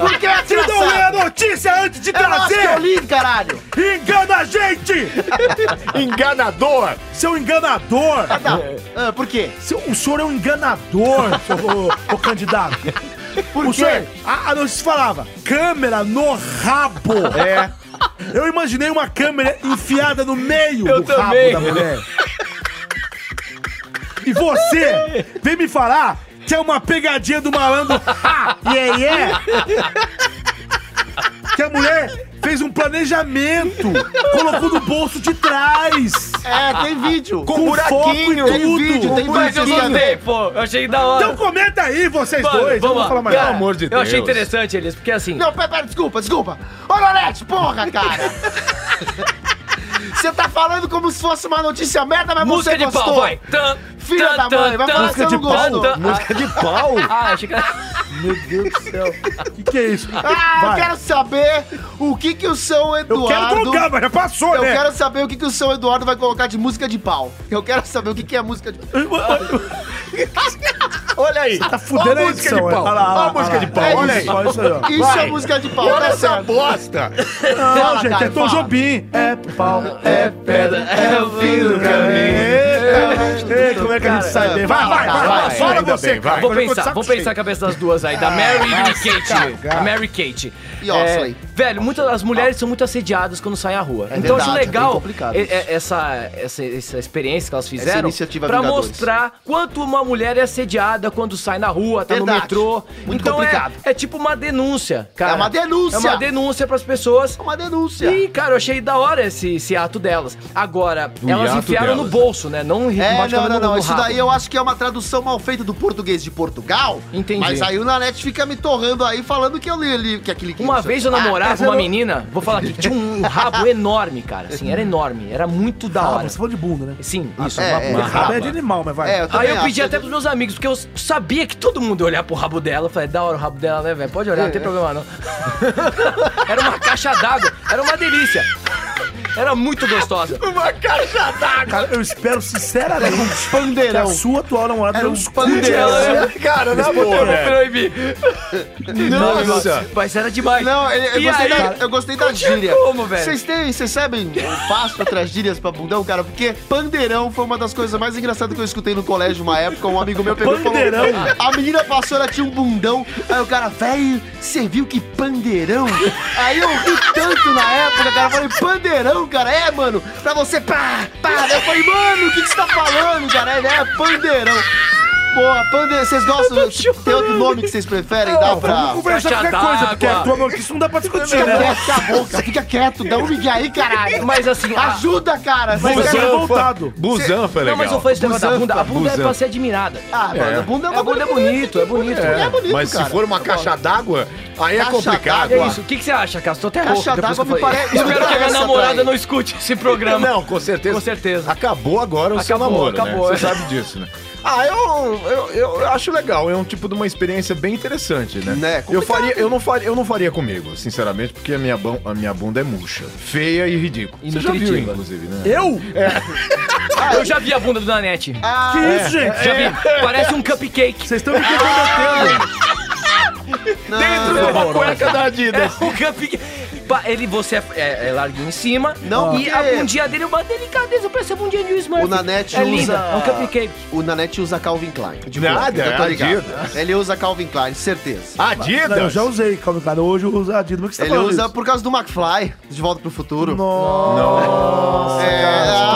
[SPEAKER 4] Porque é
[SPEAKER 1] que não lê a
[SPEAKER 4] desgraçado.
[SPEAKER 1] notícia antes de
[SPEAKER 4] É nós que eu
[SPEAKER 1] trazer!
[SPEAKER 4] li, caralho.
[SPEAKER 1] Engana a gente!
[SPEAKER 5] enganador!
[SPEAKER 1] Seu enganador!
[SPEAKER 4] Tá. Ah, por quê?
[SPEAKER 1] Seu, o senhor é um enganador, o, candidato. Por o
[SPEAKER 4] quê?
[SPEAKER 1] senhor, a, a notícia falava, câmera no rabo.
[SPEAKER 5] É.
[SPEAKER 1] Eu imaginei uma câmera enfiada no meio
[SPEAKER 2] Eu
[SPEAKER 1] do
[SPEAKER 2] também.
[SPEAKER 1] rabo da mulher. E você vem me falar que é uma pegadinha do malandro. Ha! Yeah, yeah. Que a mulher fez um planejamento, colocou no bolso de trás.
[SPEAKER 4] É, tem vídeo.
[SPEAKER 1] Com buraquinho,
[SPEAKER 4] tem
[SPEAKER 1] tudo.
[SPEAKER 4] vídeo, tem
[SPEAKER 2] Mas eu
[SPEAKER 4] vídeo. tem
[SPEAKER 2] gostei, pô, eu achei da hora.
[SPEAKER 1] Então comenta aí, vocês
[SPEAKER 2] Mano,
[SPEAKER 1] Então, dois. Eu não
[SPEAKER 2] vamos
[SPEAKER 1] vou
[SPEAKER 2] lá.
[SPEAKER 1] falar mais.
[SPEAKER 2] Cara,
[SPEAKER 1] nada.
[SPEAKER 5] Pelo amor de
[SPEAKER 2] Eu achei
[SPEAKER 5] Deus.
[SPEAKER 2] interessante, Elias, porque assim...
[SPEAKER 4] Não, pera, pera, desculpa, desculpa. Ô, Lorete, porra, cara. Você tá falando como se fosse uma notícia merda, mas
[SPEAKER 2] Música
[SPEAKER 4] você
[SPEAKER 2] de
[SPEAKER 4] gostou.
[SPEAKER 2] pau, vai! Tan,
[SPEAKER 4] Filha da mãe, vai falar que você não gostou.
[SPEAKER 5] Música de pau!
[SPEAKER 2] Ah, achei que...
[SPEAKER 1] Meu Deus do céu. O que, que é isso?
[SPEAKER 4] Ah,
[SPEAKER 1] Vai.
[SPEAKER 4] eu quero saber o que que o São
[SPEAKER 1] Eu
[SPEAKER 4] Eduardo...
[SPEAKER 1] quero trocar, mas já passou,
[SPEAKER 4] Eu
[SPEAKER 1] né?
[SPEAKER 4] quero saber o que, que o São Eduardo vai colocar de música de pau. Eu quero saber o que, que é música de pau.
[SPEAKER 5] Olha aí!
[SPEAKER 1] Tá fudendo
[SPEAKER 5] Ó a
[SPEAKER 1] a
[SPEAKER 5] música de
[SPEAKER 1] edição,
[SPEAKER 5] pau!
[SPEAKER 1] olha lá, olha lá,
[SPEAKER 5] Ó a música
[SPEAKER 1] olha
[SPEAKER 5] de
[SPEAKER 1] lá.
[SPEAKER 5] pau! Olha
[SPEAKER 4] É
[SPEAKER 5] aí!
[SPEAKER 1] Só isso aí, ó.
[SPEAKER 4] Isso é
[SPEAKER 5] Vai.
[SPEAKER 4] música de pau,
[SPEAKER 5] Olha
[SPEAKER 4] tá
[SPEAKER 5] essa é
[SPEAKER 4] certo.
[SPEAKER 5] bosta!
[SPEAKER 1] Não,
[SPEAKER 4] Fala,
[SPEAKER 1] gente,
[SPEAKER 4] cara,
[SPEAKER 1] é Tom
[SPEAKER 4] fala.
[SPEAKER 1] Jobim. É pau, é pedra.
[SPEAKER 2] É o fim do
[SPEAKER 1] Ei, como é que a gente sai bem? Vai, vai, vai. vai. Fala
[SPEAKER 5] Ainda
[SPEAKER 1] você,
[SPEAKER 5] bem, vai.
[SPEAKER 1] cara.
[SPEAKER 2] Vou
[SPEAKER 1] Eu tô de
[SPEAKER 2] pensar,
[SPEAKER 1] saco
[SPEAKER 2] vou pensar a
[SPEAKER 1] cheio.
[SPEAKER 2] cabeça das duas aí, da Mary e da Kate. A Mary Kate. É,
[SPEAKER 4] E ó, isso aí.
[SPEAKER 2] velho, muitas das mulheres são muito assediadas quando saem à rua. então eu acho
[SPEAKER 4] verdade, é bem
[SPEAKER 2] legal
[SPEAKER 4] complicado
[SPEAKER 2] e-
[SPEAKER 4] isso.
[SPEAKER 2] e- essa, essa, essa experiência que elas fizeram
[SPEAKER 4] iniciativa
[SPEAKER 2] pra
[SPEAKER 4] Vingadores.
[SPEAKER 2] mostrar quanto uma mulher é assediada quando sai na rua, tá no
[SPEAKER 4] Verdade.
[SPEAKER 2] metrô.
[SPEAKER 4] Muito
[SPEAKER 2] então é-
[SPEAKER 4] complicado.
[SPEAKER 2] É, tipo uma denúncia, cara.
[SPEAKER 4] É uma denúncia.
[SPEAKER 2] É uma denúncia pras pessoas.
[SPEAKER 4] É uma denúncia.
[SPEAKER 2] Ih, cara, eu achei da hora esse, esse ato delas. Agora,
[SPEAKER 5] O
[SPEAKER 2] elas
[SPEAKER 5] ato
[SPEAKER 2] enfiaram no
[SPEAKER 5] delas.
[SPEAKER 2] bolso, né? Não
[SPEAKER 4] É,
[SPEAKER 2] bate
[SPEAKER 4] não, não,
[SPEAKER 2] no-
[SPEAKER 4] não.
[SPEAKER 2] no
[SPEAKER 4] Isso
[SPEAKER 2] rabo.
[SPEAKER 4] daí eu acho que é uma tradução mal feita do português de Portugal.
[SPEAKER 2] Entendi.
[SPEAKER 4] Mas aí o Nanete fica me torrando aí falando que eu li, li que aquele que
[SPEAKER 2] Uma vez eu
[SPEAKER 4] Ah,
[SPEAKER 2] namorava
[SPEAKER 4] mas eu
[SPEAKER 2] uma
[SPEAKER 4] não-
[SPEAKER 2] menina, vou falar aqui, que tinha um rabo enorme, cara. Assim, era enorme, era muito da
[SPEAKER 1] Ah,
[SPEAKER 2] hora.
[SPEAKER 1] mas você falou de bunda, né?
[SPEAKER 2] Sim,
[SPEAKER 5] Ah,
[SPEAKER 2] isso,
[SPEAKER 4] é,
[SPEAKER 2] uma,
[SPEAKER 4] é,
[SPEAKER 2] uma
[SPEAKER 4] é,
[SPEAKER 1] Rabo
[SPEAKER 2] raba.
[SPEAKER 1] é de animal, mas vai.
[SPEAKER 4] É, eu
[SPEAKER 2] Aí
[SPEAKER 4] também
[SPEAKER 2] eu pedi
[SPEAKER 4] acho.
[SPEAKER 2] até pros meus amigos, porque eu sabia que todo mundo ia olhar pro rabo dela. Eu falei, da hora o rabo dela, né, velho? Pode olhar, não tem problema não. era uma caixa d'água, era uma delícia. Era muito gostosa.
[SPEAKER 5] Uma caixa d'água.
[SPEAKER 1] Cara, eu espero sinceramente
[SPEAKER 4] Um
[SPEAKER 1] que a
[SPEAKER 4] pandeirão.
[SPEAKER 1] sua atual namorada
[SPEAKER 4] Era
[SPEAKER 1] não
[SPEAKER 4] um
[SPEAKER 1] escute
[SPEAKER 4] pandeirão.
[SPEAKER 2] né?
[SPEAKER 1] essa.
[SPEAKER 5] Cara, na
[SPEAKER 2] Eu
[SPEAKER 5] boa,
[SPEAKER 2] não
[SPEAKER 5] velho.
[SPEAKER 2] proibi. Não,
[SPEAKER 5] Nossa.
[SPEAKER 2] mas- Mas era demais.
[SPEAKER 4] Não, eu, eu
[SPEAKER 2] E
[SPEAKER 4] gostei,
[SPEAKER 2] aí-
[SPEAKER 4] da, eu gostei da
[SPEAKER 2] Não tinha
[SPEAKER 4] gíria.
[SPEAKER 2] como, velho.
[SPEAKER 4] Vocês têm, vocês sabem, eu passo outras gírias pra bundão, cara, porque pandeirão foi uma das coisas mais engraçadas que eu escutei no colégio uma época. Um amigo meu pegou e falou.
[SPEAKER 1] Pandeirão?
[SPEAKER 4] A menina passou, ela tinha um bundão. Aí o cara, velho, você viu que pandeirão? Aí eu ri tanto na época, cara. Eu falei, pandeirão, cara? É, mano, pra você, pá, pá. Aí eu falei, mano, o que, que você tá falando, cara? Ele é pandeirão. Porra, pandeirão. Vocês gostam? Tem outro nome que vocês preferem? Dá
[SPEAKER 1] Não, vamos
[SPEAKER 4] pra.
[SPEAKER 1] conversar
[SPEAKER 2] Caixa
[SPEAKER 1] qualquer coisa,
[SPEAKER 2] d'água.
[SPEAKER 1] porque a tua notícia não dá pra discutir,
[SPEAKER 4] Fica
[SPEAKER 1] né?
[SPEAKER 4] quieto, cala a boca, fica quieto, dá um ligue aí, caralho.
[SPEAKER 2] Mas assim, a-
[SPEAKER 4] Ajuda, cara. Mas
[SPEAKER 1] Você é
[SPEAKER 4] cara,
[SPEAKER 1] voltado.
[SPEAKER 5] Busan foi
[SPEAKER 2] Não,
[SPEAKER 5] é legal.
[SPEAKER 2] mas eu falei esse negócio da
[SPEAKER 4] Busanfa,
[SPEAKER 2] bunda. A bunda é pra
[SPEAKER 5] busanfa.
[SPEAKER 2] ser admirada.
[SPEAKER 4] Ah, mano, a bunda é uma
[SPEAKER 2] A bunda é bonito, é bonito.
[SPEAKER 4] É, bonito,
[SPEAKER 5] mas
[SPEAKER 4] cara.
[SPEAKER 5] se for uma caixa d'água, aí é
[SPEAKER 4] Caixa
[SPEAKER 5] complicado.
[SPEAKER 2] E é
[SPEAKER 4] d'água.
[SPEAKER 2] isso, o que, que você acha, Cássio? Tô até
[SPEAKER 4] Caixa
[SPEAKER 2] rouco depois que
[SPEAKER 4] d'água
[SPEAKER 2] eu
[SPEAKER 4] me
[SPEAKER 2] falei.
[SPEAKER 4] parece-
[SPEAKER 2] Espero que a minha
[SPEAKER 4] Essa
[SPEAKER 2] namorada
[SPEAKER 4] daí.
[SPEAKER 2] não escute esse programa.
[SPEAKER 5] Não, com certeza.
[SPEAKER 2] Com certeza.
[SPEAKER 5] Acabou agora o seu
[SPEAKER 2] Acabou,
[SPEAKER 5] namoro,
[SPEAKER 2] acabou,
[SPEAKER 5] né?
[SPEAKER 2] é.
[SPEAKER 5] Você sabe disso, né? Ah, eu, eu, eu acho legal. É um tipo de uma experiência bem interessante, né?
[SPEAKER 4] Né,
[SPEAKER 5] eu,
[SPEAKER 4] complicado.
[SPEAKER 5] faria, eu, não faria, eu não faria comigo, sinceramente, porque a minha, bun- a minha bunda é murcha, feia e ridícula.
[SPEAKER 2] E
[SPEAKER 5] Você já viu,
[SPEAKER 2] nutritiva.
[SPEAKER 5] inclusive, né?
[SPEAKER 1] Eu?
[SPEAKER 4] é.
[SPEAKER 2] Eu já vi a bunda do Nanete.
[SPEAKER 1] Que isso, gente?
[SPEAKER 2] Já vi. Parece um cupcake.
[SPEAKER 1] Vocês estão me comprometendo.
[SPEAKER 4] é
[SPEAKER 5] Dentro de uma cueca da É Adidas.
[SPEAKER 4] um
[SPEAKER 2] O cupcake. Pa- Ele, você é, é- é larguinho em cima.
[SPEAKER 4] Não,
[SPEAKER 2] e
[SPEAKER 4] porque-
[SPEAKER 2] a bundinha dele é uma delicadeza. Parece a bundinha de Will Smith.
[SPEAKER 4] O Nanete
[SPEAKER 2] é
[SPEAKER 4] usa-
[SPEAKER 2] linda. É um cupcake.
[SPEAKER 4] O Nanete usa Calvin Klein. De boa,
[SPEAKER 5] Nada, Ah,
[SPEAKER 4] eu tô ligado.
[SPEAKER 5] Adidas.
[SPEAKER 4] Ele usa Calvin Klein, certeza.
[SPEAKER 2] É.
[SPEAKER 5] Adidas?
[SPEAKER 1] Não, eu já usei, calma, cara. Hoje eu uso a Adidas. Mas o que você
[SPEAKER 4] Ele
[SPEAKER 1] tá falando
[SPEAKER 4] usa
[SPEAKER 1] isso?
[SPEAKER 4] por causa do McFly, de Volta pro Futuro.
[SPEAKER 1] Nossa.
[SPEAKER 5] Nossa.
[SPEAKER 4] É,
[SPEAKER 1] tá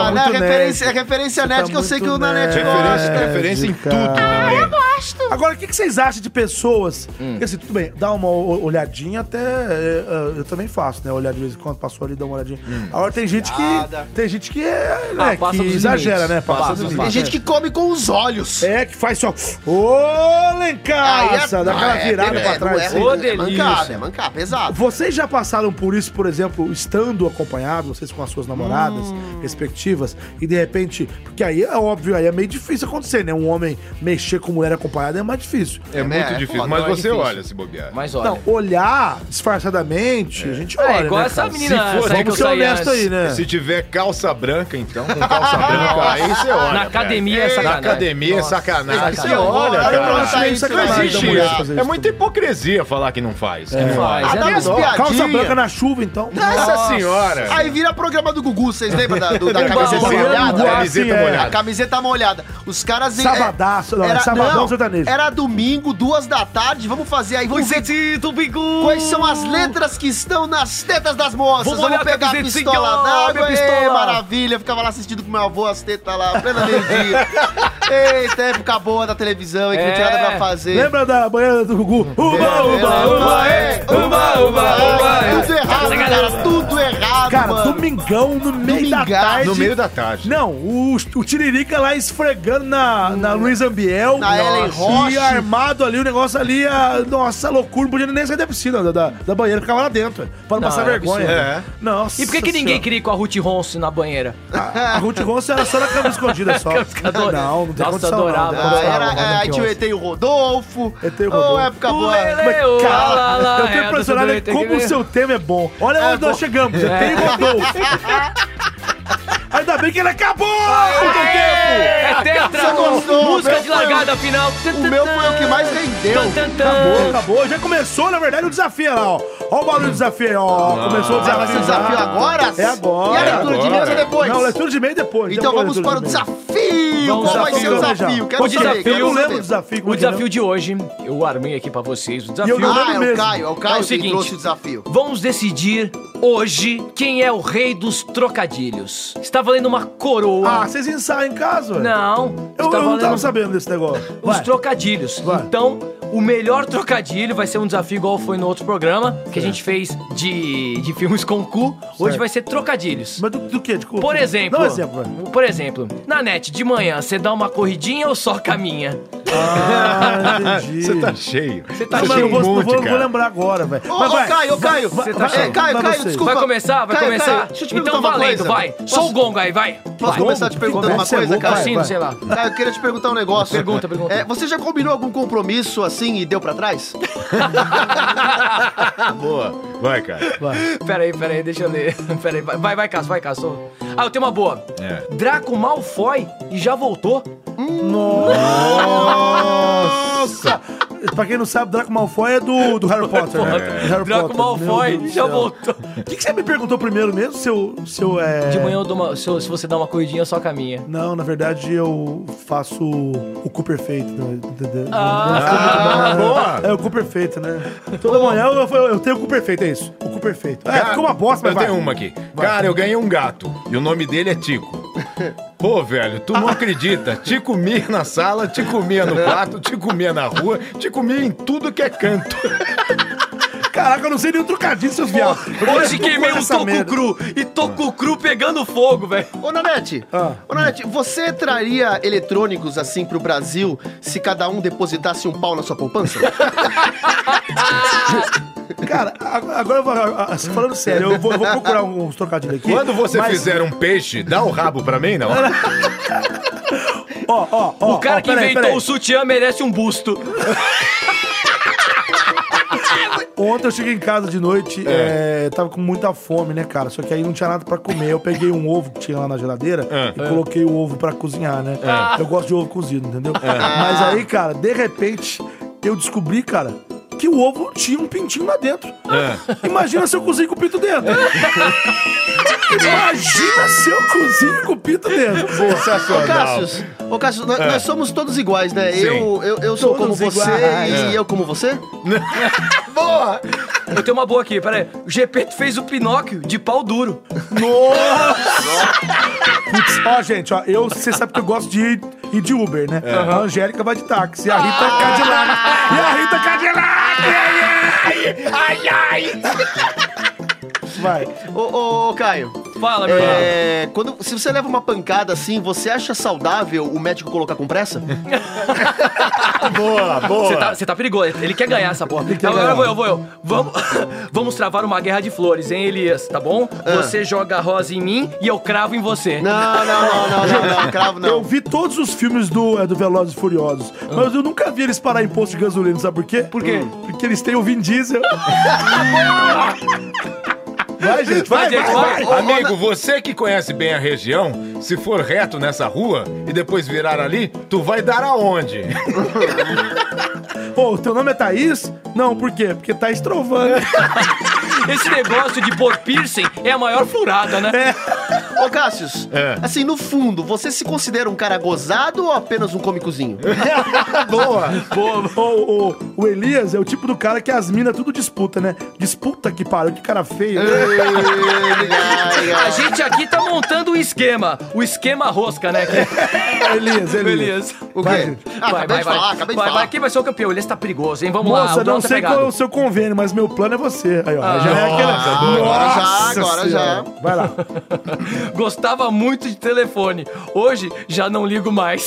[SPEAKER 4] ah, né, a
[SPEAKER 1] muito
[SPEAKER 4] referência, a
[SPEAKER 1] nerd.
[SPEAKER 4] referência
[SPEAKER 1] tá
[SPEAKER 4] nerd que eu sei que o
[SPEAKER 1] muito
[SPEAKER 4] Nanete
[SPEAKER 1] nerd.
[SPEAKER 4] gosta.
[SPEAKER 5] Referência,
[SPEAKER 1] É, Ah,
[SPEAKER 5] referência em
[SPEAKER 1] de
[SPEAKER 5] tudo né? também.
[SPEAKER 4] Ah,
[SPEAKER 1] Agora, o que, que vocês acham de pessoas?
[SPEAKER 2] Hum.
[SPEAKER 1] Porque assim, tudo bem, dá uma o- olhadinha até. é, é, eu também faço, né? Olhar de vez em quando, passou ali, dá uma olhadinha. Agora tem gente
[SPEAKER 4] Cuidada.
[SPEAKER 1] que. Tem gente que é.
[SPEAKER 2] Hum. Ah,
[SPEAKER 1] né,
[SPEAKER 2] passa
[SPEAKER 1] que
[SPEAKER 2] dos
[SPEAKER 1] exagera,
[SPEAKER 2] limites.
[SPEAKER 1] né?
[SPEAKER 2] Passa
[SPEAKER 1] Passa
[SPEAKER 2] dos
[SPEAKER 1] dos
[SPEAKER 4] Tem
[SPEAKER 1] limites.
[SPEAKER 4] gente que come com os olhos.
[SPEAKER 1] É, que faz só. Ô, Lencaça!
[SPEAKER 4] é-
[SPEAKER 1] Dá aquela
[SPEAKER 4] ah, é,
[SPEAKER 1] virada
[SPEAKER 4] é,
[SPEAKER 1] pra
[SPEAKER 4] não
[SPEAKER 1] trás.
[SPEAKER 4] É,
[SPEAKER 1] assim.
[SPEAKER 2] Ô,
[SPEAKER 4] é, é mancada,
[SPEAKER 2] delícia.
[SPEAKER 4] é mancada, pesado.
[SPEAKER 1] Vocês já passaram por isso, por exemplo, estando acompanhado, vocês com as suas namoradas
[SPEAKER 2] Hum.
[SPEAKER 1] respectivas, e de repente. Porque aí é óbvio, aí é meio difícil acontecer, né? Um homem mexer com mulher acompanhada é mais difícil.
[SPEAKER 5] É muito
[SPEAKER 4] É,
[SPEAKER 5] difícil,
[SPEAKER 4] foda,
[SPEAKER 5] mas
[SPEAKER 4] é
[SPEAKER 5] você
[SPEAKER 4] difícil.
[SPEAKER 5] olha se bobear.
[SPEAKER 2] Mas olha.
[SPEAKER 1] Não, olhar disfarçadamente, a gente
[SPEAKER 2] É,
[SPEAKER 1] olha.
[SPEAKER 2] igual
[SPEAKER 1] né,
[SPEAKER 2] essa
[SPEAKER 1] cara?
[SPEAKER 2] menina,
[SPEAKER 1] Se for,
[SPEAKER 2] essa aí que eu
[SPEAKER 1] vamos ser
[SPEAKER 2] saí
[SPEAKER 1] honestos
[SPEAKER 2] antes.
[SPEAKER 1] aí, né?
[SPEAKER 5] Se tiver calça branca, então, com calça branca, aí você olha.
[SPEAKER 2] Na
[SPEAKER 5] velho.
[SPEAKER 2] academia é
[SPEAKER 5] Ei,
[SPEAKER 2] sacanagem.
[SPEAKER 5] Na academia é
[SPEAKER 2] Nossa,
[SPEAKER 5] sacanagem. Você
[SPEAKER 2] sacanagem.
[SPEAKER 5] olha, assim,
[SPEAKER 4] Olha,
[SPEAKER 1] Eu
[SPEAKER 5] cara.
[SPEAKER 4] olha,
[SPEAKER 1] acho meio
[SPEAKER 4] Isso aí
[SPEAKER 5] é Não
[SPEAKER 1] sacanagem da
[SPEAKER 5] existe.
[SPEAKER 1] mulher fazer
[SPEAKER 5] É
[SPEAKER 1] isso.
[SPEAKER 5] muita hipocrisia falar que não faz. que não faz.
[SPEAKER 2] Mas é
[SPEAKER 4] Até umas
[SPEAKER 2] normal.
[SPEAKER 4] piadinhas.
[SPEAKER 1] Calça branca na chuva, então.
[SPEAKER 5] Nossa senhora.
[SPEAKER 4] Aí vira programa do Gugu, vocês lembram da, do- da
[SPEAKER 5] Igual,
[SPEAKER 4] camiseta
[SPEAKER 5] igual,
[SPEAKER 4] molhada?
[SPEAKER 5] igual, assim,
[SPEAKER 4] A camiseta
[SPEAKER 5] é.
[SPEAKER 4] molhada. A camiseta molhada. Os caras...
[SPEAKER 1] Sabadaço, não, é sabadão sertanejo.
[SPEAKER 4] Era domingo, duas da tarde, vamos fazer aí. Vamos ver
[SPEAKER 2] Zezito, Bigu.
[SPEAKER 4] quais são as letras que estão nas tetas das moças.
[SPEAKER 2] Vamos
[SPEAKER 4] Vamos,
[SPEAKER 2] olhar a
[SPEAKER 4] pegar a
[SPEAKER 2] camisetinha,
[SPEAKER 4] pistola
[SPEAKER 2] ó,
[SPEAKER 4] d'água.
[SPEAKER 2] minha pistola.
[SPEAKER 4] Ei, maravilha. Eu Ficava lá assistindo com meu avô as tetas lá, plena meio-dia. Eita, época boa da televisão, hein, que não tinha nada
[SPEAKER 2] É.
[SPEAKER 4] pra fazer.
[SPEAKER 1] Lembra da banheira do
[SPEAKER 2] Hum.
[SPEAKER 1] Gugu? Uba, uba, uba, é.
[SPEAKER 2] uba, uba, uba, é.
[SPEAKER 4] Tudo errado, cara, tudo errado,
[SPEAKER 1] Cara,
[SPEAKER 4] mano.
[SPEAKER 1] domingão no meio da
[SPEAKER 4] Domingão.
[SPEAKER 1] tarde.
[SPEAKER 5] No meio da tarde.
[SPEAKER 1] Não, o, o Tiririca lá esfregando na, na Luísa Ambiel.
[SPEAKER 4] Na Ellen Roche.
[SPEAKER 1] E armado ali, o negócio ali, a, nossa, loucura. Não podia nem sair da piscina, da, da, da banheira, ficava lá dentro. Pra não,
[SPEAKER 2] Não,
[SPEAKER 1] passar
[SPEAKER 2] era
[SPEAKER 1] vergonha.
[SPEAKER 5] absurdo.
[SPEAKER 1] É. Nossa.
[SPEAKER 2] E por que, que ninguém queria ir com a Ruth Ronce na banheira?
[SPEAKER 1] A Ruth Ronson era só na cama escondida só.
[SPEAKER 2] Escadora.
[SPEAKER 1] Não, não tem
[SPEAKER 2] Nossa,
[SPEAKER 1] condição não,
[SPEAKER 2] adorava.
[SPEAKER 1] não tem
[SPEAKER 4] Ah,
[SPEAKER 1] condição,
[SPEAKER 4] era,
[SPEAKER 1] não, não
[SPEAKER 4] é, aí
[SPEAKER 1] tem
[SPEAKER 4] tinha o
[SPEAKER 1] condição.
[SPEAKER 4] ET e o Rodolfo.
[SPEAKER 1] ET e o Rodolfo.
[SPEAKER 4] Ô, época boa.
[SPEAKER 1] Mas, cara, eu tô impressionado
[SPEAKER 2] impressionado
[SPEAKER 1] em como o seu tema é bom. Olha onde nós chegamos, é já tem Rodolfo. Ainda bem que ele acabou!
[SPEAKER 2] É tetra!
[SPEAKER 4] Você gostou?
[SPEAKER 2] Música
[SPEAKER 4] Meu
[SPEAKER 2] de
[SPEAKER 4] foi o-
[SPEAKER 2] largada final.
[SPEAKER 4] O meu foi o que mais rendeu.
[SPEAKER 1] Acabou, acabou. Já começou, na verdade, o desafio lá, ó. Ó o barulho do desafio, ó. Começou o
[SPEAKER 4] Ah, vai
[SPEAKER 1] desafio.
[SPEAKER 4] ser o desafio
[SPEAKER 1] já.
[SPEAKER 4] agora?
[SPEAKER 1] É agora.
[SPEAKER 4] E
[SPEAKER 1] É
[SPEAKER 4] a leitura de
[SPEAKER 5] agora.
[SPEAKER 4] mesa é depois?
[SPEAKER 1] Não, leitura de meio depois.
[SPEAKER 4] então
[SPEAKER 1] depois
[SPEAKER 4] vamos
[SPEAKER 1] leitura
[SPEAKER 4] para o
[SPEAKER 1] de e-mail.
[SPEAKER 4] desafio.
[SPEAKER 1] Vamos
[SPEAKER 4] Qual vai ser o
[SPEAKER 1] desafio,
[SPEAKER 4] desafio?
[SPEAKER 1] já.
[SPEAKER 4] Quero
[SPEAKER 2] O
[SPEAKER 4] saber.
[SPEAKER 2] desafio-
[SPEAKER 4] quero
[SPEAKER 1] Eu não lembro
[SPEAKER 4] saber.
[SPEAKER 1] o desafio. como
[SPEAKER 2] O
[SPEAKER 1] que era.
[SPEAKER 2] desafio de hoje, eu armei aqui pra vocês o
[SPEAKER 1] eu não
[SPEAKER 2] desafio.
[SPEAKER 1] lembro
[SPEAKER 4] Ah, é o
[SPEAKER 1] mesmo.
[SPEAKER 4] Caio. É o Caio
[SPEAKER 2] É o
[SPEAKER 4] que
[SPEAKER 2] seguinte.
[SPEAKER 4] trouxe o desafio.
[SPEAKER 2] Vamos decidir hoje quem é o rei dos trocadilhos. Está valendo uma
[SPEAKER 1] Ah,
[SPEAKER 2] coroa.
[SPEAKER 1] vocês ensaiam em casa? ué?
[SPEAKER 2] Não, tá está
[SPEAKER 1] Eu, eu não tava
[SPEAKER 2] valendo
[SPEAKER 1] sabendo desse negócio.
[SPEAKER 2] os
[SPEAKER 1] Vai.
[SPEAKER 2] trocadilhos.
[SPEAKER 1] Vai.
[SPEAKER 2] Então, o melhor trocadilho vai ser um desafio igual foi no outro programa que a gente fez de, de filmes com cu. Hoje
[SPEAKER 1] Certo.
[SPEAKER 2] vai ser trocadilhos.
[SPEAKER 1] Mas do, do quê? De cu?
[SPEAKER 2] Por exemplo,
[SPEAKER 1] Dá um exemplo, vai.
[SPEAKER 2] por exemplo, na net de manhã você dá uma corridinha ou só caminha?
[SPEAKER 1] Ah, entendi.
[SPEAKER 5] Você tá cheio. Você
[SPEAKER 1] Não, mas
[SPEAKER 5] cheio
[SPEAKER 1] eu vou,
[SPEAKER 5] um
[SPEAKER 1] não
[SPEAKER 5] monte,
[SPEAKER 1] vou, não vou
[SPEAKER 5] cara.
[SPEAKER 1] lembrar agora, velho.
[SPEAKER 4] Ô,
[SPEAKER 1] Mas
[SPEAKER 4] ô,
[SPEAKER 1] vai.
[SPEAKER 4] Caio, ô, Caio.
[SPEAKER 1] Vai,
[SPEAKER 4] Você
[SPEAKER 1] vai,
[SPEAKER 4] tá- É, Caio,
[SPEAKER 1] vai
[SPEAKER 4] Caio,
[SPEAKER 1] você.
[SPEAKER 4] desculpa.
[SPEAKER 2] Vai começar, vai
[SPEAKER 4] Caio,
[SPEAKER 2] começar.
[SPEAKER 4] Caio, deixa eu te
[SPEAKER 2] então
[SPEAKER 4] perguntar uma
[SPEAKER 2] valendo,
[SPEAKER 4] coisa.
[SPEAKER 2] vai. Só
[SPEAKER 4] Posso-
[SPEAKER 2] o gongo aí, vai.
[SPEAKER 4] Posso
[SPEAKER 2] vai.
[SPEAKER 4] começar te perguntando uma
[SPEAKER 1] Conversa é
[SPEAKER 4] coisa,
[SPEAKER 1] boa,
[SPEAKER 4] cara?
[SPEAKER 1] vai,
[SPEAKER 2] Cassino,
[SPEAKER 1] vai.
[SPEAKER 2] sei lá.
[SPEAKER 4] Caio, eu queria te perguntar um negócio.
[SPEAKER 2] Pergunta, pergunta.
[SPEAKER 4] É, você já combinou algum compromisso assim e deu pra trás?
[SPEAKER 5] Boa. Vai, cara.
[SPEAKER 2] Peraí, peraí, deixa eu ler. Peraí, vai, vai, vai, Cássio, vai, Cássio. Ah, eu tenho uma boa.
[SPEAKER 5] É.
[SPEAKER 2] Draco Malfoy e já voltou.
[SPEAKER 1] Nossa! pra quem não sabe, Draco Malfoy é do, do Harry Potter, né? Do Harry
[SPEAKER 2] Draco
[SPEAKER 1] Potter. Meu
[SPEAKER 2] Malfoy
[SPEAKER 1] Deus do
[SPEAKER 2] já
[SPEAKER 1] céu. É.
[SPEAKER 2] voltou.
[SPEAKER 1] O que, que você me perguntou primeiro mesmo, seu... seu é...
[SPEAKER 2] De manhã eu dou uma. Se, eu- se você dá uma corridinha, eu só caminha.
[SPEAKER 1] Não, na verdade eu faço o cu perfeito. né?
[SPEAKER 5] Ah, boa.
[SPEAKER 1] É o cu perfeito, né? Toda manhã eu, eu, eu tenho o cu perfeito, é isso. O cu perfeito. É, ficou uma bosta,
[SPEAKER 5] Ah,
[SPEAKER 1] mas
[SPEAKER 5] Eu
[SPEAKER 1] vai.
[SPEAKER 5] tenho uma aqui. Cara, eu ganhei um gato. E o nome dele é Tico. Pô, velho, tu não acredita. Te comia na sala, te comia no quarto, te comia na rua, te comia em tudo que é canto.
[SPEAKER 1] Caraca, eu não sei nem o trocadilho, seus viados.
[SPEAKER 2] Hoje queimei um
[SPEAKER 1] Essa
[SPEAKER 2] toco
[SPEAKER 1] merda.
[SPEAKER 2] cru e toco cru pegando fogo, velho.
[SPEAKER 4] Ô, Nanete,
[SPEAKER 1] Ah.
[SPEAKER 4] ô, Nanete, você traria eletrônicos assim pro Brasil se cada um depositasse um pau na sua poupança?
[SPEAKER 1] Cara, a- agora eu vou. a- a- Falando sério, eu vou, eu vou procurar uns trocadilhos aqui.
[SPEAKER 5] Quando você
[SPEAKER 1] mas-
[SPEAKER 5] fizer um peixe, dá o rabo pra mim, não?
[SPEAKER 1] Ó, ó, ó.
[SPEAKER 2] O cara
[SPEAKER 1] ó,
[SPEAKER 2] que
[SPEAKER 1] peraí,
[SPEAKER 2] inventou
[SPEAKER 1] peraí.
[SPEAKER 2] o sutiã merece um busto.
[SPEAKER 1] Ontem eu cheguei em casa de noite, é, tava com muita fome, né, cara? Só que aí não tinha nada pra comer. Eu peguei um ovo que tinha lá na geladeira e coloquei o ovo pra cozinhar, né? Eu gosto de ovo cozido, entendeu? Mas aí, cara, de repente, eu descobri, cara, que o ovo tinha um pintinho lá dentro. Imagina se eu cozinho com o pinto dentro. Imagina se eu cozinho com o pinto dentro.
[SPEAKER 4] Ô,
[SPEAKER 5] Sensacional.
[SPEAKER 4] Cassius, ô, Cassius, nós, nós somos todos iguais, né?
[SPEAKER 5] Sim.
[SPEAKER 4] Eu, eu, eu sou
[SPEAKER 1] Todos
[SPEAKER 4] como você
[SPEAKER 1] iguais.
[SPEAKER 4] e eu como você?
[SPEAKER 5] Boa!
[SPEAKER 2] Eu tenho uma boa aqui, peraí. O GP fez o Pinóquio de pau duro.
[SPEAKER 1] Putz, ó, gente, ó, eu, você sabe que eu gosto de ir, ir de Uber, né? A Angélica vai de táxi, a Rita é Cadillac. E a Rita é Cadillac!
[SPEAKER 5] Ai, ai!
[SPEAKER 1] Vai.
[SPEAKER 4] Ô, ô, ô, Caio,
[SPEAKER 2] Fala, meu irmão.
[SPEAKER 4] é, quando, se você leva uma pancada assim, você acha saudável o médico colocar compressa?
[SPEAKER 5] Boa, boa!
[SPEAKER 2] Você tá, você tá perigoso, ele quer ganhar essa porra.
[SPEAKER 1] quer
[SPEAKER 2] Agora
[SPEAKER 1] ganhar.
[SPEAKER 2] vou eu, vou eu. Vamos, vamos travar uma guerra de flores, hein, Elias? Tá bom? Você joga a rosa em mim e eu cravo em você.
[SPEAKER 4] Não, não, não, não, não, não, cravo
[SPEAKER 1] Eu
[SPEAKER 4] não.
[SPEAKER 1] vi todos os filmes do, é, do Velozes e Furiosos, mas eu nunca vi eles parar em posto de gasolina, sabe por quê? Por quê? Porque eles têm o Vin Diesel. vai, gente, vai,
[SPEAKER 2] Vai, gente,
[SPEAKER 1] vai, vai.
[SPEAKER 2] vai.
[SPEAKER 5] Amigo, você que conhece bem a região, se for reto nessa rua e depois virar ali, tu vai dar aonde?
[SPEAKER 1] Pô, teu nome é Thaís? Não, por quê? Porque tá estrovando.
[SPEAKER 2] Esse negócio de pôr piercing é a maior furada, né?
[SPEAKER 4] Ô, Cassius,
[SPEAKER 5] É.
[SPEAKER 4] assim, no fundo, você se considera um cara gozado ou apenas um cômicozinho?
[SPEAKER 5] Boa!
[SPEAKER 1] o, o, o Elias é o tipo do cara que as minas tudo disputa, né? Disputa que pariu, que cara feio.
[SPEAKER 4] É.
[SPEAKER 2] A gente aqui tá montando um esquema. O esquema rosca, né?
[SPEAKER 1] Elias, Elias.
[SPEAKER 2] Elias.
[SPEAKER 4] O quê?
[SPEAKER 1] Vai, gente.
[SPEAKER 4] Ah, acabei de falar, acabei de
[SPEAKER 2] vai,
[SPEAKER 4] falar.
[SPEAKER 2] vai. Quem vai ser o campeão? Elias tá perigoso, hein? Vamos lá.
[SPEAKER 1] Moça,
[SPEAKER 2] o
[SPEAKER 1] não
[SPEAKER 2] Dota
[SPEAKER 1] sei
[SPEAKER 2] pegado.
[SPEAKER 1] qual é o seu convênio, mas meu plano é você. Aí, ó. já é aquela.
[SPEAKER 4] Ah, agora já, agora
[SPEAKER 1] Senhora. Vai lá.
[SPEAKER 2] Gostava muito de telefone. Hoje, já não ligo mais.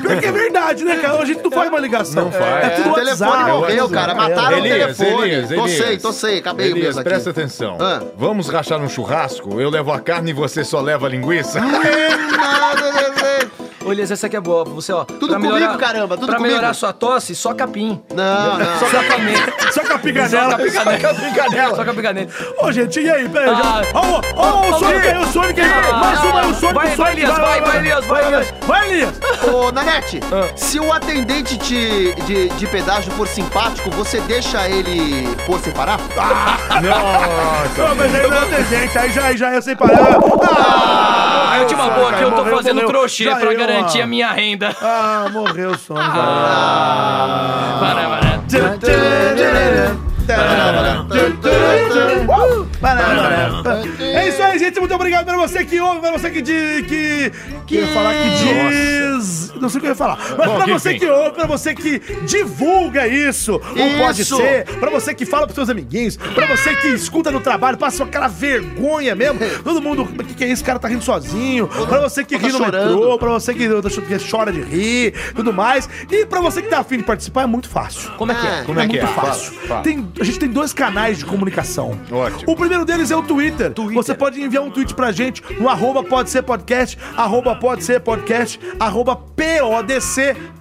[SPEAKER 1] Pior que é verdade, né, cara? A gente não faz uma ligação.
[SPEAKER 5] Não faz.
[SPEAKER 1] É tudo
[SPEAKER 4] o
[SPEAKER 1] WhatsApp. né? É.
[SPEAKER 4] telefone morreu,
[SPEAKER 1] WhatsApp.
[SPEAKER 4] cara. Mataram
[SPEAKER 5] Elias,
[SPEAKER 4] o telefone.
[SPEAKER 5] Elias,
[SPEAKER 4] tô
[SPEAKER 5] Elias.
[SPEAKER 4] sei, tô sei. Acabei
[SPEAKER 5] Elias,
[SPEAKER 4] mesmo aqui.
[SPEAKER 5] presta atenção.
[SPEAKER 4] Ah.
[SPEAKER 5] Vamos rachar um churrasco? Eu levo a carne e você só leva a linguiça?
[SPEAKER 4] Ah, é?
[SPEAKER 2] Ô, Elias, essa aqui é boa. Você, ó. Tudo
[SPEAKER 4] comigo, caramba, tudo
[SPEAKER 2] Pra
[SPEAKER 4] comigo.
[SPEAKER 2] melhorar sua tosse, só capim.
[SPEAKER 4] Não, não.
[SPEAKER 2] Só capim.
[SPEAKER 1] Ah. Só com a
[SPEAKER 2] Só com
[SPEAKER 1] picanela.
[SPEAKER 2] a picanela.
[SPEAKER 5] Só com a picanela.
[SPEAKER 2] Só com a picanela.
[SPEAKER 1] Ô, gente, e aí? Pera aí.
[SPEAKER 2] Ah.
[SPEAKER 1] já- Ó, ó, ó, o Sonic aí, o Sonic aí.
[SPEAKER 2] Ah.
[SPEAKER 1] Mais uma, o Sonic,
[SPEAKER 2] Vai,
[SPEAKER 1] o Sonic.
[SPEAKER 2] vai, Elias, vai, vai, Elias, vai,
[SPEAKER 1] Vai, Elias.
[SPEAKER 4] Ô, Nanete,
[SPEAKER 2] Ah.
[SPEAKER 4] se o atendente de, de, de pedágio for simpático, você deixa ele pôr sem parar?
[SPEAKER 5] Nossa!
[SPEAKER 1] Não, mas aí não tem gente, aí já, aí já ia sem parar. Ah,
[SPEAKER 2] Ah, eu tinha uma boa aqui, eu tô
[SPEAKER 1] morreu,
[SPEAKER 2] fazendo
[SPEAKER 1] morreu.
[SPEAKER 2] crochê
[SPEAKER 1] Já
[SPEAKER 2] pra
[SPEAKER 1] eu,
[SPEAKER 2] garantir
[SPEAKER 1] ah.
[SPEAKER 2] a minha renda.
[SPEAKER 1] Ah, morreu o Sonic.
[SPEAKER 2] Para, para.
[SPEAKER 1] É isso aí, gente. Muito obrigado pra você que ouve, pra você que de, que, que eu ia falar que diz. Não sei o que eu ia falar. Mas
[SPEAKER 5] Bom,
[SPEAKER 1] pra
[SPEAKER 5] que
[SPEAKER 1] você
[SPEAKER 5] enfim.
[SPEAKER 1] que ouve, pra você que divulga isso, ou pode
[SPEAKER 4] Isso.
[SPEAKER 1] ser, pra você que fala pros seus amiguinhos, pra você que escuta no trabalho, passa aquela vergonha mesmo. Todo mundo, o que, que é isso? O cara tá rindo sozinho. Pra você que
[SPEAKER 4] ou tá
[SPEAKER 1] ri no
[SPEAKER 4] chorando.
[SPEAKER 1] metrô, pra você que, que chora de rir, tudo mais. E pra você que tá afim de participar, é muito fácil.
[SPEAKER 2] Como é que
[SPEAKER 4] Ah,
[SPEAKER 2] é?
[SPEAKER 5] Como é que é?
[SPEAKER 1] Muito fácil.
[SPEAKER 5] Fala, fala.
[SPEAKER 1] Tem- a gente tem dois canais de comunicação.
[SPEAKER 5] Ótimo.
[SPEAKER 1] O primeiro deles é o Twitter.
[SPEAKER 2] Twitter.
[SPEAKER 1] Você pode enviar um tweet pra gente no arroba pode ser podcast, arroba pode ser podcast, arroba PODC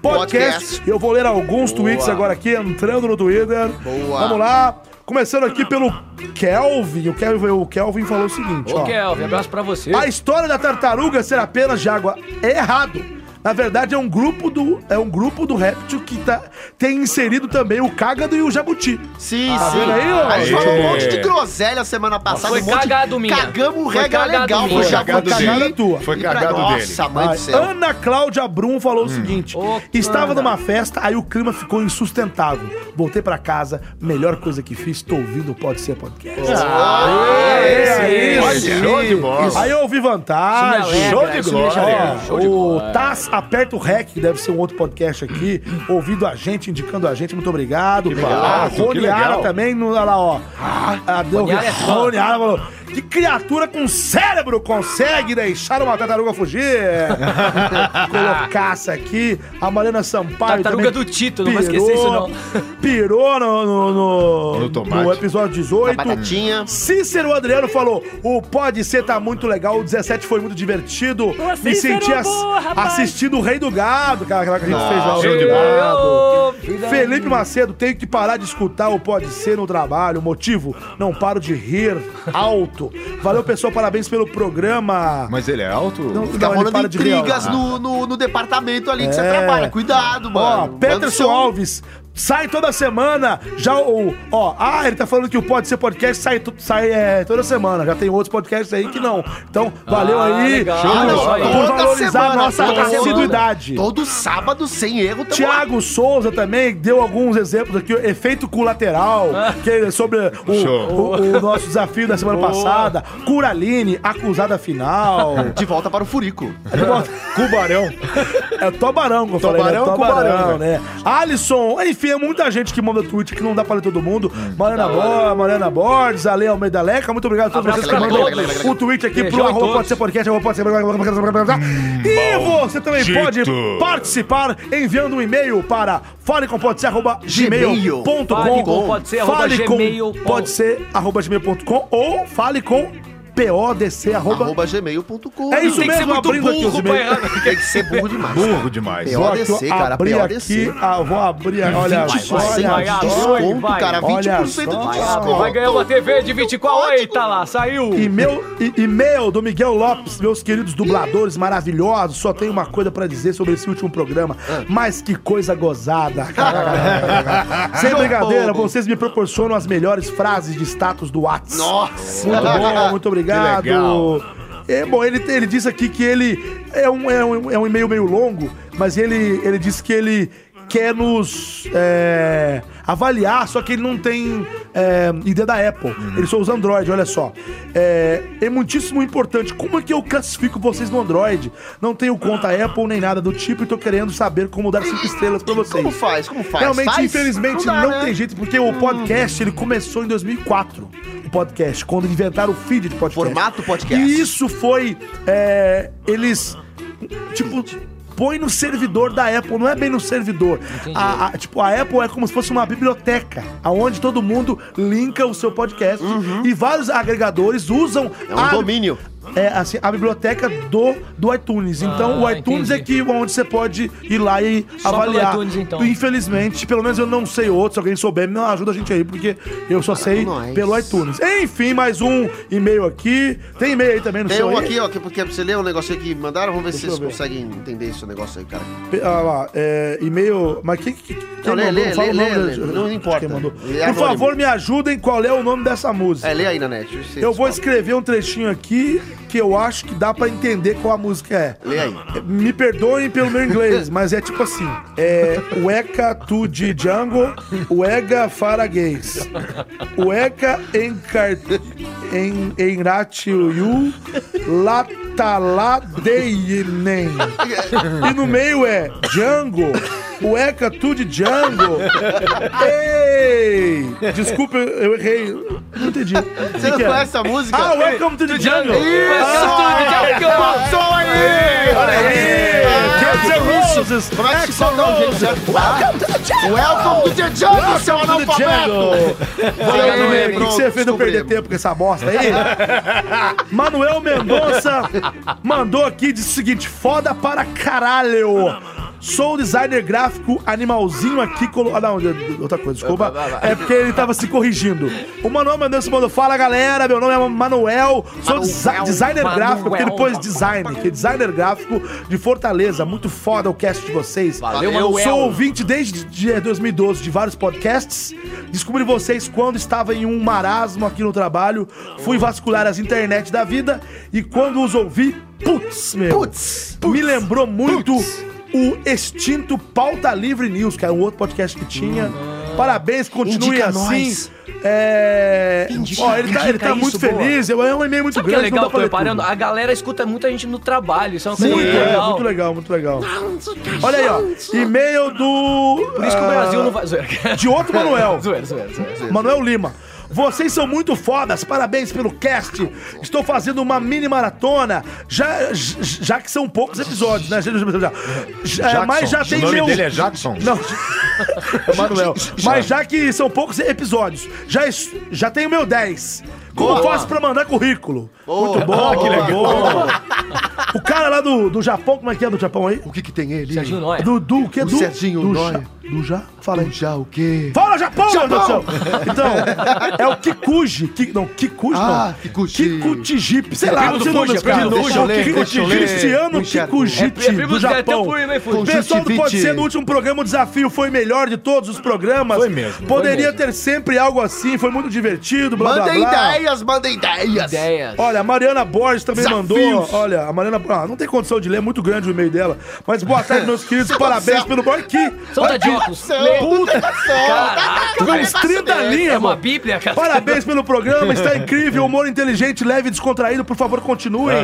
[SPEAKER 1] Podcast.
[SPEAKER 4] Podcast.
[SPEAKER 1] Eu vou ler alguns tweets agora aqui, entrando no Twitter.
[SPEAKER 4] Boa.
[SPEAKER 1] Vamos lá. Começando aqui pelo Kelvin. O Kelvin, o Kelvin falou o seguinte,
[SPEAKER 2] Ô,
[SPEAKER 1] ó.
[SPEAKER 2] Kelvin, abraço pra você.
[SPEAKER 1] A história da tartaruga ser apenas de água é errado. Na verdade, é um grupo do é um grupo do réptil que tá, tem inserido também o cágado e o jabuti.
[SPEAKER 4] Sim,
[SPEAKER 1] Tá
[SPEAKER 4] sim.
[SPEAKER 1] vendo aí, ó?
[SPEAKER 4] a gente falou um
[SPEAKER 5] Aê.
[SPEAKER 4] monte de groselha semana passada.
[SPEAKER 2] foi
[SPEAKER 4] um monte de-
[SPEAKER 2] cagado minha.
[SPEAKER 4] Cagamos
[SPEAKER 2] Foi
[SPEAKER 4] regra
[SPEAKER 2] cagado
[SPEAKER 4] legal
[SPEAKER 2] minha.
[SPEAKER 4] pro
[SPEAKER 5] Foi
[SPEAKER 4] Jabuti.
[SPEAKER 5] cagado
[SPEAKER 1] cagada
[SPEAKER 5] dele.
[SPEAKER 1] tua.
[SPEAKER 5] Foi
[SPEAKER 4] E pra-
[SPEAKER 5] cagado dele.
[SPEAKER 4] Nossa, mãe do céu.
[SPEAKER 1] Ana Cláudia Brum
[SPEAKER 5] Hum.
[SPEAKER 1] falou o seguinte:
[SPEAKER 2] Ô,
[SPEAKER 1] estava
[SPEAKER 2] Ana.
[SPEAKER 1] numa festa, aí o clima ficou insustentável. Voltei pra casa, melhor coisa que fiz, tô ouvindo o Pode Ser Podcast.
[SPEAKER 2] Esse,
[SPEAKER 5] Olha,
[SPEAKER 2] esse.
[SPEAKER 5] Show de bola.
[SPEAKER 1] Aí eu ouvi
[SPEAKER 2] Isso me
[SPEAKER 1] vantagem.
[SPEAKER 2] alegra,
[SPEAKER 5] Show de
[SPEAKER 2] isso me deixa
[SPEAKER 5] glória.
[SPEAKER 2] alegre. Show de
[SPEAKER 1] o
[SPEAKER 2] bola.
[SPEAKER 1] Taz Aperta o Rec, que deve ser um outro podcast aqui, ouvindo a gente, indicando a gente, muito obrigado. a
[SPEAKER 5] barato, que
[SPEAKER 1] Roniara
[SPEAKER 5] legal.
[SPEAKER 1] também, no, olha lá, ó. A deu-
[SPEAKER 2] Roniara é fã.
[SPEAKER 1] Roniara falou. Que criatura com cérebro consegue deixar uma tartaruga fugir? Colocasse aqui. A Mariana Sampaio.
[SPEAKER 2] Tartaruga
[SPEAKER 1] também
[SPEAKER 2] do Tito, não vou esquecer isso, não.
[SPEAKER 1] Pirou no, no, no-
[SPEAKER 5] No tomate.
[SPEAKER 1] no episódio
[SPEAKER 4] A
[SPEAKER 1] 18.
[SPEAKER 4] batatinha.
[SPEAKER 1] Cícero Adriano falou: o Pode Ser tá muito legal, o 17 foi muito divertido.
[SPEAKER 8] Ô,
[SPEAKER 1] Me
[SPEAKER 8] Cícero,
[SPEAKER 1] senti ass-
[SPEAKER 8] boa, rapaz.
[SPEAKER 1] assistindo o Rei do Gado, aquela aquela que a gente fez lá, o
[SPEAKER 5] show
[SPEAKER 1] Rei do
[SPEAKER 5] de
[SPEAKER 1] Gado.
[SPEAKER 2] Ô, vida.
[SPEAKER 1] Felipe Macedo, tenho que parar de escutar o Pode Ser no trabalho. Motivo? Não paro de rir alto. Valeu, pessoal, parabéns pelo programa.
[SPEAKER 5] Mas ele é alto?
[SPEAKER 4] Fica
[SPEAKER 1] ele
[SPEAKER 4] rolando
[SPEAKER 1] para de rir
[SPEAKER 4] intrigas
[SPEAKER 1] alto.
[SPEAKER 4] no, no, no departamento ali que você
[SPEAKER 1] É.
[SPEAKER 4] trabalha. Cuidado,
[SPEAKER 1] Ó,
[SPEAKER 4] mano.
[SPEAKER 1] Peterson
[SPEAKER 4] Manda um-
[SPEAKER 1] Alves. Sai toda semana, já o. Ó, ah, ele tá falando que o Pode Ser Podcast sai, to- sai é, toda semana. Já tem outros podcasts aí que não. Então, valeu
[SPEAKER 2] Ah,
[SPEAKER 1] aí.
[SPEAKER 2] legal.
[SPEAKER 1] por
[SPEAKER 4] Ah, não,
[SPEAKER 2] Show de bola.
[SPEAKER 1] por
[SPEAKER 4] toda
[SPEAKER 1] valorizar
[SPEAKER 4] semana,
[SPEAKER 1] a nossa
[SPEAKER 4] toda semana.
[SPEAKER 1] assiduidade.
[SPEAKER 4] Todo sábado, sem erro, tamo lá.
[SPEAKER 1] Tiago Souza também deu alguns exemplos aqui, efeito colateral, que é sobre o,
[SPEAKER 5] Show.
[SPEAKER 1] o- o nosso desafio da semana passada. Curaline, acusada final.
[SPEAKER 4] De volta para o Furico.
[SPEAKER 5] Cubarão.
[SPEAKER 1] É Tobarão que eu falei, né?
[SPEAKER 5] Tobarão,
[SPEAKER 1] Tobarão,
[SPEAKER 5] Cubarão,
[SPEAKER 1] né? Alisson, enfim, é muita gente que manda tweet que não dá pra ler todo mundo. Mariana, Bo Mariana Borges, Ale Almeida Leca, muito obrigado a todos
[SPEAKER 2] Abraço
[SPEAKER 1] vocês que
[SPEAKER 2] pra
[SPEAKER 1] mandam
[SPEAKER 2] todos.
[SPEAKER 1] o tweet aqui
[SPEAKER 2] Beijão
[SPEAKER 1] pro
[SPEAKER 2] em
[SPEAKER 1] arroba
[SPEAKER 2] todos.
[SPEAKER 1] pode ser podcast, arroba pode ser... E você também
[SPEAKER 5] Hum, dito.
[SPEAKER 1] pode participar enviando um e-mail para falecompodser@gmail.com
[SPEAKER 2] Falecompodeser@gmail.com.
[SPEAKER 1] falecompodser@gmail.com ou fale com podc arroba-
[SPEAKER 4] Arroba gmail.com.
[SPEAKER 1] É isso
[SPEAKER 2] Tem que ser
[SPEAKER 1] mesmo,
[SPEAKER 2] muito
[SPEAKER 1] abrindo aqui os
[SPEAKER 2] burro pra
[SPEAKER 1] e-mails.
[SPEAKER 2] errar.
[SPEAKER 4] Tem que ser burro demais.
[SPEAKER 5] Burro demais.
[SPEAKER 4] Pior.
[SPEAKER 1] Vou
[SPEAKER 4] PODC,
[SPEAKER 1] aqui,
[SPEAKER 4] cara,
[SPEAKER 1] abrir
[SPEAKER 4] PODC.
[SPEAKER 1] aqui, ah, vou abrir, olha,
[SPEAKER 4] Vai,
[SPEAKER 1] só,
[SPEAKER 4] vai,
[SPEAKER 1] olha
[SPEAKER 4] vai,
[SPEAKER 1] só.
[SPEAKER 4] desconto,
[SPEAKER 2] vai,
[SPEAKER 4] cara.
[SPEAKER 1] vai.
[SPEAKER 4] 20% de
[SPEAKER 1] Olha só,
[SPEAKER 4] desconto.
[SPEAKER 2] Vai ganhar uma TV de 24. Eita lá, saiu.
[SPEAKER 1] E meu e- e-mail do Miguel Lopes, meus queridos dubladores maravilhosos, só tenho uma coisa pra dizer sobre esse último programa,
[SPEAKER 4] Ah.
[SPEAKER 1] mas que coisa gozada. Sem brincadeira, vocês me proporcionam as melhores frases de status do Whats.
[SPEAKER 4] Nossa.
[SPEAKER 1] Muito bom, muito
[SPEAKER 5] Que legal.
[SPEAKER 1] obrigado. É bom, ele, ele diz aqui que ele é um, é um, é um e-mail meio longo, mas ele, ele diz que ele quer nos é, avaliar, só que ele não tem é, ID da Apple.
[SPEAKER 4] Uhum.
[SPEAKER 1] Ele só usa Android, olha só. É, é muitíssimo importante. Como é que eu classifico vocês no Android? Não tenho conta Apple nem nada do tipo e tô querendo saber como dar cinco estrelas pra vocês.
[SPEAKER 4] Como faz? Como faz?
[SPEAKER 1] Realmente,
[SPEAKER 4] Faz?
[SPEAKER 1] infelizmente, não,
[SPEAKER 4] dá, né?
[SPEAKER 1] tem jeito, porque o podcast ele começou em 2004. O podcast, quando inventaram o feed de podcast.
[SPEAKER 4] Formato podcast.
[SPEAKER 1] E isso foi. é, eles. Tipo. Põe no servidor da Apple, não é bem no servidor. A, a- tipo, a Apple é como se fosse uma biblioteca, aonde todo mundo linka o seu podcast. E vários agregadores usam
[SPEAKER 4] Uhum. É um domínio.
[SPEAKER 1] é assim, a biblioteca do, do iTunes. Então, o iTunes
[SPEAKER 2] Ah, entendi.
[SPEAKER 1] é que onde você pode ir lá e
[SPEAKER 2] Só pelo
[SPEAKER 1] avaliar.
[SPEAKER 2] iTunes, então.
[SPEAKER 1] Infelizmente, pelo menos eu não sei outro. Se alguém souber, não ajuda a gente aí, porque eu só sei
[SPEAKER 4] nós.
[SPEAKER 1] pelo iTunes. Enfim, mais um e-mail aqui. Tem e-mail aí também no
[SPEAKER 4] Tem
[SPEAKER 1] seu
[SPEAKER 4] um
[SPEAKER 1] aí?
[SPEAKER 4] aqui, ó, que porque você lê um negócio aqui que mandaram. Vamos ver se
[SPEAKER 1] eu
[SPEAKER 4] vocês
[SPEAKER 1] ver.
[SPEAKER 4] conseguem entender esse negócio aí, cara.
[SPEAKER 1] Pe- ah lá, é, e-mail. Mas quem que.
[SPEAKER 4] Não, lê, lê, lê, lê, lê, não importa. É
[SPEAKER 1] Por
[SPEAKER 4] anônimo.
[SPEAKER 1] favor, me ajudem qual é o nome dessa música.
[SPEAKER 4] É, lê aí na net.
[SPEAKER 1] Eu vou escrever um trechinho aqui que eu acho que dá pra entender qual a música é.
[SPEAKER 4] Lê aí.
[SPEAKER 1] Me perdoem pelo meu inglês, mas é tipo assim: é Weka to de Django, Wega Faragays, Weka encar, en, enratio you, Lataladeinen. E no meio é Django, Weka to de Django. Ei! Desculpa, eu errei. Não entendi.
[SPEAKER 4] Você não conhece essa música?
[SPEAKER 1] Ah, Welcome to the Jungle.
[SPEAKER 4] Ah, Isso! Som aí! Olha
[SPEAKER 1] Kids and Roses.
[SPEAKER 4] Como é que se solta o jeito certo? Welcome to the jungle! Welcome to the jungle, seu analfabeto!
[SPEAKER 1] Valeu,
[SPEAKER 4] Aí,
[SPEAKER 1] Meme. O que
[SPEAKER 4] pronto,
[SPEAKER 1] você fez não perder
[SPEAKER 4] descobrimos.
[SPEAKER 1] tempo com essa bosta aí? Manuel Mendonça mandou aqui disse o seguinte: foda para caralho. Sou um designer gráfico, animalzinho aqui colo... Ah, não, outra coisa, desculpa. É porque ele tava se corrigindo. O Manuel Mendonça mandou: fala galera, meu nome é Manuel, sou desi- designer
[SPEAKER 9] Manuel.
[SPEAKER 1] gráfico, porque ele pôs design, que é designer gráfico de Fortaleza. Muito foda o cast de vocês.
[SPEAKER 9] Valeu,
[SPEAKER 1] Sou
[SPEAKER 9] Manuel.
[SPEAKER 1] ouvinte desde de- eh, 2012 de vários podcasts. Descobri vocês quando estava em um marasmo aqui no trabalho. Fui vascular as internet da vida e quando os ouvi, putz, meu.
[SPEAKER 4] Putz.
[SPEAKER 1] Me lembrou muito o extinto Pauta Livre News, que era um outro podcast que tinha. Parabéns, continue
[SPEAKER 4] Indica
[SPEAKER 1] assim.
[SPEAKER 4] nós.
[SPEAKER 1] É.
[SPEAKER 9] Indica-
[SPEAKER 1] Ó, ele tá, ele tá
[SPEAKER 2] indica
[SPEAKER 1] muito
[SPEAKER 2] isso, boa.
[SPEAKER 1] feliz. Eu é um e-mail muito
[SPEAKER 2] Sabe o que é
[SPEAKER 1] grande. não
[SPEAKER 2] legal
[SPEAKER 1] dá
[SPEAKER 2] que
[SPEAKER 1] pra
[SPEAKER 2] eu
[SPEAKER 1] ler
[SPEAKER 2] reparando?
[SPEAKER 1] tudo.
[SPEAKER 2] A galera escuta muita gente no trabalho, isso é uma coisa
[SPEAKER 1] Muito,
[SPEAKER 2] muito
[SPEAKER 1] é,
[SPEAKER 2] legal.
[SPEAKER 1] muito legal, muito legal. Olha aí, ó. E-mail do.
[SPEAKER 2] Por isso que o Brasil não vai... Zoeira,
[SPEAKER 1] De outro Manuel.
[SPEAKER 2] zoeira, zoeira. zoeira.
[SPEAKER 1] Manuel Lima. Vocês são muito fodas, parabéns pelo cast. Estou fazendo uma mini maratona, já, j- já que são poucos episódios, né? Já, já- já- já-
[SPEAKER 5] Jackson.
[SPEAKER 1] mas já
[SPEAKER 5] O
[SPEAKER 1] tem
[SPEAKER 5] nome
[SPEAKER 1] meu-
[SPEAKER 5] dele é Jackson.
[SPEAKER 1] Não. É Manuel. Mas já que são poucos episódios, já, es- já tenho meu 10. Como faço pra mandar currículo? Muito bom,
[SPEAKER 5] Ah,
[SPEAKER 1] que legal. O cara lá do, do Japão, como é que é do Japão aí?
[SPEAKER 4] O que que tem ele?
[SPEAKER 2] Serginho Noia.
[SPEAKER 5] É.
[SPEAKER 1] Do, do, o que?
[SPEAKER 4] O
[SPEAKER 1] do,
[SPEAKER 4] Serginho
[SPEAKER 1] do,
[SPEAKER 4] Noia.
[SPEAKER 1] Ja- do já? Fala aí.
[SPEAKER 4] Já o quê?
[SPEAKER 1] Fala, Japão, meu
[SPEAKER 4] Japão!
[SPEAKER 1] Deus do céu! Então, é o Kikuji. Ki, não, Kikuji
[SPEAKER 4] Ah,
[SPEAKER 1] não.
[SPEAKER 4] Kikuji.
[SPEAKER 1] Kikujip, sei lá,
[SPEAKER 2] Primo
[SPEAKER 1] não
[SPEAKER 2] do
[SPEAKER 1] sei o nome
[SPEAKER 2] Fuji,
[SPEAKER 1] desse
[SPEAKER 2] primo
[SPEAKER 1] cara.
[SPEAKER 2] do Fuji.
[SPEAKER 1] É o
[SPEAKER 4] Deixa eu ler, deixa eu
[SPEAKER 1] Kikuji,
[SPEAKER 4] ler.
[SPEAKER 1] Cristiano
[SPEAKER 4] Não enxergo.
[SPEAKER 1] Kikuji
[SPEAKER 2] É primo
[SPEAKER 1] do
[SPEAKER 2] do
[SPEAKER 1] Japão.
[SPEAKER 2] Gatão Fuji, hein, Fuji?
[SPEAKER 1] Pessoal do
[SPEAKER 4] Kikuji.
[SPEAKER 1] Pode Ser, no último programa o desafio foi melhor de todos os programas.
[SPEAKER 5] Foi mesmo,
[SPEAKER 1] Poderia ter sempre algo assim, foi muito divertido, blá, blá,
[SPEAKER 4] Mandem
[SPEAKER 1] blá.
[SPEAKER 4] ideias, mandem ideias!
[SPEAKER 2] Ideias.
[SPEAKER 1] Olha, a Mariana Borges também
[SPEAKER 4] Desafios.
[SPEAKER 1] mandou. Olha, a Mariana. Ah, não tem condição de ler, é muito grande o e-mail dela. Mas boa tarde, meus queridos. parabéns pelo bom aqui.
[SPEAKER 2] Solta de óculos.
[SPEAKER 4] Puta
[SPEAKER 8] Tá,
[SPEAKER 4] tá,
[SPEAKER 2] Caraca,
[SPEAKER 1] Uns
[SPEAKER 2] velho.
[SPEAKER 1] 30 linhas,
[SPEAKER 2] É uma
[SPEAKER 1] mano.
[SPEAKER 2] bíblia, cara.
[SPEAKER 1] Parabéns pelo programa, está incrível, humor inteligente, leve e descontraído, por favor, continuem.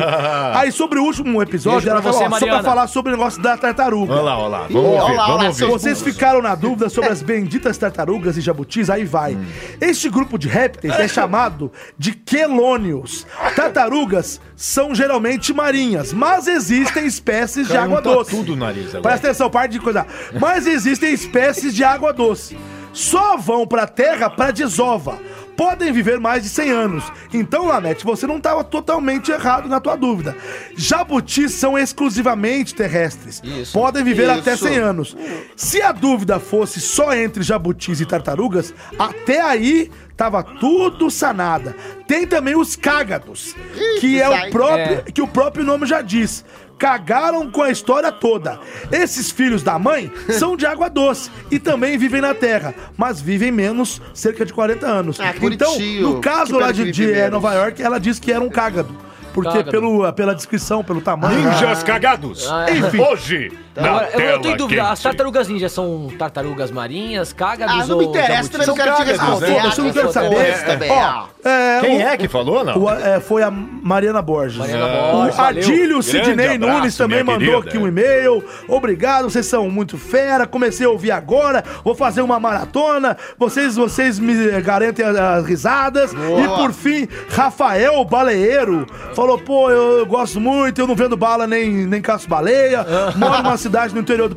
[SPEAKER 1] Aí, sobre o último episódio,
[SPEAKER 2] Beijo
[SPEAKER 1] ela
[SPEAKER 2] pra
[SPEAKER 1] falou,
[SPEAKER 2] você,
[SPEAKER 1] ó, só pra
[SPEAKER 2] Mariana.
[SPEAKER 1] falar sobre o negócio da tartaruga.
[SPEAKER 5] Olha lá, olha lá. Vamos ouvir,
[SPEAKER 4] Olha lá, olha lá,
[SPEAKER 5] vamos ouvir.
[SPEAKER 4] seus-
[SPEAKER 1] Vocês ficaram na dúvida sobre as benditas tartarugas e jabutis? Aí vai. Este grupo de répteis é chamado de quelônios. Tartarugas são geralmente marinhas, mas existem espécies de água
[SPEAKER 5] Tá
[SPEAKER 1] doce.
[SPEAKER 5] tudo no nariz agora.
[SPEAKER 1] Presta atenção, parte de coisa. Mas existem espécies de água doce. Só vão pra terra pra desova. Podem viver mais de 100 anos. Então, Lanete, você não estava totalmente errado na tua dúvida. Jabutis são exclusivamente terrestres. Podem viver
[SPEAKER 4] Isso.
[SPEAKER 1] até 100 anos. Se a dúvida fosse só entre jabutis e tartarugas, até aí tava tudo sanada. Tem também os cágados, que é
[SPEAKER 4] isso
[SPEAKER 1] o
[SPEAKER 4] aí.
[SPEAKER 1] próprio, que o próprio nome já diz. Cagaram com a história toda. Esses filhos da mãe são de água doce e também vivem na terra, mas vivem menos, cerca de 40 anos.
[SPEAKER 4] Ah,
[SPEAKER 1] então,
[SPEAKER 4] bonitinho.
[SPEAKER 1] no caso
[SPEAKER 4] Que
[SPEAKER 1] lá
[SPEAKER 4] pena que
[SPEAKER 1] de, de
[SPEAKER 4] vive
[SPEAKER 1] eh,
[SPEAKER 4] menos.
[SPEAKER 1] Nova York, ela disse que era um cágado. Porque
[SPEAKER 2] Cágado.
[SPEAKER 1] pelo, pela descrição, pelo tamanho.
[SPEAKER 5] Ninjas cagados. Enfim. Hoje, na
[SPEAKER 2] Agora, eu não tô
[SPEAKER 5] tela
[SPEAKER 2] em dúvida, Tá
[SPEAKER 5] quente.
[SPEAKER 2] as tartarugas ninjas são tartarugas marinhas,
[SPEAKER 4] Ah,
[SPEAKER 2] cágados
[SPEAKER 4] não
[SPEAKER 2] ou
[SPEAKER 4] me interessa, também não
[SPEAKER 2] jabutis?
[SPEAKER 4] quero te
[SPEAKER 5] caras,
[SPEAKER 4] responder.
[SPEAKER 5] né?
[SPEAKER 1] Foda-se, eu não quero
[SPEAKER 4] Ah,
[SPEAKER 1] saber.
[SPEAKER 4] também, ah.
[SPEAKER 1] Ó, é,
[SPEAKER 5] Quem
[SPEAKER 1] o-
[SPEAKER 5] é que falou, não? É.
[SPEAKER 1] o- é, foi a Mariana Borges.
[SPEAKER 2] Mariana Borges,
[SPEAKER 1] O
[SPEAKER 2] valeu.
[SPEAKER 1] Adílio
[SPEAKER 5] Grande
[SPEAKER 1] Sidney
[SPEAKER 5] abraço,
[SPEAKER 1] Nunes também
[SPEAKER 5] minha
[SPEAKER 1] mandou
[SPEAKER 5] querida.
[SPEAKER 1] aqui um e-mail. Obrigado, vocês são muito fera. Comecei a ouvir agora, vou fazer uma maratona. Vocês, vocês me garantem as, as risadas. E por fim, Rafael Baleeiro falou: pô, eu, eu gosto muito, eu não vendo bala nem, nem caço baleia. Moro numa cidade no interior do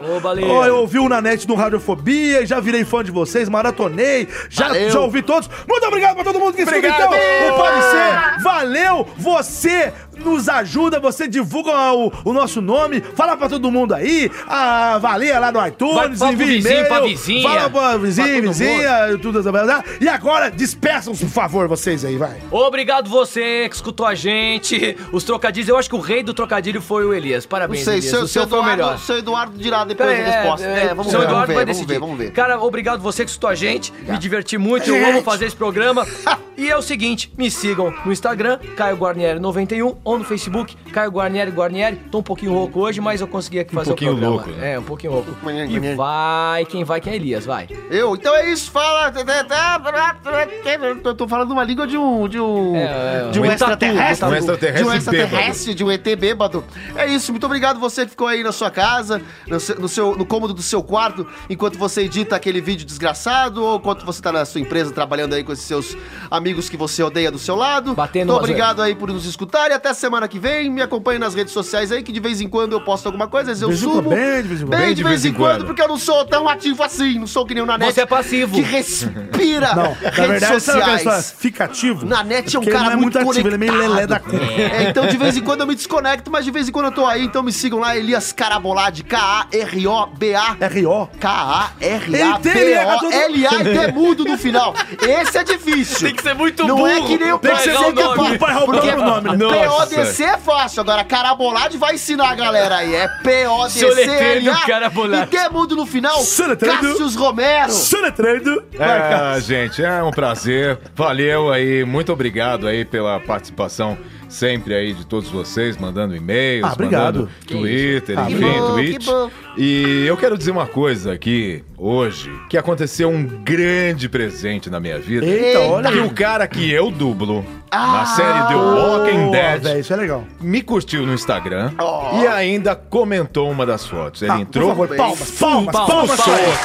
[SPEAKER 2] Ah. Ô, Baleeiro.
[SPEAKER 1] Ó, eu ouvi o Nanete do Radiofobia e já virei fã de vocês, maratonei, já,
[SPEAKER 4] Valeu.
[SPEAKER 1] já ouvi todos. Muito obrigado pra todo mundo que escuta,
[SPEAKER 5] Obrigado.
[SPEAKER 1] então. O Pode Ser, valeu, você nos ajuda, você divulga o, o nosso nome, fala pra todo mundo aí, a Valia lá no iTunes,
[SPEAKER 2] Vai- fala pro
[SPEAKER 1] envia
[SPEAKER 2] vizinho,
[SPEAKER 1] e-mail,
[SPEAKER 2] pra vizinha.
[SPEAKER 1] fala pra vizinha,
[SPEAKER 2] Pra todo
[SPEAKER 1] vizinha, tudo essa blá. E agora, despeçam-se, por favor, vocês aí, vai.
[SPEAKER 2] Obrigado você que escutou a gente. Os trocadilhos, eu acho que o rei do trocadilho foi o Elias.
[SPEAKER 4] Não
[SPEAKER 2] Parabéns,
[SPEAKER 4] sei,
[SPEAKER 2] Elias.
[SPEAKER 4] seu,
[SPEAKER 2] o seu
[SPEAKER 4] seu
[SPEAKER 2] foi o melhor.
[SPEAKER 4] Eduardo, seu Eduardo dirá depois
[SPEAKER 2] Peraí,
[SPEAKER 4] a resposta.
[SPEAKER 2] é, é,
[SPEAKER 4] vamos,
[SPEAKER 2] seu
[SPEAKER 4] ver,
[SPEAKER 2] Eduardo vai
[SPEAKER 4] vamos
[SPEAKER 2] decidir.
[SPEAKER 4] ver, vamos ver, vamos ver.
[SPEAKER 2] Cara, obrigado você que escutou a gente. Me diverti muito, eu amo fazer esse programa. E é o seguinte, me sigam no Instagram, Caio Guarnieri91, ou no Facebook, Caio Guarnieri Guarnieri. Tô um pouquinho rouco hoje, mas eu consegui aqui fazer
[SPEAKER 5] pouquinho
[SPEAKER 2] o programa.
[SPEAKER 5] louco, né?
[SPEAKER 2] É, um pouquinho rouco.
[SPEAKER 4] Guarnieri,
[SPEAKER 2] E
[SPEAKER 4] Guarnieri.
[SPEAKER 2] vai, quem vai, quem é Elias, vai.
[SPEAKER 4] Eu, então é isso, fala. Eu tô falando uma língua de um. de um.
[SPEAKER 2] É, é,
[SPEAKER 4] de um,
[SPEAKER 2] um tatu,
[SPEAKER 4] extraterrestre.
[SPEAKER 5] um extraterrestre
[SPEAKER 4] De um extraterrestre,
[SPEAKER 5] bêbado.
[SPEAKER 4] de um ET bêbado. É isso, muito obrigado você que ficou aí na sua casa, no, seu, no, seu- no cômodo do seu quarto, enquanto você edita aquele vídeo desgraçado, ou enquanto você tá na sua empresa trabalhando aí com esses seus amigos que você odeia do seu lado.
[SPEAKER 2] Batendo
[SPEAKER 4] Muito
[SPEAKER 2] umas
[SPEAKER 4] obrigado aí por nos escutar e até semana que vem. Me acompanhe nas redes sociais aí, que de vez em quando eu posto alguma coisa, às vezes eu
[SPEAKER 1] De vez em
[SPEAKER 4] subo.
[SPEAKER 1] quando, bem de vez em quando.
[SPEAKER 4] Bem de vez em quando, porque eu não sou tão ativo assim, não sou que nem o Nanete.
[SPEAKER 2] Você é passivo.
[SPEAKER 4] Que respira
[SPEAKER 1] Não, na
[SPEAKER 4] redes
[SPEAKER 1] verdade, sabe é aquela história?
[SPEAKER 4] sociais.
[SPEAKER 1] Fica ativo.
[SPEAKER 4] Na net é um
[SPEAKER 1] Porque ele
[SPEAKER 4] cara
[SPEAKER 1] não é
[SPEAKER 4] muito
[SPEAKER 1] muito ativo, ele é meio
[SPEAKER 4] conectado.
[SPEAKER 1] lelé da cor.
[SPEAKER 4] É, então de vez em quando eu me desconecto, mas de vez em quando eu tô aí, então me sigam lá, Elias Carabolade, K-A-R-O-B-A.
[SPEAKER 1] R.O.
[SPEAKER 4] K-A-R-A-B-O-L-A-D é mudo no final. Esse é difícil.
[SPEAKER 2] Tem que ser muito
[SPEAKER 4] Não
[SPEAKER 2] burro.
[SPEAKER 4] é que nem o
[SPEAKER 2] Tem que ser muito
[SPEAKER 4] Capaz,
[SPEAKER 2] burro
[SPEAKER 1] pra roubar
[SPEAKER 4] porque
[SPEAKER 1] o nome, né?
[SPEAKER 4] PODC é fácil. Agora, Carabolade vai ensinar a galera aí. É PODC,
[SPEAKER 2] Soletrando
[SPEAKER 4] LA,
[SPEAKER 2] Carabolade.
[SPEAKER 4] E tem mudo no final,
[SPEAKER 1] Soletrando.
[SPEAKER 4] Cássius Romero.
[SPEAKER 1] Soletrando.
[SPEAKER 5] É, gente, é um prazer. Valeu aí, muito obrigado aí pela participação sempre aí de todos vocês, mandando e-mails,
[SPEAKER 1] Ah, obrigado.
[SPEAKER 5] mandando Twitter,
[SPEAKER 1] Ah,
[SPEAKER 5] enfim,
[SPEAKER 1] obrigado.
[SPEAKER 4] Que bom,
[SPEAKER 5] tweet.
[SPEAKER 4] que bom.
[SPEAKER 5] E eu quero dizer uma coisa aqui hoje, que aconteceu um grande presente na minha vida.
[SPEAKER 1] Eita, olha.
[SPEAKER 5] Que o cara que eu dublo na
[SPEAKER 4] Ah.
[SPEAKER 5] série The Walking
[SPEAKER 1] Boa,
[SPEAKER 5] Dead
[SPEAKER 1] velho, isso é legal.
[SPEAKER 5] me curtiu no Instagram e ainda comentou uma das fotos. Ele
[SPEAKER 1] Ah,
[SPEAKER 5] entrou.
[SPEAKER 1] Por favor, palmas,
[SPEAKER 2] palmas,
[SPEAKER 1] palmas, palmas,
[SPEAKER 2] palmas,
[SPEAKER 1] palmas,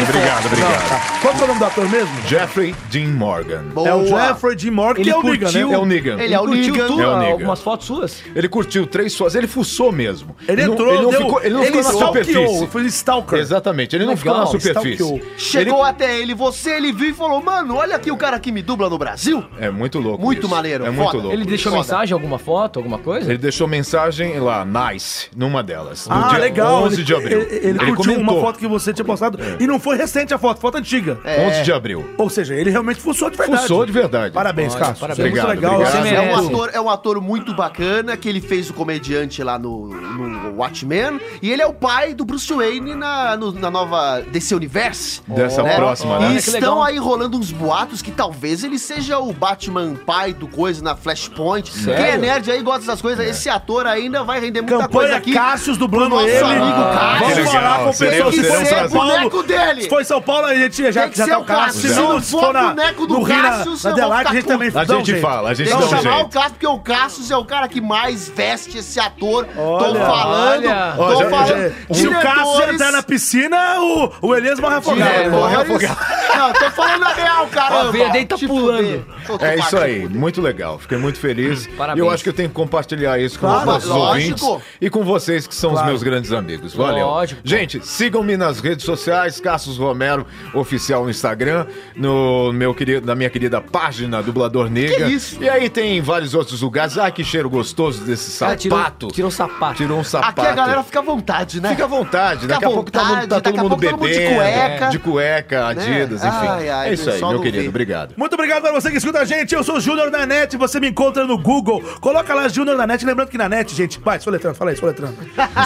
[SPEAKER 5] Obrigado, obrigado,
[SPEAKER 1] Não,
[SPEAKER 5] obrigado.
[SPEAKER 1] tá. Qual que é o nome do ator mesmo?
[SPEAKER 5] Jeffrey Dean Morgan.
[SPEAKER 1] É o
[SPEAKER 4] Boa.
[SPEAKER 1] Jeffrey Dean Morgan, que
[SPEAKER 2] Ele
[SPEAKER 1] é o
[SPEAKER 2] curtiu-
[SPEAKER 1] Negan, né?
[SPEAKER 5] É o Negan.
[SPEAKER 4] Ele é o
[SPEAKER 2] Curtiu
[SPEAKER 4] Negan.
[SPEAKER 2] tu
[SPEAKER 5] É o Negan.
[SPEAKER 2] algumas fotos suas?
[SPEAKER 5] Ele curtiu três fotos, ele fuçou mesmo.
[SPEAKER 1] Ele
[SPEAKER 5] não-
[SPEAKER 1] entrou,
[SPEAKER 5] ele não
[SPEAKER 1] deu,
[SPEAKER 5] ficou, ele não
[SPEAKER 1] ele
[SPEAKER 5] ficou na superfície.
[SPEAKER 1] stalkeou, foi stalker.
[SPEAKER 5] Exatamente, ele não ficou na
[SPEAKER 2] Legal,
[SPEAKER 5] superfície.
[SPEAKER 1] stalkeou.
[SPEAKER 4] Chegou até ele, você, ele viu e falou: Mano, olha aqui o cara que me dubla no Brasil.
[SPEAKER 5] É muito louco.
[SPEAKER 4] Muito
[SPEAKER 5] isso.
[SPEAKER 4] maneiro,
[SPEAKER 5] É muito
[SPEAKER 4] foda.
[SPEAKER 5] louco.
[SPEAKER 2] Ele deixou
[SPEAKER 4] Foda.
[SPEAKER 2] mensagem, alguma foto, alguma coisa?
[SPEAKER 5] Ele deixou mensagem lá, nice, numa delas. No
[SPEAKER 1] Ah,
[SPEAKER 5] dia
[SPEAKER 1] legal.
[SPEAKER 5] 11 de abril.
[SPEAKER 1] Ele, ele curtiu
[SPEAKER 5] comentou. É.
[SPEAKER 1] uma foto que você tinha postado. E não foi recente a foto, foto antiga.
[SPEAKER 4] É.
[SPEAKER 5] 11 de abril.
[SPEAKER 1] Ou seja, ele realmente fuçou de É. verdade.
[SPEAKER 5] Fuçou de verdade.
[SPEAKER 1] Parabéns,
[SPEAKER 2] Olha,
[SPEAKER 1] Cássio.
[SPEAKER 2] parabéns.
[SPEAKER 1] Isso é muito
[SPEAKER 5] Obrigado,
[SPEAKER 1] legal.
[SPEAKER 5] obrigado.
[SPEAKER 1] Você
[SPEAKER 4] É um,
[SPEAKER 1] merece.
[SPEAKER 4] ator, é um ator muito bacana que ele fez o comediante lá no, no Watchmen. E ele é o pai do Bruce Wayne na, no- na nova DC Universe.
[SPEAKER 5] Dessa
[SPEAKER 4] né?
[SPEAKER 5] próxima,
[SPEAKER 4] E
[SPEAKER 5] né?
[SPEAKER 2] Isso. Que legal.
[SPEAKER 4] estão aí rolando uns boatos que talvez ele seja o Batman pai do coisa na Flashpoint. Quem é nerd aí gosta dessas coisas. Esse ator ainda vai render muita coisa
[SPEAKER 1] Campanha
[SPEAKER 4] aqui.
[SPEAKER 1] Cássios dublando
[SPEAKER 4] pro nosso
[SPEAKER 1] ele.
[SPEAKER 4] amigo Cássio.
[SPEAKER 1] Vamos
[SPEAKER 5] Que
[SPEAKER 1] falar
[SPEAKER 5] legal,
[SPEAKER 1] com o
[SPEAKER 5] serão-
[SPEAKER 1] pessoal de
[SPEAKER 5] serão
[SPEAKER 1] São
[SPEAKER 5] prazer.
[SPEAKER 4] Boneco
[SPEAKER 1] Paulo.
[SPEAKER 4] dele.
[SPEAKER 1] Se foi São Paulo, a gente já,
[SPEAKER 4] Tem que
[SPEAKER 1] já
[SPEAKER 4] ser
[SPEAKER 1] tá
[SPEAKER 4] o
[SPEAKER 1] o Cássio.
[SPEAKER 4] Cássio.
[SPEAKER 1] Se não
[SPEAKER 4] Se for
[SPEAKER 1] for na,
[SPEAKER 4] boneco do
[SPEAKER 1] no Rio, na,
[SPEAKER 4] Cássio,
[SPEAKER 1] na
[SPEAKER 4] eu vou
[SPEAKER 1] Delight, a
[SPEAKER 4] ficar
[SPEAKER 1] gente também
[SPEAKER 4] puto.
[SPEAKER 5] A
[SPEAKER 1] dá um
[SPEAKER 5] gente
[SPEAKER 1] jeito.
[SPEAKER 5] fala, a gente
[SPEAKER 4] Tem
[SPEAKER 5] dá
[SPEAKER 4] que
[SPEAKER 5] um
[SPEAKER 4] chamar o
[SPEAKER 5] jeito.
[SPEAKER 4] Cassius, porque o Cassius é o cara que mais veste esse ator.
[SPEAKER 1] Olha,
[SPEAKER 4] tô falando,
[SPEAKER 2] olha.
[SPEAKER 4] tô
[SPEAKER 5] Ó, já-
[SPEAKER 4] falando.
[SPEAKER 1] É, Se o Cássio entrar na piscina, o, o Elias morre afogado.
[SPEAKER 4] diretores-
[SPEAKER 1] né?
[SPEAKER 4] Não, tô falando a real, caramba.
[SPEAKER 2] Ó, a Verde aí tá
[SPEAKER 4] Te
[SPEAKER 2] pulando.
[SPEAKER 4] fuder. Tô- tô
[SPEAKER 5] É isso
[SPEAKER 4] partindo.
[SPEAKER 5] aí, muito legal. Fiquei muito feliz. E
[SPEAKER 2] Parabéns.
[SPEAKER 5] eu acho que eu tenho que compartilhar isso com os
[SPEAKER 1] Claro,
[SPEAKER 5] nossos
[SPEAKER 4] lógico.
[SPEAKER 5] ouvintes e com vocês que são os meus grandes amigos. Valeu.
[SPEAKER 2] Lógico, pô.
[SPEAKER 5] Gente, sigam-me nas redes sociais, Cassius Romero oficial no Instagram, no meu querido, na minha querida página Dublador Negra.
[SPEAKER 4] Que isso?
[SPEAKER 5] E aí tem vários outros lugares. Ai, que cheiro gostoso desse
[SPEAKER 2] Ah, tirou-
[SPEAKER 5] sapato.
[SPEAKER 2] Tirou um sapato.
[SPEAKER 5] Tirou um sapato.
[SPEAKER 4] Aqui a galera fica à vontade, né?
[SPEAKER 5] Fica à vontade, daqui a pouco tá,
[SPEAKER 4] vontade,
[SPEAKER 5] mundo- tá
[SPEAKER 4] daqui
[SPEAKER 5] todo
[SPEAKER 4] a
[SPEAKER 5] mundo
[SPEAKER 4] pouco todo
[SPEAKER 5] bebendo.
[SPEAKER 4] mundo de cueca.
[SPEAKER 5] é, de cueca, Adidas,
[SPEAKER 4] Né?
[SPEAKER 5] enfim.
[SPEAKER 4] Ai, ai,
[SPEAKER 5] é isso aí,
[SPEAKER 4] só
[SPEAKER 5] meu
[SPEAKER 4] não
[SPEAKER 5] querido.
[SPEAKER 4] vê.
[SPEAKER 5] Obrigado.
[SPEAKER 1] Muito obrigado para você que escuta a gente. Eu sou o Júnior da NET. Você me encontra no Google. Coloca lá Júnior da NET. Lembrando que na NET, gente. Vai, soletrando. Fala aí, soletrando.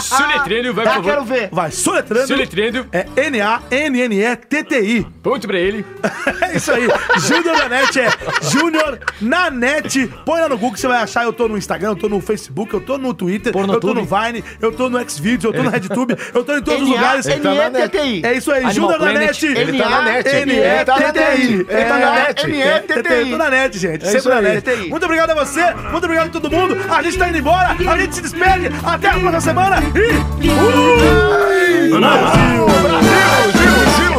[SPEAKER 2] Soletrando, vai,
[SPEAKER 4] Ah, quero ver.
[SPEAKER 1] Vai, soletrando.
[SPEAKER 2] Soletrando.
[SPEAKER 1] É N-A-N-N-E-T-T-I.
[SPEAKER 2] Ponto pra ele.
[SPEAKER 1] É isso aí. Júnior na net é Júnior na net. Põe lá no Google que você vai achar. Eu tô no Instagram, eu tô no Facebook, eu tô no Twitter, eu tô
[SPEAKER 2] Pornotube.
[SPEAKER 1] no Vine, eu tô no Xvideos, eu tô no RedTube, eu tô em todos os lugares.
[SPEAKER 5] Ele tá na net.
[SPEAKER 4] N-E-T-T-I.
[SPEAKER 1] É isso aí,
[SPEAKER 2] Animal
[SPEAKER 1] Júnior na
[SPEAKER 2] Planet.
[SPEAKER 1] net.
[SPEAKER 5] Ele tá na net.
[SPEAKER 1] Ele tá na net.
[SPEAKER 5] Ele tá na net.
[SPEAKER 1] Eu tô na net,
[SPEAKER 5] É
[SPEAKER 1] gente. Sempre na net. Muito obrigado a você, muito obrigado a todo mundo. A gente tá indo embora, a gente se despede. Até a próxima semana e. Ui!
[SPEAKER 5] Brasil, Brasil,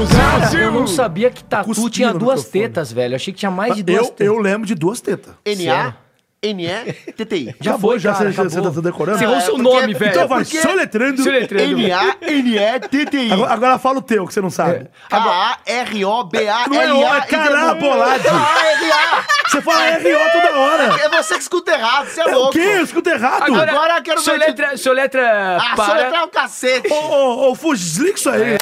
[SPEAKER 5] Brasil,
[SPEAKER 2] Eu não
[SPEAKER 5] Brasil.
[SPEAKER 2] sabia que tatu
[SPEAKER 1] Cuspindo
[SPEAKER 2] tinha
[SPEAKER 1] no
[SPEAKER 2] duas
[SPEAKER 1] microfone.
[SPEAKER 2] tetas, velho. Eu achei que tinha mais de duas
[SPEAKER 1] Eu, eu lembro de duas tetas.
[SPEAKER 4] N-A-N-E-T-T-I.
[SPEAKER 2] Já
[SPEAKER 1] Acabou,
[SPEAKER 2] foi,
[SPEAKER 1] já,
[SPEAKER 2] cara,
[SPEAKER 1] você- você
[SPEAKER 2] acabou.
[SPEAKER 1] tá decorando?
[SPEAKER 2] Você errou
[SPEAKER 4] É,
[SPEAKER 2] seu
[SPEAKER 4] porque-
[SPEAKER 2] nome, velho.
[SPEAKER 1] Então vai,
[SPEAKER 4] porque-
[SPEAKER 1] soletrando.
[SPEAKER 2] Soletrando.
[SPEAKER 4] N-A-N-E-T-T-I.
[SPEAKER 1] Agora, agora fala o teu, que você não sabe.
[SPEAKER 4] É. K-A-R-O-B-A-L-A.
[SPEAKER 1] Não é o, é carabolade.
[SPEAKER 4] K-A-R-A.
[SPEAKER 1] Você fala R.O. toda hora.
[SPEAKER 4] Ah, É você que escuta errado, você é
[SPEAKER 1] É o
[SPEAKER 4] louco.
[SPEAKER 1] quê? Eu escuto errado.
[SPEAKER 4] Agora eu quero ver
[SPEAKER 2] soletra, soletra
[SPEAKER 4] Ah,
[SPEAKER 2] para...
[SPEAKER 4] soletrar o cacete.
[SPEAKER 1] Ô, ô, ô, Fuji, desliga isso aí.